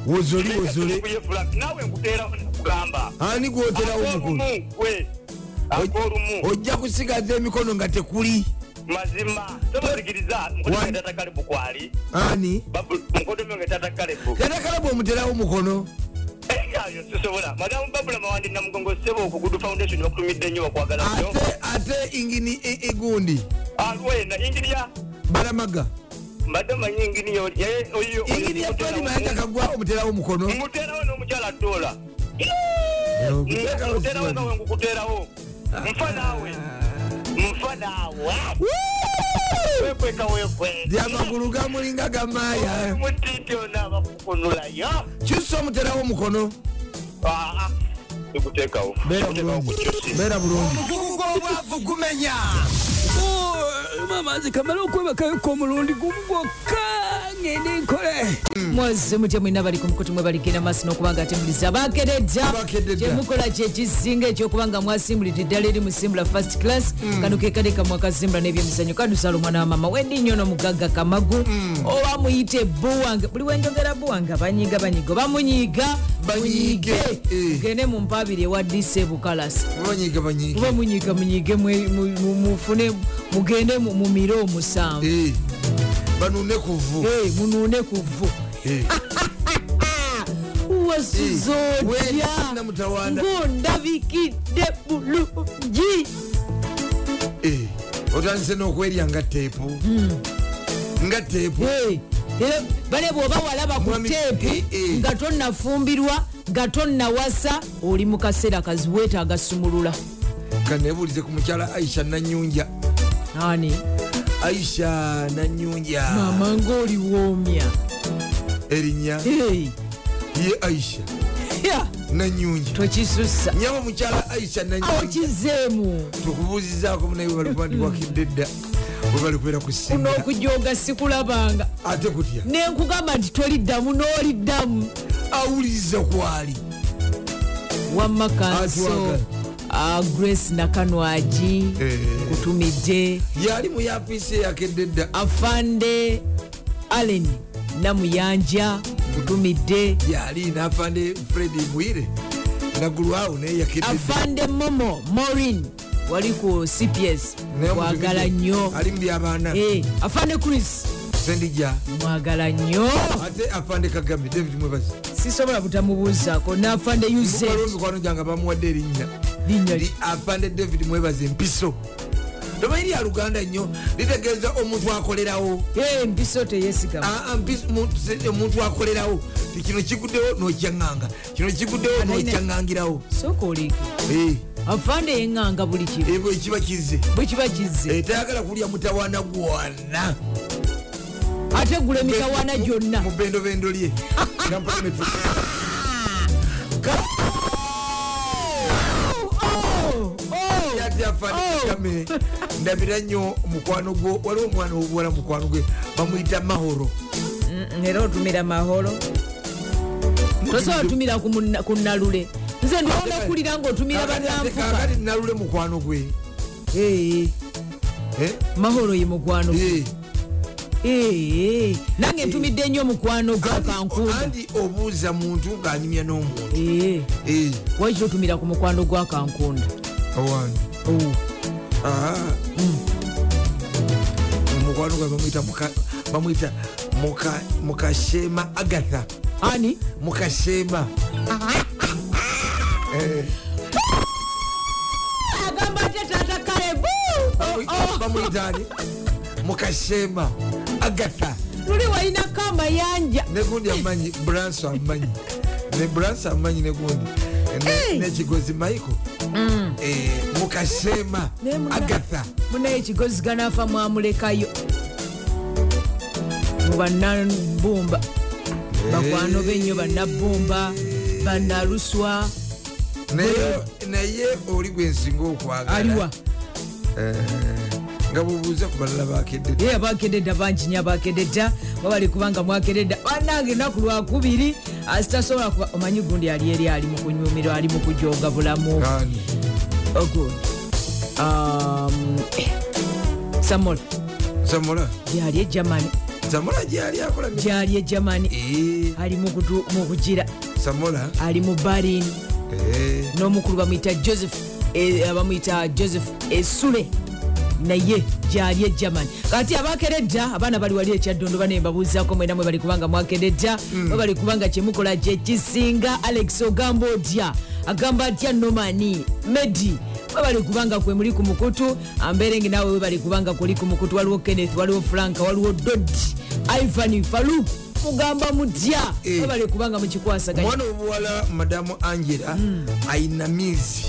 wozoli wozole
Nekuye fulaka naawe nguteerawo nekugamba
ani gwoterawo omukono
akolumu gwe akolumu
ojja kusigaza emikono nga tekuli
mazima tobazikiriza mukodomi tata kalebu kwali
ani
mukodomi wange tata Eh, kalebu
tenakalaba omuterawo omukono
eyo sisobola madamu babula mawandi namugongo sebo ku good foundation bakulumidde nnyo bakwagala nnyo
ate ate ingini e, egundi
alwena ingiriya
balamaga
madamu anyinginiya oyo
inginiya fedi mayanja kagwa omuterawo omukono
muterawo n'omukyala ddoola
eh, Okutekawo
muterawo
kibabi.
nawe nkukuterawo nfa naawe nfa naawe Pues, wekwe
lyamagulu gamulinga gamaaya
mutiti ono abakukunulayo
kyusa omuterawo omukono
Ah, ekuteekawo
beera bulungi beera bulungi
omukulu gw'obwavu gumenya
mamazi kamala okwebakayoko omulundi gumu gwokka ngende nkole
mwozi mutya mwena bali ku mukutu mwe baligenda maaso n'okubanga atemuliza abakededda
Abakededda.
kyemukola kyekisinga ekyokubanga mwasimbulidde eddala eri musimbula first class
Mm.
kano ke kale kamwe akasimbula n'ebyemizanyo kadusala omwana wa mama weddi nnyo n'omugagga kamagu
Mm.
oba muyite buwange buli wenjogera buwange abanyiiga banyiiga oba munyiiga
Banyiige,
munyiige
eh.
mugende mu mpaabiri ewa dc bukalasa
banyiga banyiga
kuba munyiiga munyiige mwe- mu- mu- mufune mugende mu mu mire
Eh.
omusanvu
banune kuvu
Eh, munune ku vvu
Eh,
wasuza otya
namutawanda
ng'ondabikidde bulungi
eh. otandise n'okwerya nga teepu nga teepu
Eh, era bale bw'oba walaba ku
Mwami, eh,
teepu
eh.
nga tonnafumbirwa nga tonnawasa oli mu kaseera kazi weetaaga sumulula
kanebuulize ku mukyala aisha nanyunja
ani
aisha nanyunja
mama ng'oliwoomya
erinnya
Eh,
ye aisha
ya,
nanyunja
tokisussa
nyaba mukyala aisha nanyunja
awokizeemu
tukubuuzizaako munaye
Mm.
webalikubandiwakidde dda webalikubeera ku
kuno
simu
okujoga sikulabanga
ate kutya
nenkugamba nti toliddamu n'oliddamu
awuliriza kwali
wamma
Atwaga.
kanso ah, grace nakanwagi
Eh.
nkutumidde
yali mu yafiisi eyakedde dda
afande allen namuyanja nkutumidde
yali nafande fredi bwire nagulwawo naye yakedde dda
afande momo morin wali ku cps
Naye omuntu
mwagala
bidde-
nnyo
ali mu byabaana
Eh, afande chris
sendija
mwagala nnyo
ate afande kagame david mwebazi
sisobola butamubuuzaako n'afande uz
olwo mikwano gyange bamuwadde erinnya
linnya
ndi afande david mwebaza empiso tomanyi lya luganda nnyo litegeeza omuntu akolerawo
Eh, mpiso teyesigama
Aa, mpiso- muntu- se- omuntu akolerawo Ti kino kiguddewo nokyaŋŋanga kino kiguddewo
Anaine-
nokyaŋŋangirawo
sooka oliike
Eh,
afande yeŋŋanga buli kimu
ebyo ekiba kize
bwe kiba kizze
Eh, tayagala kulya mutawaana gwana
ate gula emitawaana gyonna
mubendobendo lye Nampalametu.
Oh!
Yati afande Kagame, ndabira nnyo mukwano gwo waliwo omwana owobuwala mukwano gwe bamuyita mahoro
Mm, era otumira maholo tosobola otumira ku munna- ku nalule nze ndwonekulira ngaotumira bananfuka
kakati nalule mukwano gwe
Eh,
Eh?
maholo ye mugwano gwe.
Eh.
Eh, eh, nange ntumidde nnyo omukwano gwa kankuuma
anti obuuza muntu ng'anyumya n'omuntu
Eh, wakiri otumira ku mukwano gwa kankunda
owange
Oh,
Hmm. omukwano gwe bamuyita muka- bamuyita muka- mukashema agatha
ani
mukashema Eh,
agamba ate tata kalebu Oh,
bamu- bamuyita ani mukashema agatha
luli walinako amayanja
negundi amanyi branso amanyi ne branso amanyi negundi Ne- nekigozi michael Eh, mukashema
Naye Hmm. muna-
agatha
munaye ekigozi ganaafa mwamulekayo mu bannabumba bakwano bennyo bannabumba bannaluswa
naye naye oli gwensinga okwagala Eh,
aliwa
nga bubuuza ku balala bakedde
ye abakededda bangi nyo abakededda wabali kubanga mwakededda banange enaku lwakubiri asitasobola kuba omanyi gundi ali eri ali mu kunyumirwa ali mu kujoga bulamu Oh,
Ani?
ogundi Um, samola
samola
eh, gyali e germany
samola gyali akola mi-
gyali e germany
Eh,
ali mu kutu- mu kugira
samola
ali mu barin
eh,
n'omukulu bamuyita joseph eh, bamuyita joseph esule naye gyali e germany kati abakeredda abaana bali wali e ekyaddondo banaye babuuzako mwena mwe bali kubanga mwakeredda mwe bali kubanga kyemukola kyekisinga alex ogamba otya agamba atya nomani medi mwe bali kubanga kwe muli ku mukutu ambeerenge naawe we bali kubanga kuli ku mukutu waliwo kenneth waliwo franka waliwo dodi ivan faluk mugamba mutya
Eh.
mwe bali kubanga mukikwasaganya
omwana obuwala madamu angela ayina miizi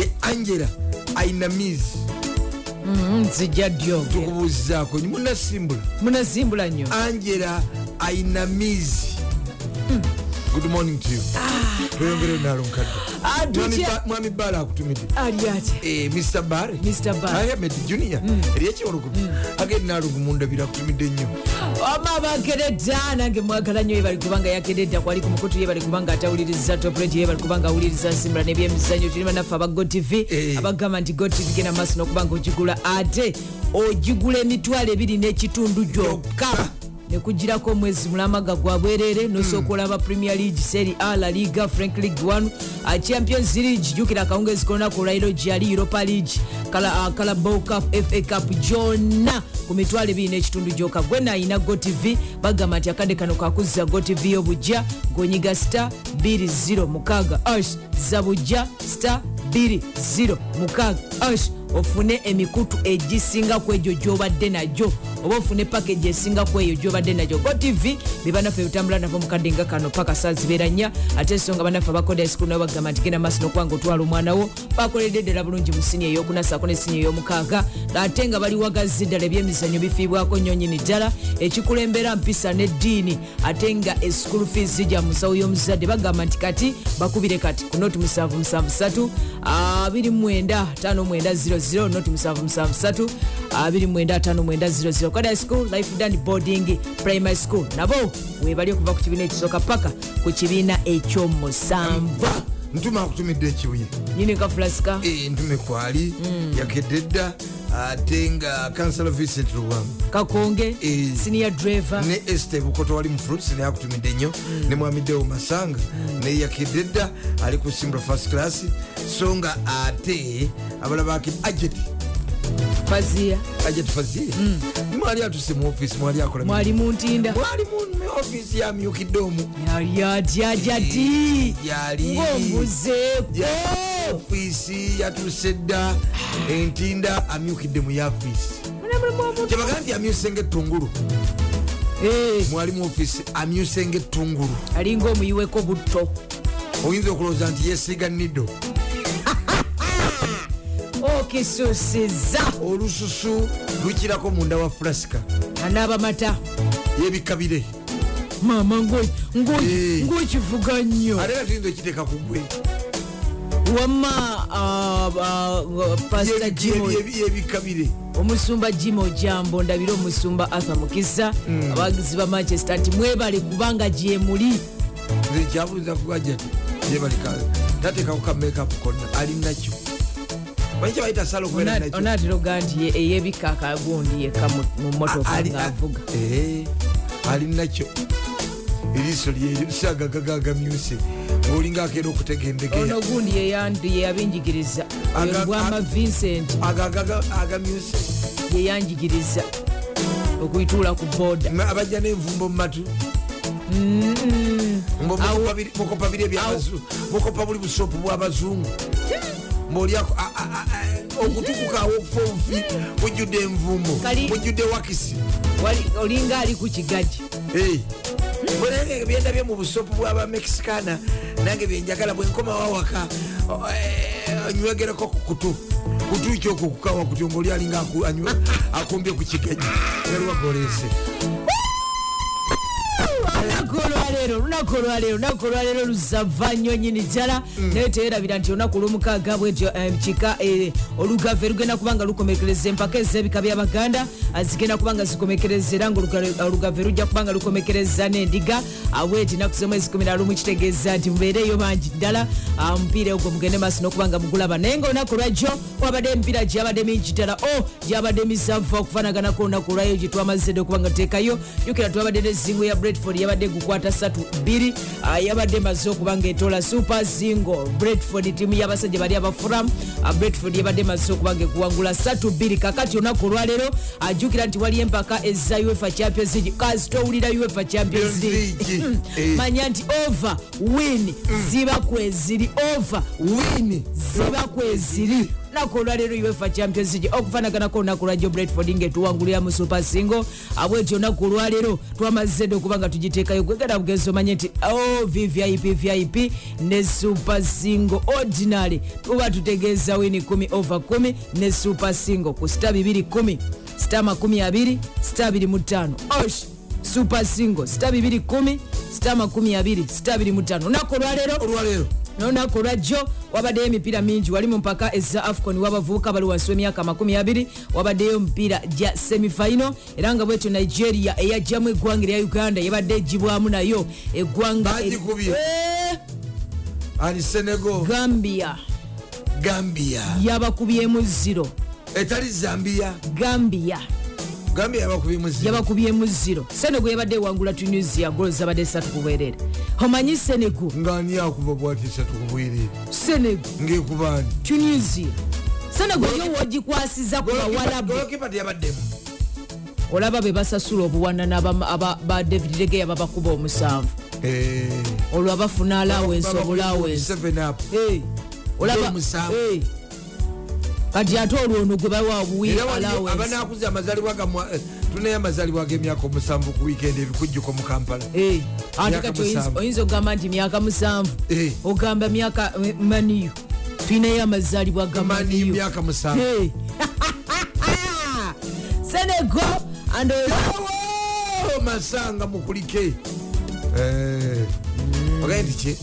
ye angela ayina miizi
nzija dyoge
tukubuuzizaako munasimbula
munasimbula nnyo
angela ainamizi good morning to you tweyongere nalo nkadde
atukya
Mwami Ba- mwami bala akutumidde
ali atya
Eh, mr bare
Mr. Bare.
amed junior eryekiwolugumi agende nalungu mundabira akutumidde nnyo
wama bakeredda nange mwagala nnyo yebali kubanga yakeredda kwali ku mukutu yebali kubanga atawuliriza topuleti yebali kubanga awuliriza nsimbula n'ebyemizanyo tuli banaffe aba gotv
Eh.
abagamba nti gotv genda mu maaso n'okubanga ogigula ate ogigula emitwalo ebiri n'ekitundu gyokka nekugirako omwezi mulamaga gwa bwerere nosooka olaba premier league seri a la liga frank league 1 ah, champions league jukira akawungezi kolunaku olwairo gyali europa league Kala- ah, carabao cup fa cup gyonna ku mitwalo ebiri n'ekitundu gyoka gwena ayina gotv bagamba nti akadde kano kakuzza gotv yobujja gonyiga star 206 ash zabujja star 206 ash ofune emikutu egisinga ku egyo gy'obadde najyo oba ofune pakeji esinga ku eyo gy'obadde najyo gotv be banaffe ebitambula nabo mukadde nga kano paka saa zibeera nnya ate esonga banaffe abakoda esikulu nabo bagamba nti genda maaso n'okubanga otwala omwana wo bakoledde ddala bulungi mu siniya eyokuna saako ne siniya ey'omukaaga ate nga bali wagazi ddala ebyemizanyo bifiibwako nnyo nnyini ddala ekikulembera mpisa n'eddiini ate nga esukulu fees zijja mu nsawo y'omuzadde bagamba nti kati bakubire kati ku noti 7773 295900 noti 7773 295900 kada school life dan boarding primary school nabo webali okuva ku kibiina ekisooka paka ku kibiina ekyomusanvu
ba ntuma akutumidde ekibuye
nyini kafulasika
Eh, ntume kwali yakedde dda ate nga kansala vincent luwamu
kakonge
Eh.
siniya driver
ne este bukoto wali mufruits nayakutumidde nnyo ne mwamiddewo masanga neyakidde dda ali ku simbula first class so nga ate abalaba aki ajeti
fazia
ajeti fazie mwali atuse mu office mwali akola
mwali muntinda
mwali mu office yamyukidde omu
yalyajajati
yali
ngombuzeeko
ofiisi yatuse dda entinda amyukidde mu yafiisi kyebagambye amyuse ngaettungulu
Eh,
mwali mu office amyuse ngaettungulu
alinga omuyiweko butto
oyinza okulowooza nti yesiiga nido
okisusiza
olususu lukirako munda wa fulasika
anaaba mata
yebikabire
maama
Eh.
ngaokivuga nnyo
ate nga tuyinza okiteeka ku gwe
wamma ah, ah, pasita
Yebi-
jimo
yebi- yebi- yebikabire
omusumba jimo jambo ndabire omusumba arthur mukisa
Mm.
abawagizi ba manchester nti mwebale kubanga gyemuli
nze kyabuuza kubaja yebalika tateekako ka makeup konna ali nakyo manyi kyebayita sala okubeera nakyo
onaatera oga nti ye- eyebika akagundi yekka mu- mu motoka
Ali-
ngaavuga
Eh, ali nakyo eriiso lyeryo sagagagamyuse ngaolinga akeera okutegendegeya
ono gundi yeyandi- yeyabinjigiriza
Aga-
Oyo bwama
aga-
vincent
agagamyuse
yeyanjigiriza okuyituula ku boda
abajja n'envumbo mu matu
Mm-hmm.
Mbu
Awo-
mukopa biri- mukopa biri ebyabazungu mukopa buli busopu bwabazungu mbaolyako okutukuka awo okufa obufi mujjudde envumbo
Kali-
mujjudde wakisi
Wali- olinga ali ku kigaji
Eh. Bwe nange byendabye mu busopu bwabamexicana nange byenjagala bwenkomawo waka anywegereko ku kutu kutu kyokwo kukawa kutyo ngaoli alinga aku- anywe- akumbye ku kigaji erwagolese
lunaku olwaleero lunaku olwaleero lunaku olwaleero luzava nnyo nyini ddala naye teerabira nti olunaku olwomukaaga bwetyo kika eh, olugava erugenda kuba nga lukomekereza empaka ez'ebika by'abaganda ah, zigenda kuba nga zikomekereza era ngaolugava erujja kuba nga lukomekereza n'endiga Ah, aweti ennaku zemu ezi1lumu kitegeeza nti mubeereeyo bangi ddala Ah, omupiira ogwo mugende maaso n'okuba nga mugulaba naye nga olunaku lwajjo wabadde emipiira gyabadde mingi ddala o gyabadde misanvu okufaanaganako olunaku olwayo gye twamazedde okuba nga tuteekayo jukira twabadde nezingo ya bredford yabadde gukwata 32 yabadde maze okuba nga etola super zingo bredford tiimu y'abasajja bali abafuramu bredford yabadde maze okuba nga ekuwangula 32 kakati olunaku olwaleero ajukira nti waliyo ah, empaka eza uefa champions league kazi towulira uefa champions league
Champions League, eh.
manya nti over win ziba kweziri over win ziba kweziri lunaku olwaleero uefa champions league okufaanaganako olunaku lwajjo bradford ngaetuwangulira mu super singo abwekyo olunaku olwaleero twamazedde okuba nga tugiteekayo gwegenda bugezi omanye nti o vvip vip ne super singo ordinary tuba tutegeeza wini 1 over 1 ne super singo ku sita 210 sita 20 sita 25 osh super single sita 210 sita 20 sita 25 olunaku olwaleero
olwaleero
nolunaku olwajjo wabaddeyo emipiira mingi wali mu mpaka eza afcon w'abavubuka bali wansi w'emyaka 20 wabaddeyo emipiira gya semifaino era nga bwekyo nigeria eyajjamu eggwanga erya uganda yabadde egibwamu nayo eggwanga eri-
Bagikubye.
Eh,
ani senego
gambia
gambia
yabakubyemu ziro
etali zambiya
gambia
gambia yabakubimuzi
yabakubyemu ziro senego yabadde ewangula tunisia golo zabadde 3 kubwerere omanyi senego
ngani akuba bwati esatu kubwirire
senego
ngekubaani
tunisia senego yo wogikwasiza ku bawalabu
golokipa teyabaddemu
olaba be basasula obuwanana aba- aba- ba david legeya babakuba omusanvu
Eh.
olwo abafuna alawensi obulawensi
Omusanvu.
kati ate olwo ono gwe bawa obuwi alawensi
abanakuza amazalibwa gamwa tunayo amazalibwa g'emyaka omusanvu ku wiikendi ebikujjuko mu kampala
ate
Myaka
kati oyinza-
musanvu.
oyinza ogamba nti myaka musanvu
Eh.
ogamba myaka eh, maniyo tulinayo amazaalibwa
mani
gamaniyo
myaka musanvu
senego andoyo
Awo, Oh, masanga mukulike Eh, ogaye ntiki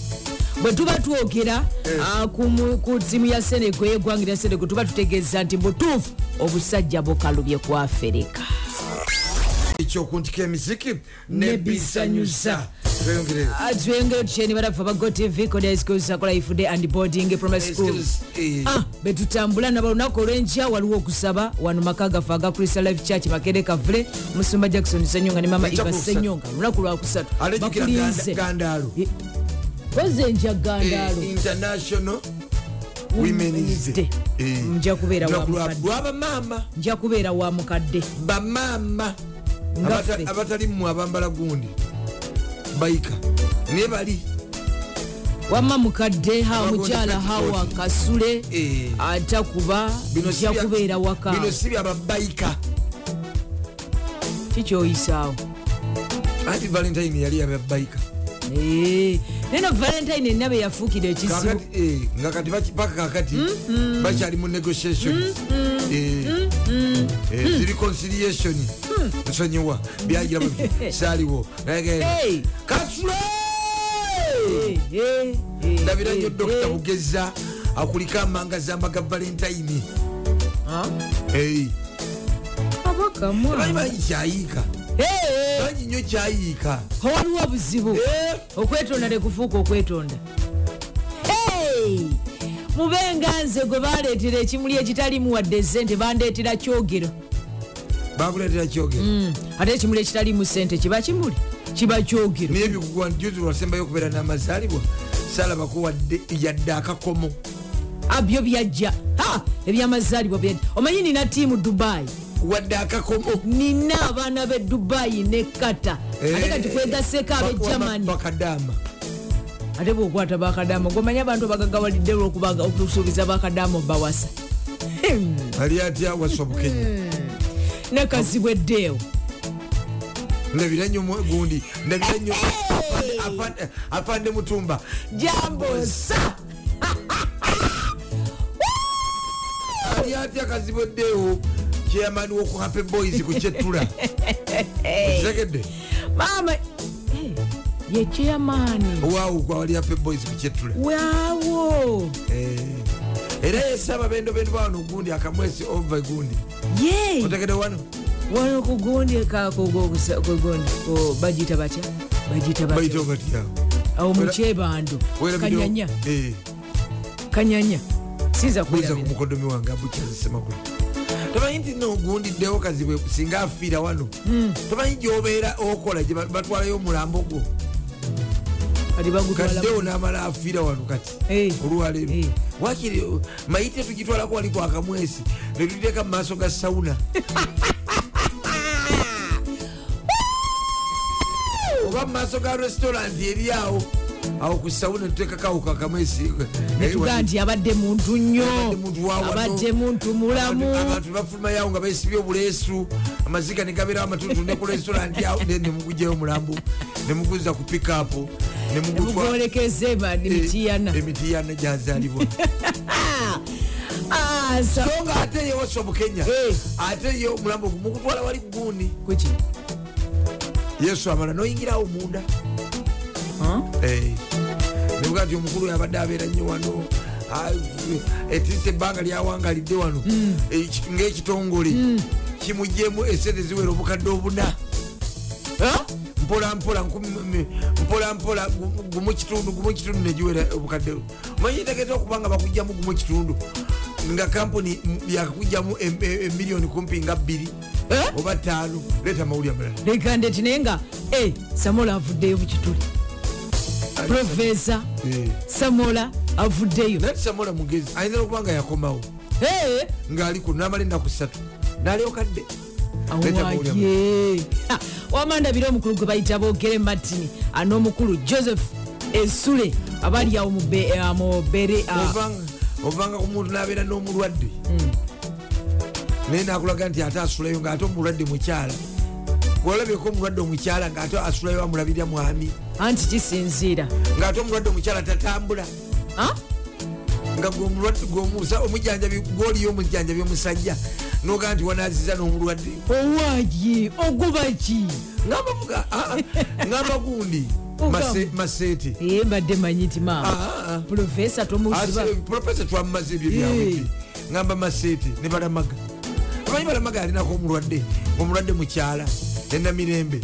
bwe tuba twogera
Eh.
ah, ku mu- ku tiimu ya senego yeggwanga erya senego tuba tutegeeza nti mutuufu obusajja bukalubye ku afirika
ekyokuntika emisiki
Nebisanyusa.
nebisanyusa tweyongereyo
Ah, atuyengero tukyenibalafu aba tv koda schools akola ifude and boarding primary school
Eh,
Ah, betutambula naba olunaku olwenkya waliwo okusaba wano maka gaffe aga crystal life church makere kavule musumba jackson senyonga ne mama
Enkya
iva
ku lusatu.
senyonga olunaku lwakusatu
alejjukira Ganda- gandaalo
Eh, koze enja
Eh,
gandaalo
international women's day Eh.
nja kubeera wa
Lunaku lwa-
mukadde
lwabamaama
nja kubeera wa mukadde
bamaama
Ngaffe.
abata- abatali mmwe abambala gundi bayika naye bali
wamma mukadde ha
Abagonda
omukyala
kati
hawa
koti.
kasule
Eh.
atakuba
Bino si
nja
bya-
kubeera waka
bino si byababayika
kikyoyisaawo
anti valentine yali yababayika
Eh, neno valentine ennabe yafuukira ekizibu
kakati eh, nga kati baki- paka kakati
Mm,
bakyali mu negotiation Eh,
Mm,
eh, ziri conciliation nsonyiwa byagira bwe- saaliwo
Hey!
kasula
Eh, eh, eh,
ndabira
eh,
nyo dokita
eh.
bugeza akuliko amanga zamaga valentine
Ah,
Eh,
kabaka mwa.
bangi bangi kyayiika
Eh, eh,
bangi nnyo kyayiika
waliwo buzibu
Eh.
okwetonda lekufuuka okwetonda Eh, mube nga nze gwe baleetera ekimuli ekitalimu wadde esente bandeetera kyogero
bakuleetera kyogera
Mm, ate ekimuli ekitalimu sente kiba kimuli kiba kyogero
naye bikugwa juzi lwasembayo okubeera n'amazaalibwa saalabako wadde yadde akakomo
Ah, byo byajja Ha, ebyamazaalibwa byajja omanyi nina tiimu dubayi
wadde akakomo
nina abaana be dubayi ne kata
Eh.
ate kati kwegaseko abe germany
bakadaama
ate bwokwata bakadamo gomanyi abantu abagagawalidde olwokubaga okusuubiza bakadamo bawasa Hmm,
ali atya
Eh.
wasobukenya
nakazibwa eddeewo
ndabira nnyo mu- gundi ndabira nnyo
Eh.
Afande- afande mutumba
jambosa
ali atya kazibweddeewo chairman woku happy boys ku kyettula okitegedde
maama yekyeyamaani
waawo gwawali happy boys ku kyettula
waawo
Eh, era yesaba bendo bendo bawano gundi akamwesi ova gundi
ye
otegedde wano
wano kugondi kakogogondi bagiyita batya bagiyita
bayita
batya
obatyawo
awo mukyebando kanyanya
Eh,
kanyanya siza
buuza ku
kulabira
mukodomi wange abukyazisemakulu tomanyi nti nogundiddewo kazibwe singa afiira wano
Hmm.
tomanyi gyobeera okola gye ba- batwalayo omulambo gwo
kati bagutwala
kaddewo n'amala afiira wano kati
Eh. Eh.
olwaleero wakiri uh, mayite tugitwalako wali kwakamwesi netugiteeka mu maaso ga sawuna oba mu maaso ga restaurant eri awo awo ku sawuna tuteekakawo kakamwesi
netugaa nti abadde muntu nnyo
Abadde muntu wa wano.
abadde muntu mulamu
Abantu- abantu bafulumayawo nga besibye obuleesu amaziga negabeerawo amatutu ne ku restaurant yawo then nemugujayo omulambo nemuguza ku pikapu
mugolekeze
Eh,
badimutiyana
emitiyana gyazalibwa eh.
Ah,
so nga ate yewasa obukenya
Eh.
ate ye omulambo mukutwala wali guuni
kuki
yesu amala noyingirawo munda Eh. nebuga nti omukulu yabadde abeera nnyo wano etisa ebbanga lyawangalidde wano Eh, ki- ng'ekitongole kimugyemu esente ziwera obukadde obuna mpolampola mpolampola gumu kitundu gumu kitundu negiwera obukadde omanyi tegeta okuba nga bakugjamu gumu kitundu nga kampuni yakugjamu emiliyoni e, kumpi nga bbiri
Eh?
oba taano leeta amawuli amalala
legandeti naye nga e samola avuddeyo mukituli profesa
Eh.
samola avuddeyo
nati samola mugezi ayinza n'okuba nga yakomawo
Eh,
ng'ali kuno n'amala ennaku ssatu n'alyokadde Leeta amawuli amalala.
awaye Ha, wamandabira omukulu gwe bayita boogere martin an'omukulu joseph esule abali awo mu Be- eh, mu bere ah, Hmm.
Ovanga- ovanga ku muntu n'abeera n'omulwadde naye nakulaga nti ate asulayo ng'ate omulwadde mukyala gwolabyeko omulwadde omukyala ng'ate asulayo amulabira mwami
anti kisinziira
ng'ate omulwadde omukyala tatambula
Ah?
nga gweomujanjabi gwoliyo omujanjabi omusajja nogaa nti wanaziza n'omulwadde
owaye oguba ki
ng'abavuga ng'amba gundi
Ugamba.
mase- maseete
Eh, mbadde manyi ti maama
Ah, ah.
pulofesa tomuziba
Asi- profesa twamumaze ebyo byawiki ngamba maseete ne balamaga amanyi balamaga alinako omulwadde omulwadde mukyala nenamirembe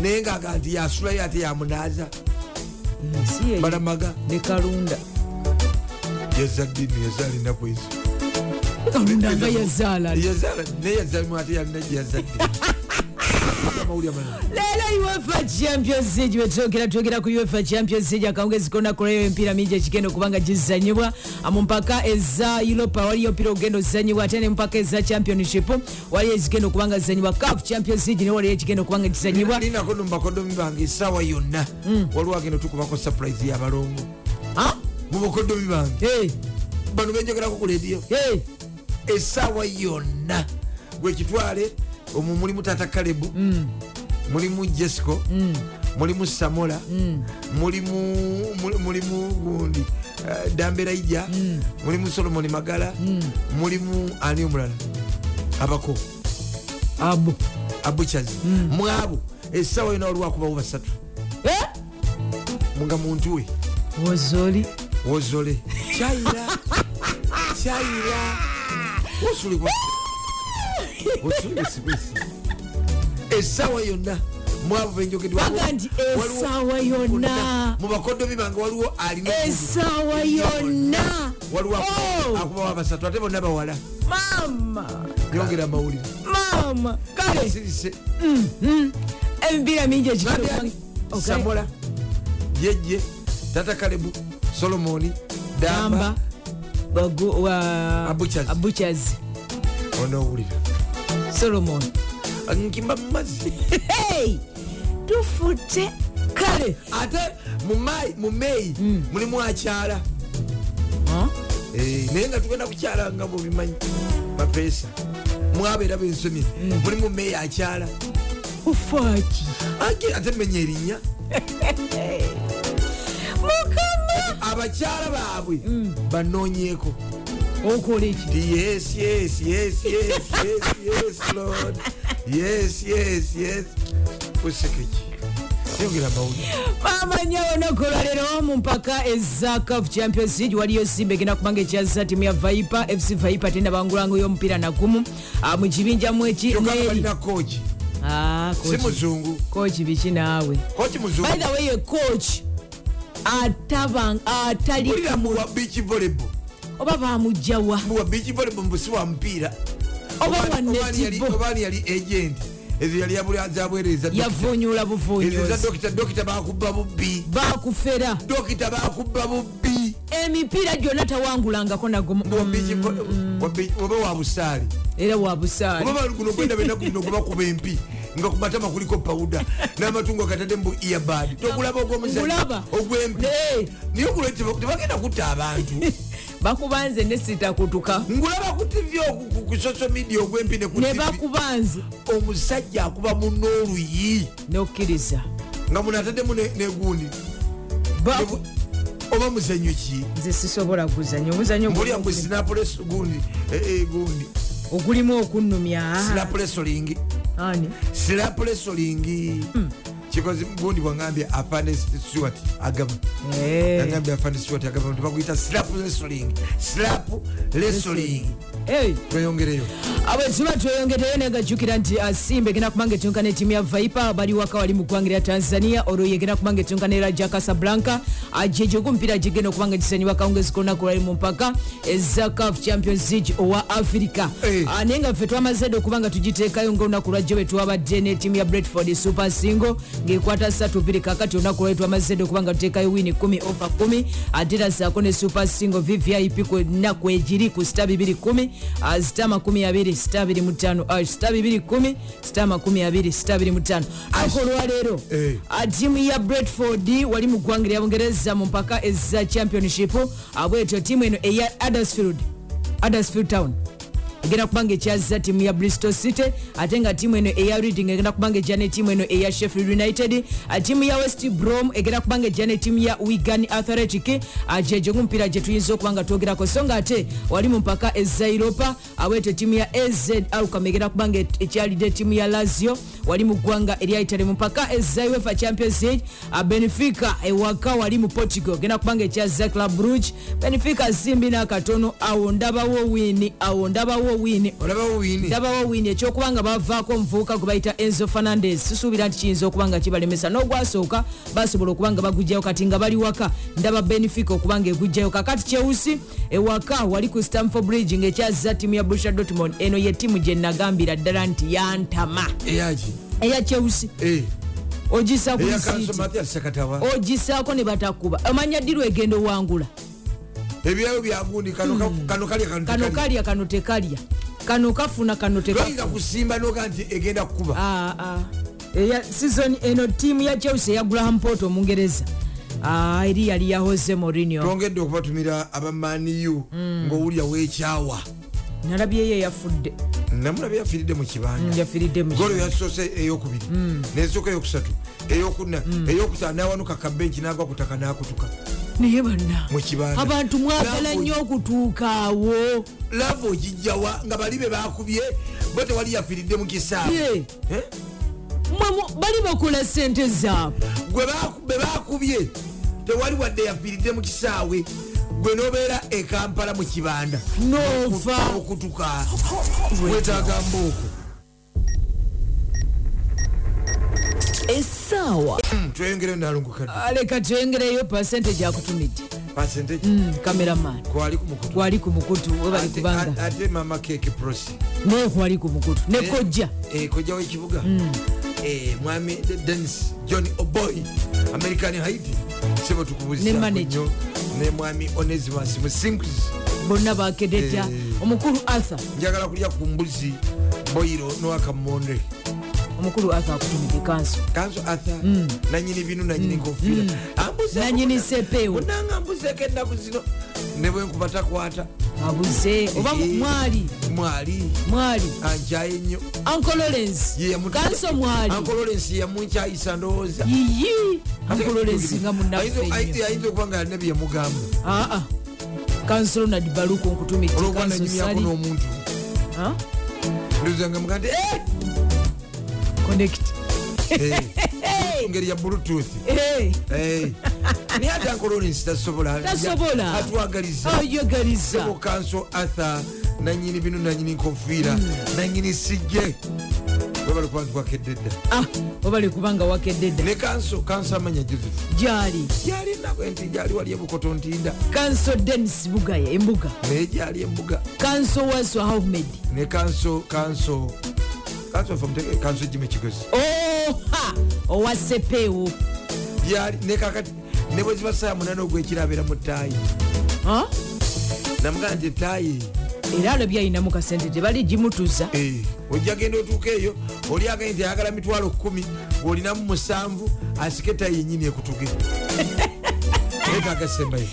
naye ngaaga nti yasulayo ate yamunaaza
ensi eyo
balamaga
ne kalunda
yaza ddiini yazaala ennaku ezo
kalunda nga yazaala
yazaala naye yazalimu ate yalina gye yazadde amawuli amalala
leero uefa champions league wetwogera twogera ku uefa champions league akawungezi konakoleyo emipiira mingi ekigenda okubanga gizanyibwa mumpaka eza europa waliyo opiira ogenda ozanyibwa ate ne mupaka eza championship waliyo ezigenda okubanga zizanyibwa caf champions league ne waliyo ekigenda okubanga kizanyibwa
ninako no mubakodomi bange esaawa yonna waliwo agenda tukubako surprise yabalongo
Ah?
mubakodomi bange
Eh,
bano benjogerako ku lediyo
eh,
esaawa yonna gwekitwale omwo mulimu tata kalebu mulimu jesico mulimu samola mulimu muli- mulimu gundi eh, damberayija mulimu solomoni magala mulimu ani omulala abako
abo
abuchazi mwabo esaawa yonna waliwakubawo basatu
Eh,
nga muntu we
wozoli
wozole kyayira kyayira osulikwa osulikwesipesi esaawa yonna mwavu benjogeddwako
Baga nti
Waliwo-
esaawa yonna
mu bakodomi bange waliwo alina
esaawa yonna
waliwo
Oh!
akubawo abasatu ate bonna bawala
mama
yongera amawulire
mama kale
sirise
emipiira mingi ekigenda
Nabyani,
okubanga- Okay.
samola jejje tata kalebu solomoni damba
gamba bagu- wa-
Abuchas.
abuchas
onoowulira
solomon
nkimba mumazi
Hey, tufute kale
ate mumai- mu meyi
Hmm.
mulimu akyala
Huh?
Eh, naye nga tugenda kukyala nga bwebimanyi bapeesa mwabeera bensomye
Hmm.
mulimu meyi akyala
ufaaki
Ake, ate menya erinnya abakyala baabwe banoonyeeko
okola eki
nti yes yes yes yes yes yes lord yes yes yes kusekeki yongera mawuli
maama nya olunaku olwaleero mu mpaka eza caf champions league waliyo simba egenda kubanga ekyaza timu ya viper fc viper tendabangulango y'omupiira nagumu Ah, mu kibinja mweki
kyokka nga
neri Ah,
balina kooki si muzungu
koki biki naawe
kooki muzungu
by the way ye coach ataba- atali
ulira muwa beach volleyball
oba bamugjawa
muwa beach volleyball mubusi wa mpiira
oba
Obaani- obaani yali-
wanetibo
obaani yali agent ezo yali abula- zabwereza
yavunyula
eza
buvunyuzi
dokita dokita bakubba bubbi
bakufera
dokita bakubba bubbi
emipiira gyonna tawangulangako nagumu
Wabichi- wabi- oba wa busaali
era
oba
wabusaali
baluguno gwenda benaku bino gubakuba empi nga ku matama kuliko pawuda n'amatungo agatadde mu earbad togulaba ogwomuzaa
Ngulaba.
ogwempi
Eh.
naye ogulwa teba- tebagenda kutta abantu
bakuba nze nesitakutuka
ngulaba ku tivi ku social media ogwempi ne ku
ne
TV.
bakuba nze
omusajja akuba munooluyi
nokkiriza
nga muno ataddemu ne- negundi
Ba-
Ebu- oba muzanyo ki
nze sisobola kuzanya omuzanyo
mbulya gwe sinapuleso gundi eh, eh, gundi
ogulimu okunnumya
sinapulesoling
ani
sinapulesoling kikozi gundi bwangambye afanes stewart agaba
Eh.
yangambye afanes stewart agaba tibaguyita slap lesoling slap lesoling tweyongereyo
awe tuba tweyongedeyo naye gajjukira nti asimba egenda kubanga etunkana ettiimu ya vipa bali waka wali mu ggwanga erya tanzania olwo yegenda kubanga etunkana era ja casablanca ajejoku omupiira gyegenda okubanga gisanyibwa kawungezi kolunaku lwali mu mpaka eza caf champions league owa africa
Eh.
Ah, naye nga ffe twamazedde okubanga tugiteekayo ngaolunaku lwajjo bwe twabadde n'ettiimu ya bretford super singo ng'ekwata 32 kakati olunaku lwali twamazedde okubanga tuteekayo wiini 1 ofa 1 ate era saako ne super singo vvip ku nnaku egiri ku sita 210 ah, sita 20 sita 25 ah, sita 210 sita 20 sita 25 ako olwaleero
Eh.
Ah, ttiimu ya bretford wali mu ggwanga erya bungereza mu mpaka eza championship Ah, bwetyo ttiimu eno eya Huddersfield- Huddersfield town egenda kubanga ekyazza tiimu ya bristol city ate nga tiimu eno eya reading egenda kubanga ejja ne tiimu eno eya sheffield united Ah, tiimu ya west brom egenda kubanga ejja ne tiimu ya wigan athletic Ah, gyejo gumupiira gye tuyinza okuba nga twogerako so nga ate wali mu mpaka eza europa aweeto tiimu ya az alcam egenda kubanga et- ekyalidde tiimu ya lazio wali mu ggwanga erya italy mu mpaka eza uefa champions league Ah, benfica ewaka wali mu portugal egenda kubanga ekyazza club bruge benfica simbi n'akatono awo ndabawo wiini awo ndabawo ndabawo wiini
olabawo wiini
ndabawo wiini ekyokubanga bavaako omuvubuka gwe bayita enzo fernandes sisuubira nti kiyinza okuba nga kibalemesa n'ogwasooka basobola okuba nga bagugjayo kati nga bali waka ndaba benefic okuba nga egugjayo kakati kyewusi ewaka wali ku stamford bridge ngaekyazza ttiimu ya busha dotmond eno ye ttiimu gye nagambira ddala nti yantama
eyaki
eya kyewusi
Eh,
ogisa ku
eya
nsiiti.
kanso mathias sakataba
Oh. ogisaako ne batakuba omanya ddi lwegenda owangula
ebyayo byagundi kano ka- kano kali
kano
akantu
kalya kano tekalya kano kafuna kano teka
toyinza kusimba noga nti egenda
Ah.
kukuba
eya sizoni eno ttiimu ya chelsea eya graham pot omungereza Ah, eri yali ya jose morinio
twongedde okubatumira abamaniyu ngaowulira wekyawa
nalabyeyo eyafudde
namulaba yafiiridde mu kibanda
Mm, yafiiridde mu
golo yasose eyokubiri
Hmm.
nesooka eyokusatu eyokuna eyokutaano awanuka kabenki nagwa kutaka nakutuka
naye banna
mu kibanda
abantu mwagala
Laavu-
nnyo okutuuka awo
laavu ogijjawa nga bali be bakubye bo tewali yafiiridde mu kisaawe
Ye,
Eh?
mmwe mu- bali bakola sente zaabwe
gwe baku- be bakubye tewali wadde yafiiridde mu kisaawe gwe nobeera ekampala mu kibanda
n'ofa
okutuka wetaaga mbuuku
essaawa
Hmm, tweyongere nalungukadde
Ah, leka tuyongereyo percentage akutumidde
pasenteki
kameraman
kwali kumukutu
kwali Hmm. ku mukutu webali
Ate-
kubanga
a- ate mama keke prosi
naye kwali ku mukutu ne kojja
Eh, kojja wekibuga
Mm.
Eh, mwami denis john oboy american haiti sebo
Ne
tukubuzisa
manager.
ne mwami onesimas musinkis
bonna bakedeta
Eh.
omukulu arthur
njagala kulya ku mbuzi boiro nowakamonde
omukulu arthur akutumidde kanso
kanso atha
Mm.
nanyini binu nanyini nkofiira Ambuzeeko
nanyini
bonna-
sepeewo
bonnanga mbuzeeko ennaku zino ne bwe nkuba takwata
abuze oba mu-
Eh.
mwali
mwali
mwali
anjaye nnyo
uncle lawrence
Ye yamutu-
kanso mwali
Uncle Lawrence yamunkyayisa ndowooza
yiyi uncle lawrence nga munaffe nnyo
ayinza okuba nga alina byeyamugamba
aa kanso ah. ronald baluku nkutumidde
olwokuba
kanso
nanyumyako
sali
n'omuntu
Ah,
ndozanga mugaa nti
connect
"Eh!" ngeri ya bluetooth
Eh,
Eh. naye ate ankololensi tasobola
Tasobola. Oh,
atwagaliza
oyagaliza
sebo kanso arthur nanyini bino nanyini nkofiira nanyini sijje webali kuba ntwakedde dda
Ah, oba lekubanga wakedde dda
ne kanso kanso amanya joseph
gyali
gyali enaku enti gyali wali ebukoto ntinda
kanso denis bugaya embuga
naye gyali embuga
kanso waso ahmed
ne kanso kanso kanso famuteke kanso jima kigozi
oha owasepeewo
byali ne kakati ne bwe ziba saa munana ogwekiro abeera mu ttaayi
Ah,
namugaa nti ettaayi eh,
era alabye ayinamu kasente tebali gimutuza
ojja genda otuuka eyo oli agende nti ayagala mitwalo kumi olinamu musanvu asike ettaayi yenyini ekutuge etagasembayo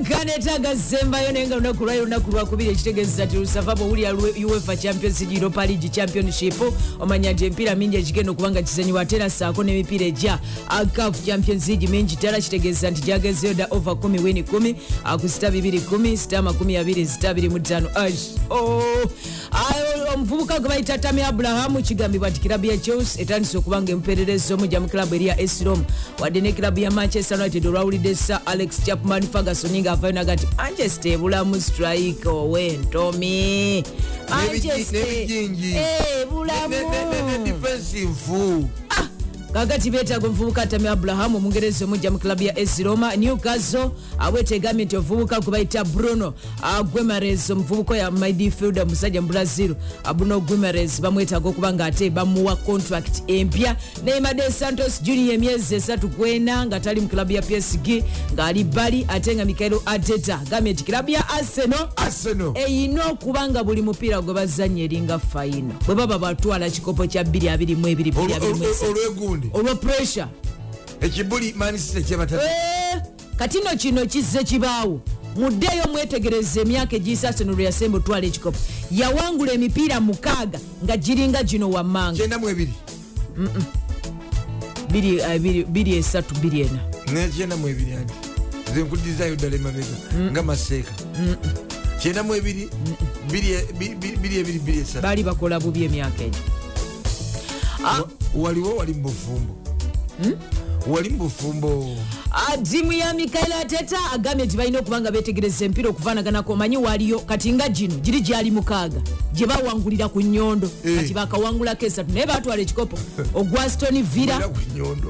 leka netaga zembayo naye nga lunaku lwali lunaku lwakubiri ekitegeeza ti lusava bwowulira uefa champions league europa league championship omanya nti emipiira mingi egigenda okubanga kizanyiwa ate era saako n'emipiira egya acaf champions league mingi ddala kitegeeza nti gyagezeyo dda over 1 wini 1 aku sita 210 sita 22 sita 25 Ash, oh. Ayo, omuvubuka gwe bayita tami abulahamu kigambibwa nti kirabu ya chelsea etandise okubanga emperereza omujja mu kirabu eri ya esirom wadde ne kirabu ya manchester united olwawulidde sa alex chapman ferguson nga avayo naga nti manchester ebulamu strike owentomi
n'ebijinji
Eh, bulamu
nedifensive
kakati beetaaga omuvubuka tami abulahamu omungereza omujja mu klabu ya esi roma newcastle abwetegambye nti omuvubuka gwe bayita bruno guemarez omuvubuka ya midfielder musajja mu brazil Ah, bruno guemarez bamwetaaga okuba nga ate bamuwa contract empya neimade santos junior emyezi esatu kwena nga tali mu klabu ya psg ng'ali bali ate nga mikaelo ateta agambye nti klabu ya arsenal
arsenal
eyina okuba nga buli mupiira gwe bazanya eringa fayino bwe baba batwala kikopo kya 2222
olwegundi
olwa puresure
ekibuli manisite
Eh.
kyebata
kati no kino kizze kibaawo muddeeyo mwetegereze emyaka egiyise arsenal lwe yasemba otwala ekikopo yawangula emipiira mukaaga nga giringa gino wammanga
kyendamu ebiri
eh, 23
nekyendamu ebiri anti zenkudizayo ddala emabega nga maseeka kyendamu ebiri biri ebiri biri e esatu
baali bakola bubi emyaka egyo Ah, Hmm?
waliwo wali mubufumbo wali mu bufumbo
tiimu ya mikaela ateta agambye nti balina okuba nga betegereza empiira okufaanaganako omanyi waliyo kati nga gino giri gyali mukaaga gye bawangulira ku nnyondo
Eh.
kati bakawangulako esatu naye batwala ekikopo ogwaston
era
vira
ku nyondo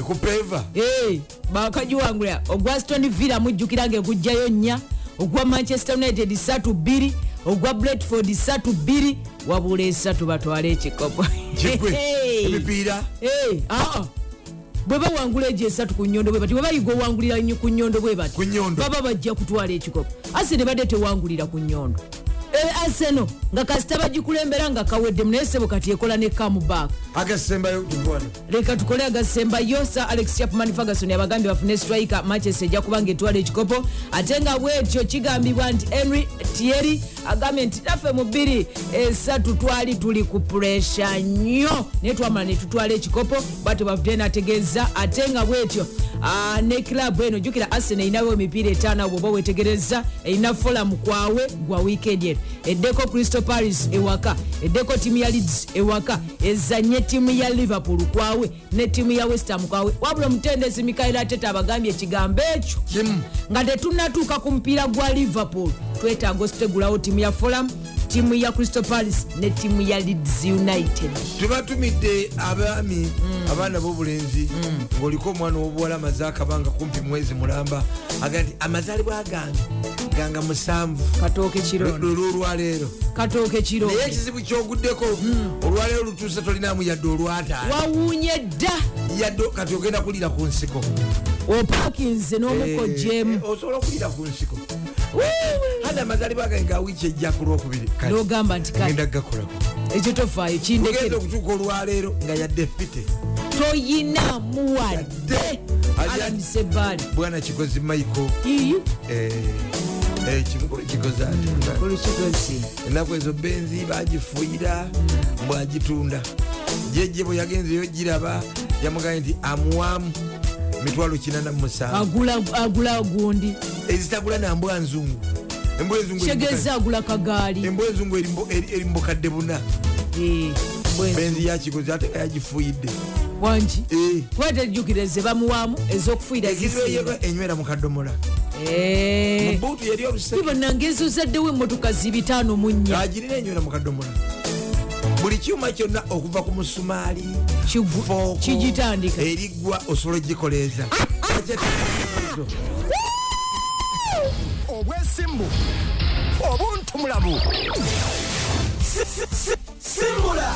ekupeva
Eh, bakagiwangulira ogwa stone villa mujjukira nga egujjayo nnya ogwa manchester united 32 ogwa bretford 32 wabula esatu batwale ekikopo
kigwe
Hey.
emipiira
Eh, ah, ah. bwe bawangula egyo esatu ku nyondo bwe bati bwe bayiga owangulira nnyo ku nyondo bwe bati
Ku nnyondo.
baba bajja kutwala ekikopo ase ne badde tewangulira ku nyondo Eh, aseno nga kasita bagikulembera nga kaweddemu naye sebo kati ekola ne kamubaaka
agasembayo tugwana
leka tukole agasembayo sa alex chapman ferguson yabagambye bafune strike manchester ejja kuba ngaetwala ekikopo ate nga bwetyo kigambibwa nti henry tieri agambye nti naffe mu bbiri esatu twali tuli ku puresha nnyo naye twamala ne tutwala ekikopo bwate bavudde nategeeza ate nga bwetyo ah, ne kilabu eno jukira arsenal erinawo emipiira etaana bwoba wetegereza erina folam kwawe gwa wiikendi eno eddeko crystal paris ewaka eddeko ttiimu ya leeds ewaka ezanye ttiimu ya liverpool kwawe ne ttiimu ya westham kwawe wabula omutendesi mikaira ateta abagambye ekigambo ekyo
kimu
nga tetunatuuka ku mupiira gwa liverpool twetaaga ositegulawo ttiimu ya folam ttiimu ya crystal paris ne ttiimu ya leeds united
tubatumidde abaami
Hmm.
abaana b'obulenzi ng'oliko omwana w'obuwala amaze akabanga kumpi mwezi mulamba aga nti amazaalibwa gange ganga musanvu
katooke kirondo
lolwolwaleero
katooke
naye
kirondo
ekizibu kyoguddeko
Hmm.
olwaleero olutuuse tolinamu yadde olwataano
wawuunye dda
yadde kati ogenda kulira ku nsiko
opakinze n'omuko
Eh,
gyemu
eh, osobola okulira ku nsiko hana amazaalibwa gange ga wiiki ejja ku lwokubiri kale,
nogamba nti kale
ngenda kugakolako
ekyo tofaayo
tugenda
kindekere
okutuuka olwaleero nga yadde fite
toyina muwadde
Ajja-
alanise baali
bwana eh, kikozi maiko
iyu
ekikulu kikoza nti
olukigosi
ennaku ezo benzi bagifuira bwagitunda jjejje bwe yagenzeyo giraba yamugambye nti amuwamu mitwalo kinana musanvu
agula gundi
ezitabula nambwa nzungu embwa enzungu eri mu bukadde-
kyegeza agula kagaali
embwa enzungu eri mu- eri eri mu bukadde buna
Eh, bwe-
benzi yakikoze ate nga yagifuuyidde
wangi
Eh,
kuba tejjukire ze bamuwaamu ez'okufuira
ekireeyerwa enywera mu kadomola
zisimbi
mubuutu yeri oluse
bonnanga ezozaddewo emmotoka zibitaano mu nnya
agirina enywera mu kadomola buli kyuma kyonna okuva ku musumaali
Kigu-
fooko,
kigitandika.
eriggwa osobola ogikoleeza
obwesimbu obuntumulamu simula